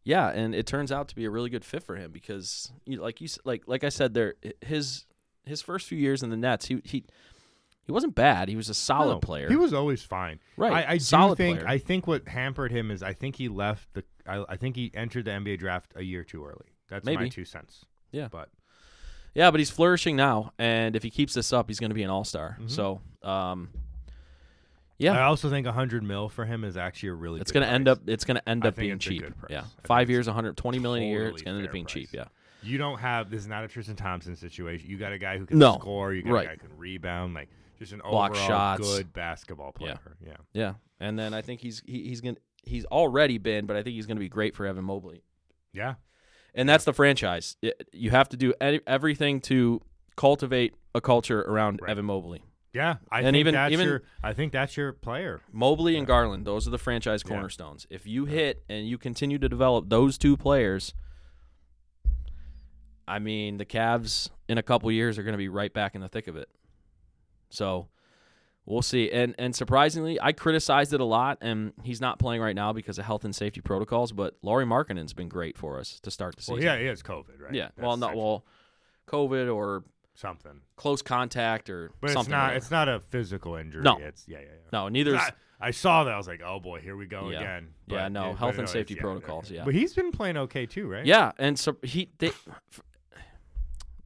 [SPEAKER 1] yeah, and it turns out to be a really good fit for him because, you, like you s- like like I said, there his his first few years in the Nets, he he he wasn't bad. He was a solid
[SPEAKER 3] No,
[SPEAKER 1] player.
[SPEAKER 3] He was always fine.
[SPEAKER 1] Right,
[SPEAKER 3] I, I do
[SPEAKER 1] solid
[SPEAKER 3] think
[SPEAKER 1] player.
[SPEAKER 3] I think what hampered him is I think he left the I, I think he entered the NBA draft a year too early. That's my
[SPEAKER 1] Maybe.
[SPEAKER 3] two cents.
[SPEAKER 1] Yeah.
[SPEAKER 3] But
[SPEAKER 1] Yeah, but he's flourishing now, and if he keeps this up, he's going to be an all star.
[SPEAKER 3] Mm-hmm.
[SPEAKER 1] So, um,
[SPEAKER 3] I
[SPEAKER 1] yeah,
[SPEAKER 3] also think 100 mil for him is actually a really
[SPEAKER 1] it's
[SPEAKER 3] good
[SPEAKER 1] going to end
[SPEAKER 3] price.
[SPEAKER 1] up. It's going to end
[SPEAKER 3] I
[SPEAKER 1] up
[SPEAKER 3] think
[SPEAKER 1] being
[SPEAKER 3] it's a
[SPEAKER 1] cheap.
[SPEAKER 3] good price. I
[SPEAKER 1] Yeah,
[SPEAKER 3] think
[SPEAKER 1] five
[SPEAKER 3] it's
[SPEAKER 1] years, 120 million a year. It's going
[SPEAKER 3] totally
[SPEAKER 1] to end
[SPEAKER 3] fair
[SPEAKER 1] up being cheap.
[SPEAKER 3] price.
[SPEAKER 1] Yeah,
[SPEAKER 3] You don't have this is not a Tristan Thompson situation. You got a guy who can
[SPEAKER 1] No,
[SPEAKER 3] score, you got
[SPEAKER 1] right.
[SPEAKER 3] a guy who can rebound, like just an
[SPEAKER 1] Block
[SPEAKER 3] overall
[SPEAKER 1] shots.
[SPEAKER 3] good basketball player. Yeah.
[SPEAKER 1] yeah. And then I think he's he, he's going to he's already been, but I think he's going to be great for Evan Mobley.
[SPEAKER 3] Yeah.
[SPEAKER 1] And that's the franchise. It- you have to do any, everything to cultivate a culture around
[SPEAKER 3] Right.
[SPEAKER 1] Evan Mobley.
[SPEAKER 3] Yeah. I
[SPEAKER 1] And
[SPEAKER 3] think
[SPEAKER 1] even-
[SPEAKER 3] that's
[SPEAKER 1] even-
[SPEAKER 3] your I think that's your player.
[SPEAKER 1] Mobley and Garland, those are the franchise
[SPEAKER 3] Yeah.
[SPEAKER 1] cornerstones. If you hit and you continue to develop those two players, I mean, the Cavs in a couple years are going to be right back in the thick of it. So we'll see. And and surprisingly, I criticized it a lot, and he's not playing right now because of health and safety protocols. But Laurie Markkinen's been great for us to start the
[SPEAKER 3] Well,
[SPEAKER 1] season.
[SPEAKER 3] yeah, he has COVID, right?
[SPEAKER 1] yeah.
[SPEAKER 3] That's
[SPEAKER 1] Well, not
[SPEAKER 3] actually
[SPEAKER 1] well, COVID or
[SPEAKER 3] something.
[SPEAKER 1] close contact or
[SPEAKER 3] But
[SPEAKER 1] something.
[SPEAKER 3] it's not
[SPEAKER 1] whatever.
[SPEAKER 3] it's not a physical injury.
[SPEAKER 1] No.
[SPEAKER 3] It's yeah, yeah, yeah.
[SPEAKER 1] no, neither. is-
[SPEAKER 3] I, I saw that. I was like, oh boy, here we go
[SPEAKER 1] Yeah.
[SPEAKER 3] again.
[SPEAKER 1] Yeah, no,
[SPEAKER 3] but
[SPEAKER 1] health and
[SPEAKER 3] it's-
[SPEAKER 1] safety
[SPEAKER 3] yeah,
[SPEAKER 1] protocols,
[SPEAKER 3] okay.
[SPEAKER 1] yeah.
[SPEAKER 3] But he's been playing okay too, right?
[SPEAKER 1] Yeah, and so he they, f-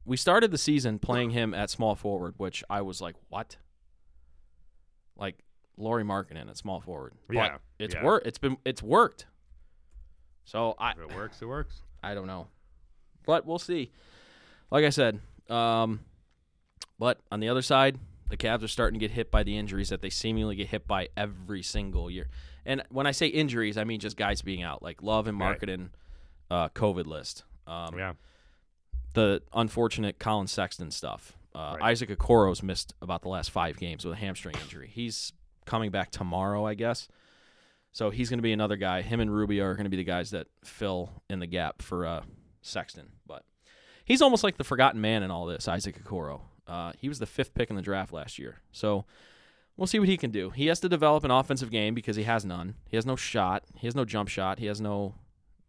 [SPEAKER 1] we started the season playing him at small forward, which I was like, what? Like Laurie Markkinen at small forward. But
[SPEAKER 3] Yeah,
[SPEAKER 1] it's
[SPEAKER 3] yeah.
[SPEAKER 1] worked. It's been it's worked. So I
[SPEAKER 3] If it works, it works.
[SPEAKER 1] I don't know, but we'll see. Like I said, um, but on the other side, the Cavs are starting to get hit by the injuries that they seemingly get hit by every single year. And when I say injuries, I mean just guys being out, like Love and
[SPEAKER 3] Right.
[SPEAKER 1] Marketing, uh, COVID list. Um,
[SPEAKER 3] Yeah.
[SPEAKER 1] the unfortunate Colin Sexton stuff. Uh,
[SPEAKER 3] Right.
[SPEAKER 1] Isaac Okoro's missed about the last five games with a hamstring injury. He's coming back tomorrow, I guess. So he's going to be another guy. Him and Rubio are going to be the guys that fill in the gap for uh, Sexton. But he's almost like the forgotten man in all this, Isaac Okoro. Uh, he was the fifth pick in the draft last year. So we'll see what he can do. He has to develop an offensive game because he has none. He has no shot. He has no jump shot. He has no.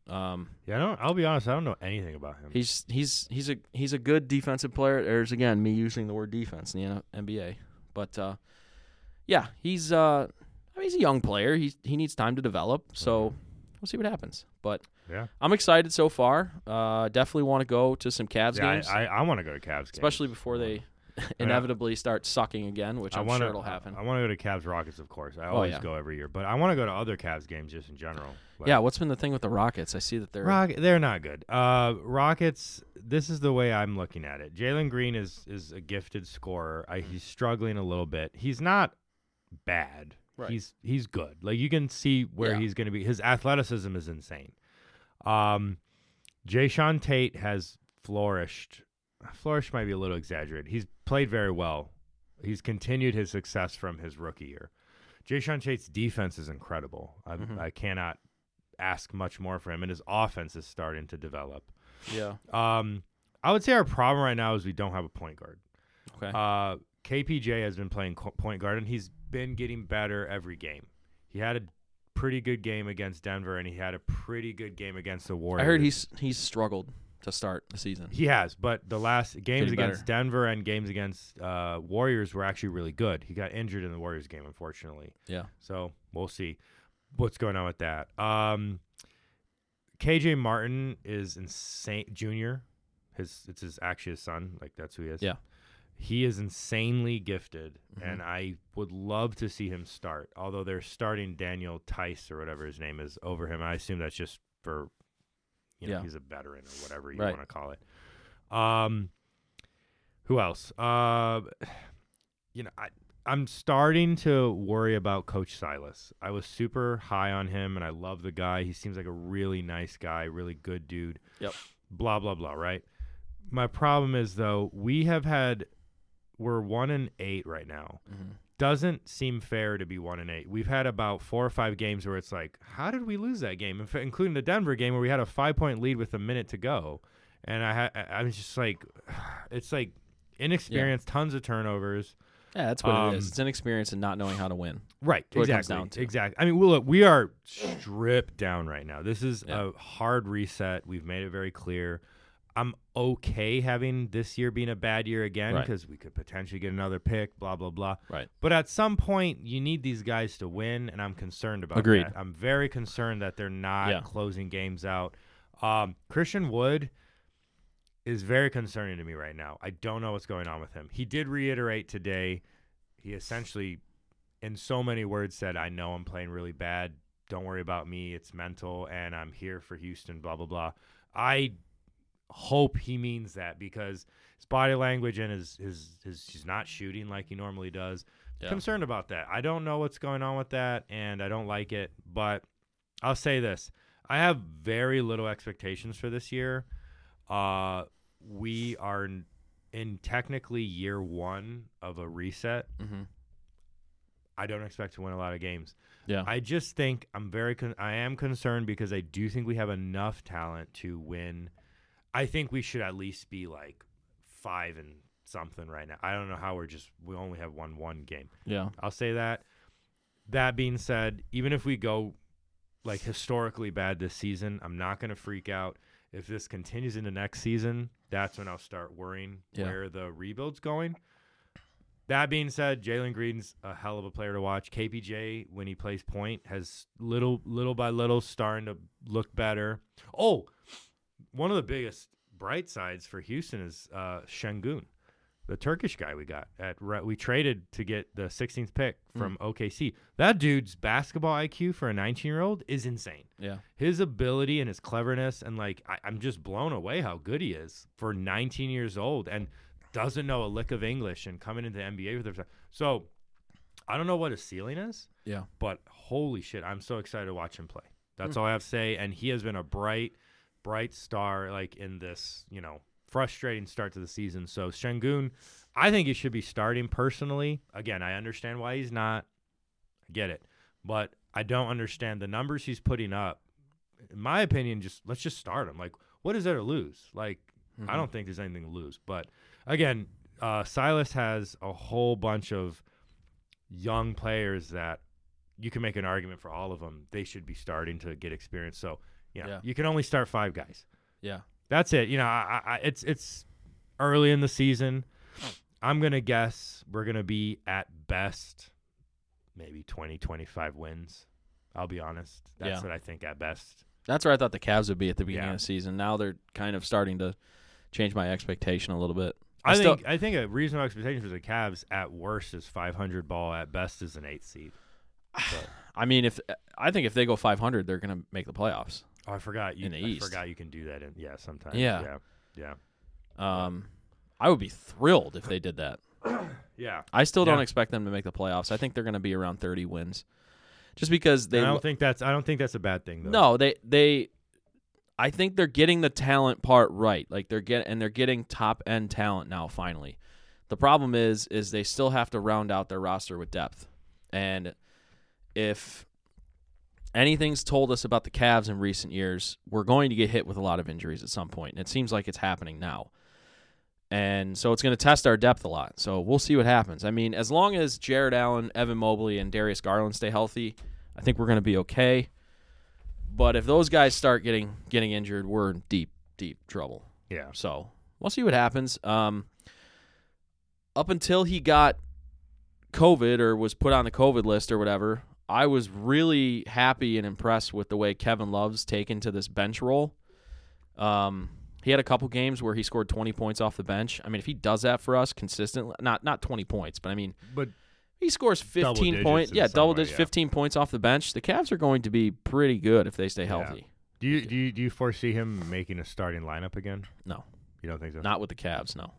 [SPEAKER 1] Um,
[SPEAKER 3] Yeah, I don't, I'll be honest. I don't know anything about him.
[SPEAKER 1] He's he's he's a he's a good defensive player. There's again me using the word defense in the NBA, but uh, yeah, he's uh, I mean he's a young player. He he needs time to develop, so we'll see what happens. But
[SPEAKER 3] yeah.
[SPEAKER 1] I'm excited so far. Uh, definitely want to go to some Cavs
[SPEAKER 3] Yeah,
[SPEAKER 1] games,
[SPEAKER 3] I, I, I want to go to Cavs, games.
[SPEAKER 1] especially before they inevitably start sucking again, which
[SPEAKER 3] I
[SPEAKER 1] I'm
[SPEAKER 3] wanna,
[SPEAKER 1] sure it'll happen.
[SPEAKER 3] I, want to go to Cavs Rockets, of course. I always
[SPEAKER 1] Oh, yeah.
[SPEAKER 3] go every year, but I want to go to other Cavs games just in general. Like,
[SPEAKER 1] yeah, what's been the thing with the Rockets? I see that they're
[SPEAKER 3] Rock, they're not good. Uh, Rockets. This is the way I'm looking at it. Jalen Green is is a gifted scorer. I,
[SPEAKER 1] Mm-hmm.
[SPEAKER 3] he's struggling a little bit. He's not bad.
[SPEAKER 1] Right.
[SPEAKER 3] He's he's good. Like you can see where
[SPEAKER 1] Yeah.
[SPEAKER 3] he's going to be. His athleticism is insane. Um, Jay Sean Tate has flourished. Flourished might be a little exaggerated. He's played very well. He's continued his success from his rookie year. Jay Sean Tate's defense is incredible. I, I cannot ask much more for him, and his offense is starting to develop.
[SPEAKER 1] yeah
[SPEAKER 3] Um, I would say our problem right now is we don't have a point guard.
[SPEAKER 1] okay
[SPEAKER 3] Uh, KPJ has been playing co- point guard, and he's been getting better every game. He had a pretty good game against Denver, and he had a pretty good game against the Warriors.
[SPEAKER 1] I heard he's he's struggled to start the season.
[SPEAKER 3] He has, but the last games
[SPEAKER 1] Getting
[SPEAKER 3] against Denver and games against uh, Warriors were actually really good. He got injured in the Warriors game, unfortunately.
[SPEAKER 1] Yeah.
[SPEAKER 3] So we'll see what's going on with that. Um, KJ Martin is insane. Junior, his it's his actually his son. Like that's who he is.
[SPEAKER 1] Yeah. Mm-hmm.
[SPEAKER 3] He is insanely gifted, and I would love to see him start. Although they're starting Daniel Tice or whatever his name is over him, I assume that's just for, you know,
[SPEAKER 1] Yeah.
[SPEAKER 3] he's a veteran or whatever you
[SPEAKER 1] Right.
[SPEAKER 3] want to call it. Um, who else? Uh, you know, I I'm starting to worry about Coach Silas. I was super high on him, and I love the guy. He seems like a really nice guy, really good dude.
[SPEAKER 1] Yep.
[SPEAKER 3] Blah blah blah. Right. My problem is though we have had we're one and eight right now. Doesn't seem fair to be one and eight. We've had about four or five games where it's like, how did we lose that game? In fa- Including the Denver game where we had a five point lead with a minute to go, and I ha- I- I'm just like, it's like inexperienced, tons of turnovers.
[SPEAKER 1] Yeah, that's what
[SPEAKER 3] Um,
[SPEAKER 1] it is. It's inexperience and not knowing how to win.
[SPEAKER 3] Right.
[SPEAKER 1] what it
[SPEAKER 3] exactly.
[SPEAKER 1] comes down to.
[SPEAKER 3] Exactly. I mean, we look, we are stripped down right now. This is
[SPEAKER 1] Yeah.
[SPEAKER 3] a hard reset. We've made it very clear. I'm okay having this year being a bad year again
[SPEAKER 1] Right.
[SPEAKER 3] because we could potentially get another pick, blah, blah, blah.
[SPEAKER 1] Right.
[SPEAKER 3] But at some point, you need these guys to win, and I'm concerned about
[SPEAKER 1] Agreed.
[SPEAKER 3] that. I'm very concerned that they're not
[SPEAKER 1] Yeah.
[SPEAKER 3] closing games out. Um, Christian Wood is very concerning to me right now. I don't know what's going on with him. He did reiterate today. He essentially, in so many words, said, "I know I'm playing really bad. Don't worry about me. It's mental, and I'm here for Houston." Blah blah blah. I hope he means that because his body language and his his his he's not shooting like he normally does.
[SPEAKER 1] Yeah.
[SPEAKER 3] Concerned about that. I don't know what's going on with that, and I don't like it. But I'll say this: I have very little expectations for this year. Uh, we are in, in technically year one of a reset.
[SPEAKER 1] Mhm.
[SPEAKER 3] I don't expect to win a lot of games.
[SPEAKER 1] Yeah.
[SPEAKER 3] I just think I'm very con- I am concerned because I do think we have enough talent to win. I think we should at least be like five and something right now. I don't know how we're just we only have one one game.
[SPEAKER 1] yeah.
[SPEAKER 3] I'll say that. That being said, even if we go like historically bad this season, I'm not going to freak out. If this continues into next season, that's when I'll start worrying
[SPEAKER 1] Yeah.
[SPEAKER 3] where the rebuild's going. That being said, Jalen Green's a hell of a player to watch. KPJ, when he plays point, has little little by little starting to look better. Oh, one of the biggest bright sides for Houston is uh, Şengün, the Turkish guy we got at re- we traded to get the 16th pick from OKC. That dude's basketball IQ for a 19 year old is insane.
[SPEAKER 1] Yeah.
[SPEAKER 3] His ability and his cleverness and like I, I'm just blown away how good he is for 19 years old and doesn't know a lick of English and coming into the NBA for the first time. So I don't know what his ceiling is
[SPEAKER 1] Yeah.
[SPEAKER 3] but holy shit, I'm so excited to watch him play. That's all I have to say. And he has been a bright, bright star, like in this, you know, frustrating start to the season. So Shengun, I think he should be starting personally. Again, I understand why he's not. I get it. But I don't understand the numbers he's putting up. In my opinion, just let's just start him. Like, what is there to lose? Like, I don't think there's anything to lose. But again, uh, Silas has a whole bunch of young players that you can make an argument for all of them. They should be starting to get experience. So, you know,
[SPEAKER 1] Yeah.
[SPEAKER 3] you can only start five guys.
[SPEAKER 1] Yeah.
[SPEAKER 3] That's it. You know, I, I, I- it's it's early in the season. I'm gonna guess we're gonna be at best maybe 20, 25 wins. I'll be honest. That's
[SPEAKER 1] Yeah.
[SPEAKER 3] what I think at best.
[SPEAKER 1] That's where I thought the Cavs would be at the beginning
[SPEAKER 3] Yeah.
[SPEAKER 1] of the season. Now they're kind of starting to change my expectation a little bit.
[SPEAKER 3] I,
[SPEAKER 1] still-
[SPEAKER 3] think I think a reasonable expectation for the Cavs at worst is 500 ball. At best is an eight seed.
[SPEAKER 1] I mean, if I think if they go 500, they're going to make the playoffs.
[SPEAKER 3] Oh, I forgot you.
[SPEAKER 1] In the
[SPEAKER 3] I
[SPEAKER 1] East.
[SPEAKER 3] forgot you can do that. In, yeah, sometimes.
[SPEAKER 1] Yeah.
[SPEAKER 3] yeah, yeah,
[SPEAKER 1] Um, I would be thrilled if they did that.
[SPEAKER 3] yeah.
[SPEAKER 1] I still don't
[SPEAKER 3] Yeah.
[SPEAKER 1] expect them to make the playoffs. I think they're going to be around 30 wins, just because they
[SPEAKER 3] I
[SPEAKER 1] lo-
[SPEAKER 3] don't think that's I don't think that's a bad thing though.
[SPEAKER 1] No, they they I think they're getting the talent part right. Like they're get and they're getting top end talent now finally. The problem is is they still have to round out their roster with depth. And if anything's told us about the Cavs in recent years, we're going to get hit with a lot of injuries at some point, and it seems like it's happening now. And so it's going to test our depth a lot. So we'll see what happens. I mean, as long as Jared Allen, Evan Mobley, and Darius Garland stay healthy, I think we're going to be okay. But if those guys start getting getting injured, we're in deep deep trouble.
[SPEAKER 3] Yeah.
[SPEAKER 1] So we'll see what happens. Um, up until he got COVID or was put on the COVID list or whatever, I was really happy and impressed with the way Kevin Love's taken to this bench role. Um, he had a couple games where he scored 20 points off the bench. I mean, if he does that for us consistently, not not 20 points, but I mean,
[SPEAKER 3] But
[SPEAKER 1] he scores
[SPEAKER 3] Double
[SPEAKER 1] 15
[SPEAKER 3] digits
[SPEAKER 1] points.
[SPEAKER 3] in
[SPEAKER 1] Yeah,
[SPEAKER 3] some
[SPEAKER 1] double
[SPEAKER 3] way,
[SPEAKER 1] digits,
[SPEAKER 3] yeah.
[SPEAKER 1] 15 points off the bench. The Cavs are going to be pretty good if they stay healthy.
[SPEAKER 3] do you do you, do you foresee him making a starting lineup again?
[SPEAKER 1] No,
[SPEAKER 3] You don't think so?
[SPEAKER 1] not with the Cavs, no.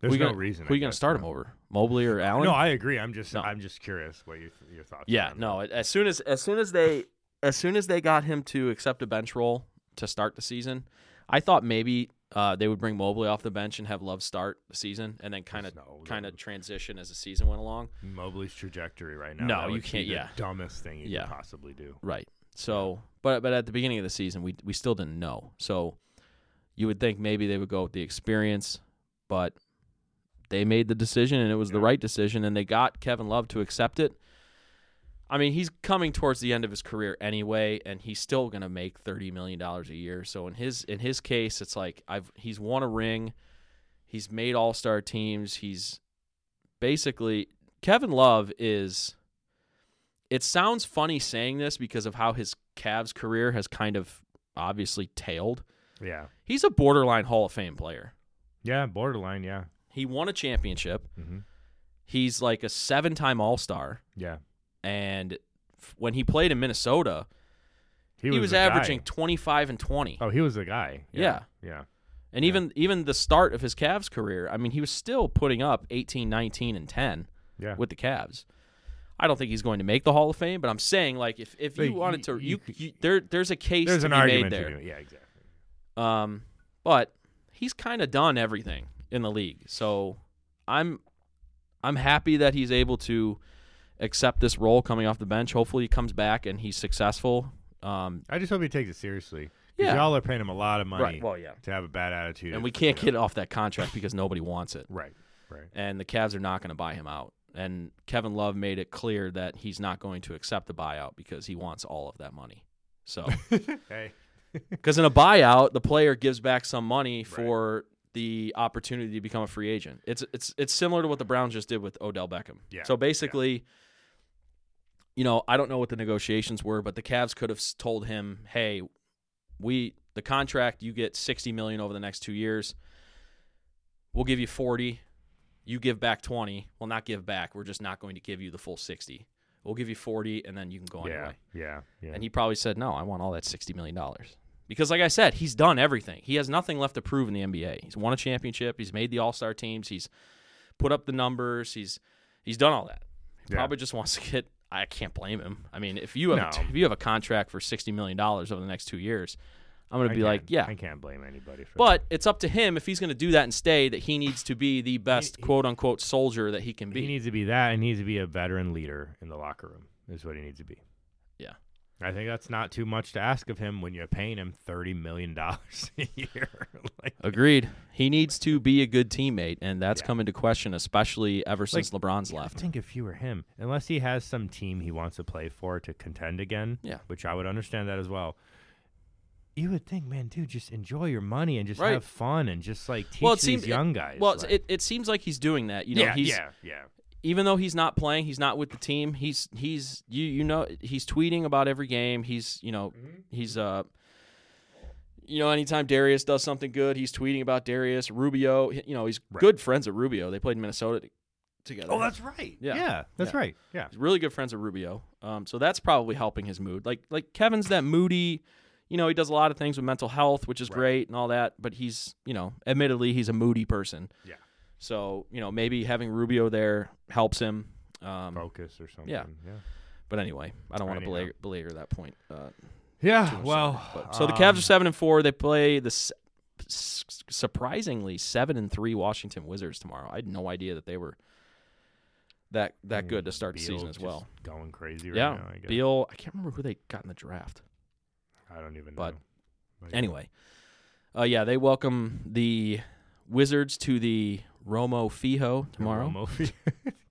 [SPEAKER 3] There's
[SPEAKER 1] Who you
[SPEAKER 3] no
[SPEAKER 1] gonna-
[SPEAKER 3] reason.
[SPEAKER 1] Who
[SPEAKER 3] I
[SPEAKER 1] you going to
[SPEAKER 3] guess,
[SPEAKER 1] start
[SPEAKER 3] huh?
[SPEAKER 1] him over? Mobley or Allen?
[SPEAKER 3] No, I agree. I'm just
[SPEAKER 1] No.
[SPEAKER 3] I'm just curious what your your thoughts.
[SPEAKER 1] Yeah,
[SPEAKER 3] are on
[SPEAKER 1] no. As soon as as soon as they as soon as they got him to accept a bench role to start the season, I thought maybe uh, they would bring Mobley off the bench and have Love start the season, and then kind of
[SPEAKER 3] no, that
[SPEAKER 1] kind of
[SPEAKER 3] would-
[SPEAKER 1] transition as the season went along.
[SPEAKER 3] Mobley's trajectory right now.
[SPEAKER 1] No,
[SPEAKER 3] that
[SPEAKER 1] you
[SPEAKER 3] would be
[SPEAKER 1] can't-
[SPEAKER 3] The
[SPEAKER 1] yeah.
[SPEAKER 3] dumbest thing you
[SPEAKER 1] Yeah.
[SPEAKER 3] could possibly do.
[SPEAKER 1] Right. So, but but at the beginning of the season, we we still didn't know. So, you would think maybe they would go with the experience, but they made the decision and it was the right decision, and they got Kevin Love to accept it. I mean, he's coming towards the end of his career anyway, and he's still going to make thirty million dollars a year. So in his in his case, it's like I've he's won a ring, he's made All Star teams, he's basically Kevin Love is it sounds funny saying this because of how his Cavs career has kind of obviously tailed.
[SPEAKER 3] Yeah.
[SPEAKER 1] He's a borderline Hall of Fame player.
[SPEAKER 3] Yeah. Borderline. Yeah.
[SPEAKER 1] He won a championship.
[SPEAKER 3] Mm-hmm.
[SPEAKER 1] He's like a seven time All Star.
[SPEAKER 3] Yeah.
[SPEAKER 1] And f- when he played in Minnesota, he, was,
[SPEAKER 3] the guy.
[SPEAKER 1] averaging 25 and 20.
[SPEAKER 3] Oh, he was the guy. Yeah.
[SPEAKER 1] and even even the start of his Cavs career, I mean, he was still putting up 18, 19, and 10
[SPEAKER 3] Yeah.
[SPEAKER 1] with the Cavs. I don't think he's going to make the Hall of Fame, but I'm saying like if, if
[SPEAKER 3] But
[SPEAKER 1] you wanted to,
[SPEAKER 3] you-
[SPEAKER 1] you,
[SPEAKER 3] you
[SPEAKER 1] you,
[SPEAKER 3] could-
[SPEAKER 1] there there's a case
[SPEAKER 3] There's
[SPEAKER 1] to
[SPEAKER 3] an
[SPEAKER 1] be
[SPEAKER 3] argument
[SPEAKER 1] made
[SPEAKER 3] to
[SPEAKER 1] there.
[SPEAKER 3] do it. Yeah. Exactly.
[SPEAKER 1] Um, but he's kind of done everything in the league, so I'm I'm happy that he's able to accept this role coming off the bench. Hopefully, he comes back and he's successful. Um,
[SPEAKER 3] I just hope he takes it seriously. 'Cause
[SPEAKER 1] Yeah.
[SPEAKER 3] Y'all are paying him a lot of money.
[SPEAKER 1] Right, well, yeah.
[SPEAKER 3] To have a bad attitude.
[SPEAKER 1] and we
[SPEAKER 3] you
[SPEAKER 1] can't
[SPEAKER 3] know.
[SPEAKER 1] get off that contract because nobody wants it,
[SPEAKER 3] Right. Right.
[SPEAKER 1] and the Cavs are not going to buy him out. And Kevin Love made it clear that he's not going to accept the buyout because he wants all of that money. So.
[SPEAKER 3] Hey.
[SPEAKER 1] Because in a buyout, the player gives back some money for the opportunity to become a free agent. It's it's it's similar to what the Browns just did with Odell Beckham.
[SPEAKER 3] Yeah,
[SPEAKER 1] So basically, you know, I don't know what the negotiations were, but the Cavs could have s- told him, "Hey, we the contract you get 60 million over the next 2 years. We'll give you 40. You give back 20. Well, not give back. We're just not going to give you the full 60. We'll give you 40 and then you can go on your
[SPEAKER 3] Yeah.
[SPEAKER 1] way."
[SPEAKER 3] Yeah. Yeah.
[SPEAKER 1] And he probably said, "No, I want all that sixty million dollars." Because, like I said, he's done everything. He has nothing left to prove in the NBA. He's won a championship. He's made the All Star teams. He's put up the numbers. He's he's done all that. He
[SPEAKER 3] Yeah.
[SPEAKER 1] probably just wants to get. I can't blame him. I mean, if you have a
[SPEAKER 3] No.
[SPEAKER 1] t- if you have a contract for sixty million dollars over the next two years, I'm going
[SPEAKER 3] I
[SPEAKER 1] to be like,
[SPEAKER 3] can't-
[SPEAKER 1] yeah.
[SPEAKER 3] I can't blame anybody for
[SPEAKER 1] But it's up to him if he's going to do that and stay. That he needs to be the best quote unquote soldier that he can
[SPEAKER 3] He
[SPEAKER 1] be.
[SPEAKER 3] needs to be that, and he needs to be a veteran leader in the locker room. Is what he needs to be.
[SPEAKER 1] Yeah.
[SPEAKER 3] I think that's not too much to ask of him when you're paying him thirty million dollars a year. like,
[SPEAKER 1] Agreed. He needs to be a good teammate, and that's come into question, especially ever since LeBron's
[SPEAKER 3] I
[SPEAKER 1] left.
[SPEAKER 3] think if you were him, unless he has some team he wants to play for to contend again,
[SPEAKER 1] Yeah.
[SPEAKER 3] which I would understand that as well. You would think, man, dude, just enjoy your money and just
[SPEAKER 1] Right.
[SPEAKER 3] have fun and just like teach
[SPEAKER 1] well, it
[SPEAKER 3] these
[SPEAKER 1] seems
[SPEAKER 3] young
[SPEAKER 1] it-
[SPEAKER 3] guys.
[SPEAKER 1] Well,
[SPEAKER 3] like-
[SPEAKER 1] it, it seems like he's doing that. You know,
[SPEAKER 3] yeah,
[SPEAKER 1] he's
[SPEAKER 3] yeah, yeah,
[SPEAKER 1] even though he's not playing, he's not with the team. He's he's you you know he's tweeting about every game. He's you know
[SPEAKER 3] Mm-hmm.
[SPEAKER 1] he's uh you know anytime Darius does something good, he's tweeting about Darius Rubio. he- You know he's
[SPEAKER 3] Right.
[SPEAKER 1] good friends with Rubio. They played in Minnesota t- together.
[SPEAKER 3] Oh, that's right.
[SPEAKER 1] Yeah.
[SPEAKER 3] yeah, that's
[SPEAKER 1] Yeah.
[SPEAKER 3] right. Yeah,
[SPEAKER 1] He's really good friends with Rubio. Um, so that's probably helping his mood. Like like Kevin's that moody. You know, he does a lot of things with mental health, which is great and all that, but he's, you know, admittedly he's a moody person.
[SPEAKER 3] Yeah.
[SPEAKER 1] So, you know, maybe having Rubio there helps him. Um,
[SPEAKER 3] focus or something.
[SPEAKER 1] Yeah.
[SPEAKER 3] yeah.
[SPEAKER 1] but anyway, I don't want to
[SPEAKER 3] Anyhow.
[SPEAKER 1] belabor, belabor that point. Uh,
[SPEAKER 3] Yeah, well,
[SPEAKER 1] but, so the Cavs
[SPEAKER 3] um,
[SPEAKER 1] are 7 and 4. They play the s- s- surprisingly 7 and 3 Washington Wizards tomorrow. I had no idea that they were that that good to start the
[SPEAKER 3] Mm, Beal
[SPEAKER 1] season as
[SPEAKER 3] just
[SPEAKER 1] well.
[SPEAKER 3] Going crazy right
[SPEAKER 1] yeah.
[SPEAKER 3] now. I guess.
[SPEAKER 1] Beal, I can't remember who they got in the draft.
[SPEAKER 3] I don't even
[SPEAKER 1] but
[SPEAKER 3] know. Like,
[SPEAKER 1] Anyway, uh, yeah, they welcome the Wizards to the Romo Fijo tomorrow.
[SPEAKER 3] Romo-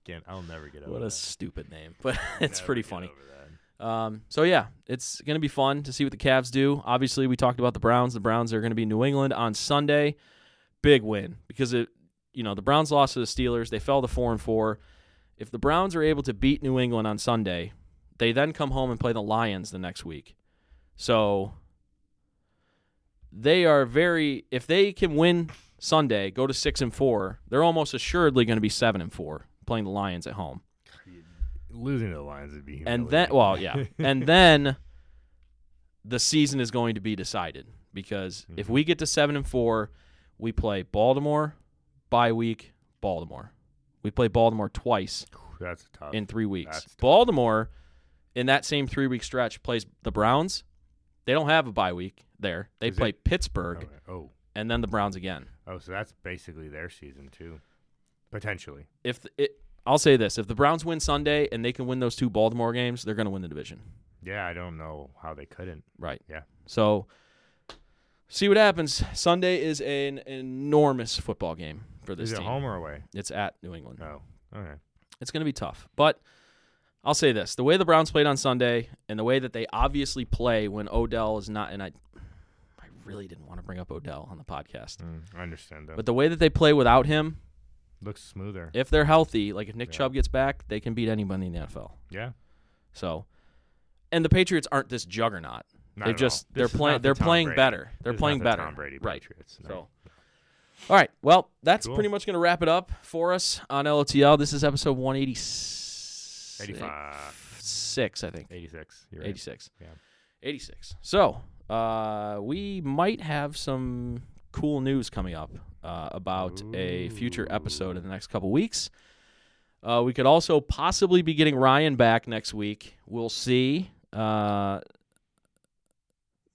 [SPEAKER 3] Again, I'll never get over
[SPEAKER 1] What a
[SPEAKER 3] that.
[SPEAKER 1] stupid name, but it's
[SPEAKER 3] Never
[SPEAKER 1] pretty
[SPEAKER 3] get
[SPEAKER 1] funny.
[SPEAKER 3] over that.
[SPEAKER 1] Um, so yeah, it's going to be fun to see what the Cavs do. Obviously, we talked about the Browns. The Browns are going to be in New England on Sunday. Big win because it, you know, the Browns lost to the Steelers. They fell to four and four. If the Browns are able to beat New England on Sunday, they then come home and play the Lions the next week. So they are very. If they can win Sunday, go to six and four, they're almost assuredly going to be seven and four playing the Lions at home
[SPEAKER 3] Losing to the Lions would be
[SPEAKER 1] and then
[SPEAKER 3] humiliating.
[SPEAKER 1] well yeah and then the season is going to be decided because if
[SPEAKER 3] Mm-hmm.
[SPEAKER 1] we get to seven and four we play baltimore bye week baltimore we play baltimore twice
[SPEAKER 3] that's tough.
[SPEAKER 1] in three weeks
[SPEAKER 3] that's tough.
[SPEAKER 1] baltimore in that same three week stretch plays the browns they don't have a bye week there they
[SPEAKER 3] Is
[SPEAKER 1] play
[SPEAKER 3] it-
[SPEAKER 1] pittsburgh
[SPEAKER 3] Okay. Oh,
[SPEAKER 1] and then the browns again
[SPEAKER 3] oh, so that's basically their season too, potentially.
[SPEAKER 1] if th- it I'll say this: If the Browns win Sunday and they can win those two Baltimore games, they're going to win the division,
[SPEAKER 3] Yeah, I don't know how they couldn't.
[SPEAKER 1] right?
[SPEAKER 3] Yeah.
[SPEAKER 1] So see what happens. Sunday is an enormous football game for this
[SPEAKER 3] Is it
[SPEAKER 1] team.
[SPEAKER 3] home or away? Oh,
[SPEAKER 1] It's at New England.
[SPEAKER 3] No. Okay.
[SPEAKER 1] It's going to be tough. But I'll say this, the way the Browns played on Sunday and the way that they obviously play when Odell is not and I I really didn't want to bring up Odell on the podcast.
[SPEAKER 3] Mm, I understand that.
[SPEAKER 1] But the way that they play without him,
[SPEAKER 3] Looks smoother.
[SPEAKER 1] if they're healthy, like if Nick Chubb gets back, they can beat anybody in the NFL.
[SPEAKER 3] yeah.
[SPEAKER 1] So and the Patriots aren't this juggernaut. They
[SPEAKER 3] Not at all.
[SPEAKER 1] just
[SPEAKER 3] This
[SPEAKER 1] they're
[SPEAKER 3] is
[SPEAKER 1] playing
[SPEAKER 3] not the
[SPEAKER 1] they're
[SPEAKER 3] Tom
[SPEAKER 1] playing
[SPEAKER 3] Brady-
[SPEAKER 1] better. They're
[SPEAKER 3] this is
[SPEAKER 1] playing
[SPEAKER 3] not the
[SPEAKER 1] better.
[SPEAKER 3] Tom Brady
[SPEAKER 1] right.
[SPEAKER 3] Patriots. No.
[SPEAKER 1] So, all right. Well, that's
[SPEAKER 3] Cool.
[SPEAKER 1] pretty much going to wrap it up for us on LOTL. This is episode 186.
[SPEAKER 3] 85.
[SPEAKER 1] Six, I think.
[SPEAKER 3] 86. You're right.
[SPEAKER 1] 86.
[SPEAKER 3] Yeah.
[SPEAKER 1] 86. So, uh, we might have some cool news coming up uh, about a future episode in the next couple weeks. Uh, we could also possibly be getting Ryan back next week. We'll see. Uh,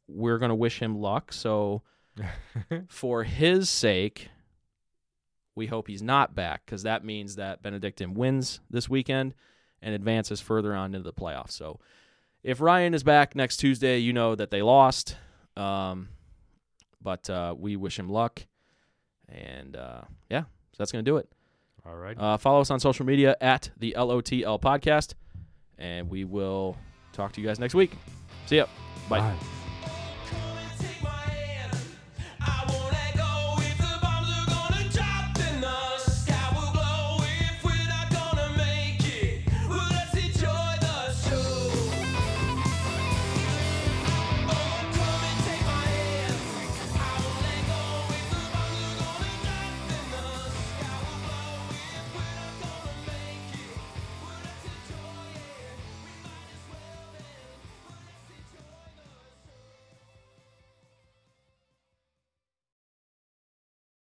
[SPEAKER 1] we're going to wish him luck. So, for his sake, we hope he's not back because that means that Benedictine wins this weekend and advances further on into the playoffs. So, if Ryan is back next Tuesday, you know that they lost. Um, but uh, we wish him luck. And uh, yeah, so that's going to do it.
[SPEAKER 3] All right.
[SPEAKER 1] Uh, follow us on social media at the LOTL podcast. And we will talk to you guys next week. See ya. Bye.
[SPEAKER 3] Bye.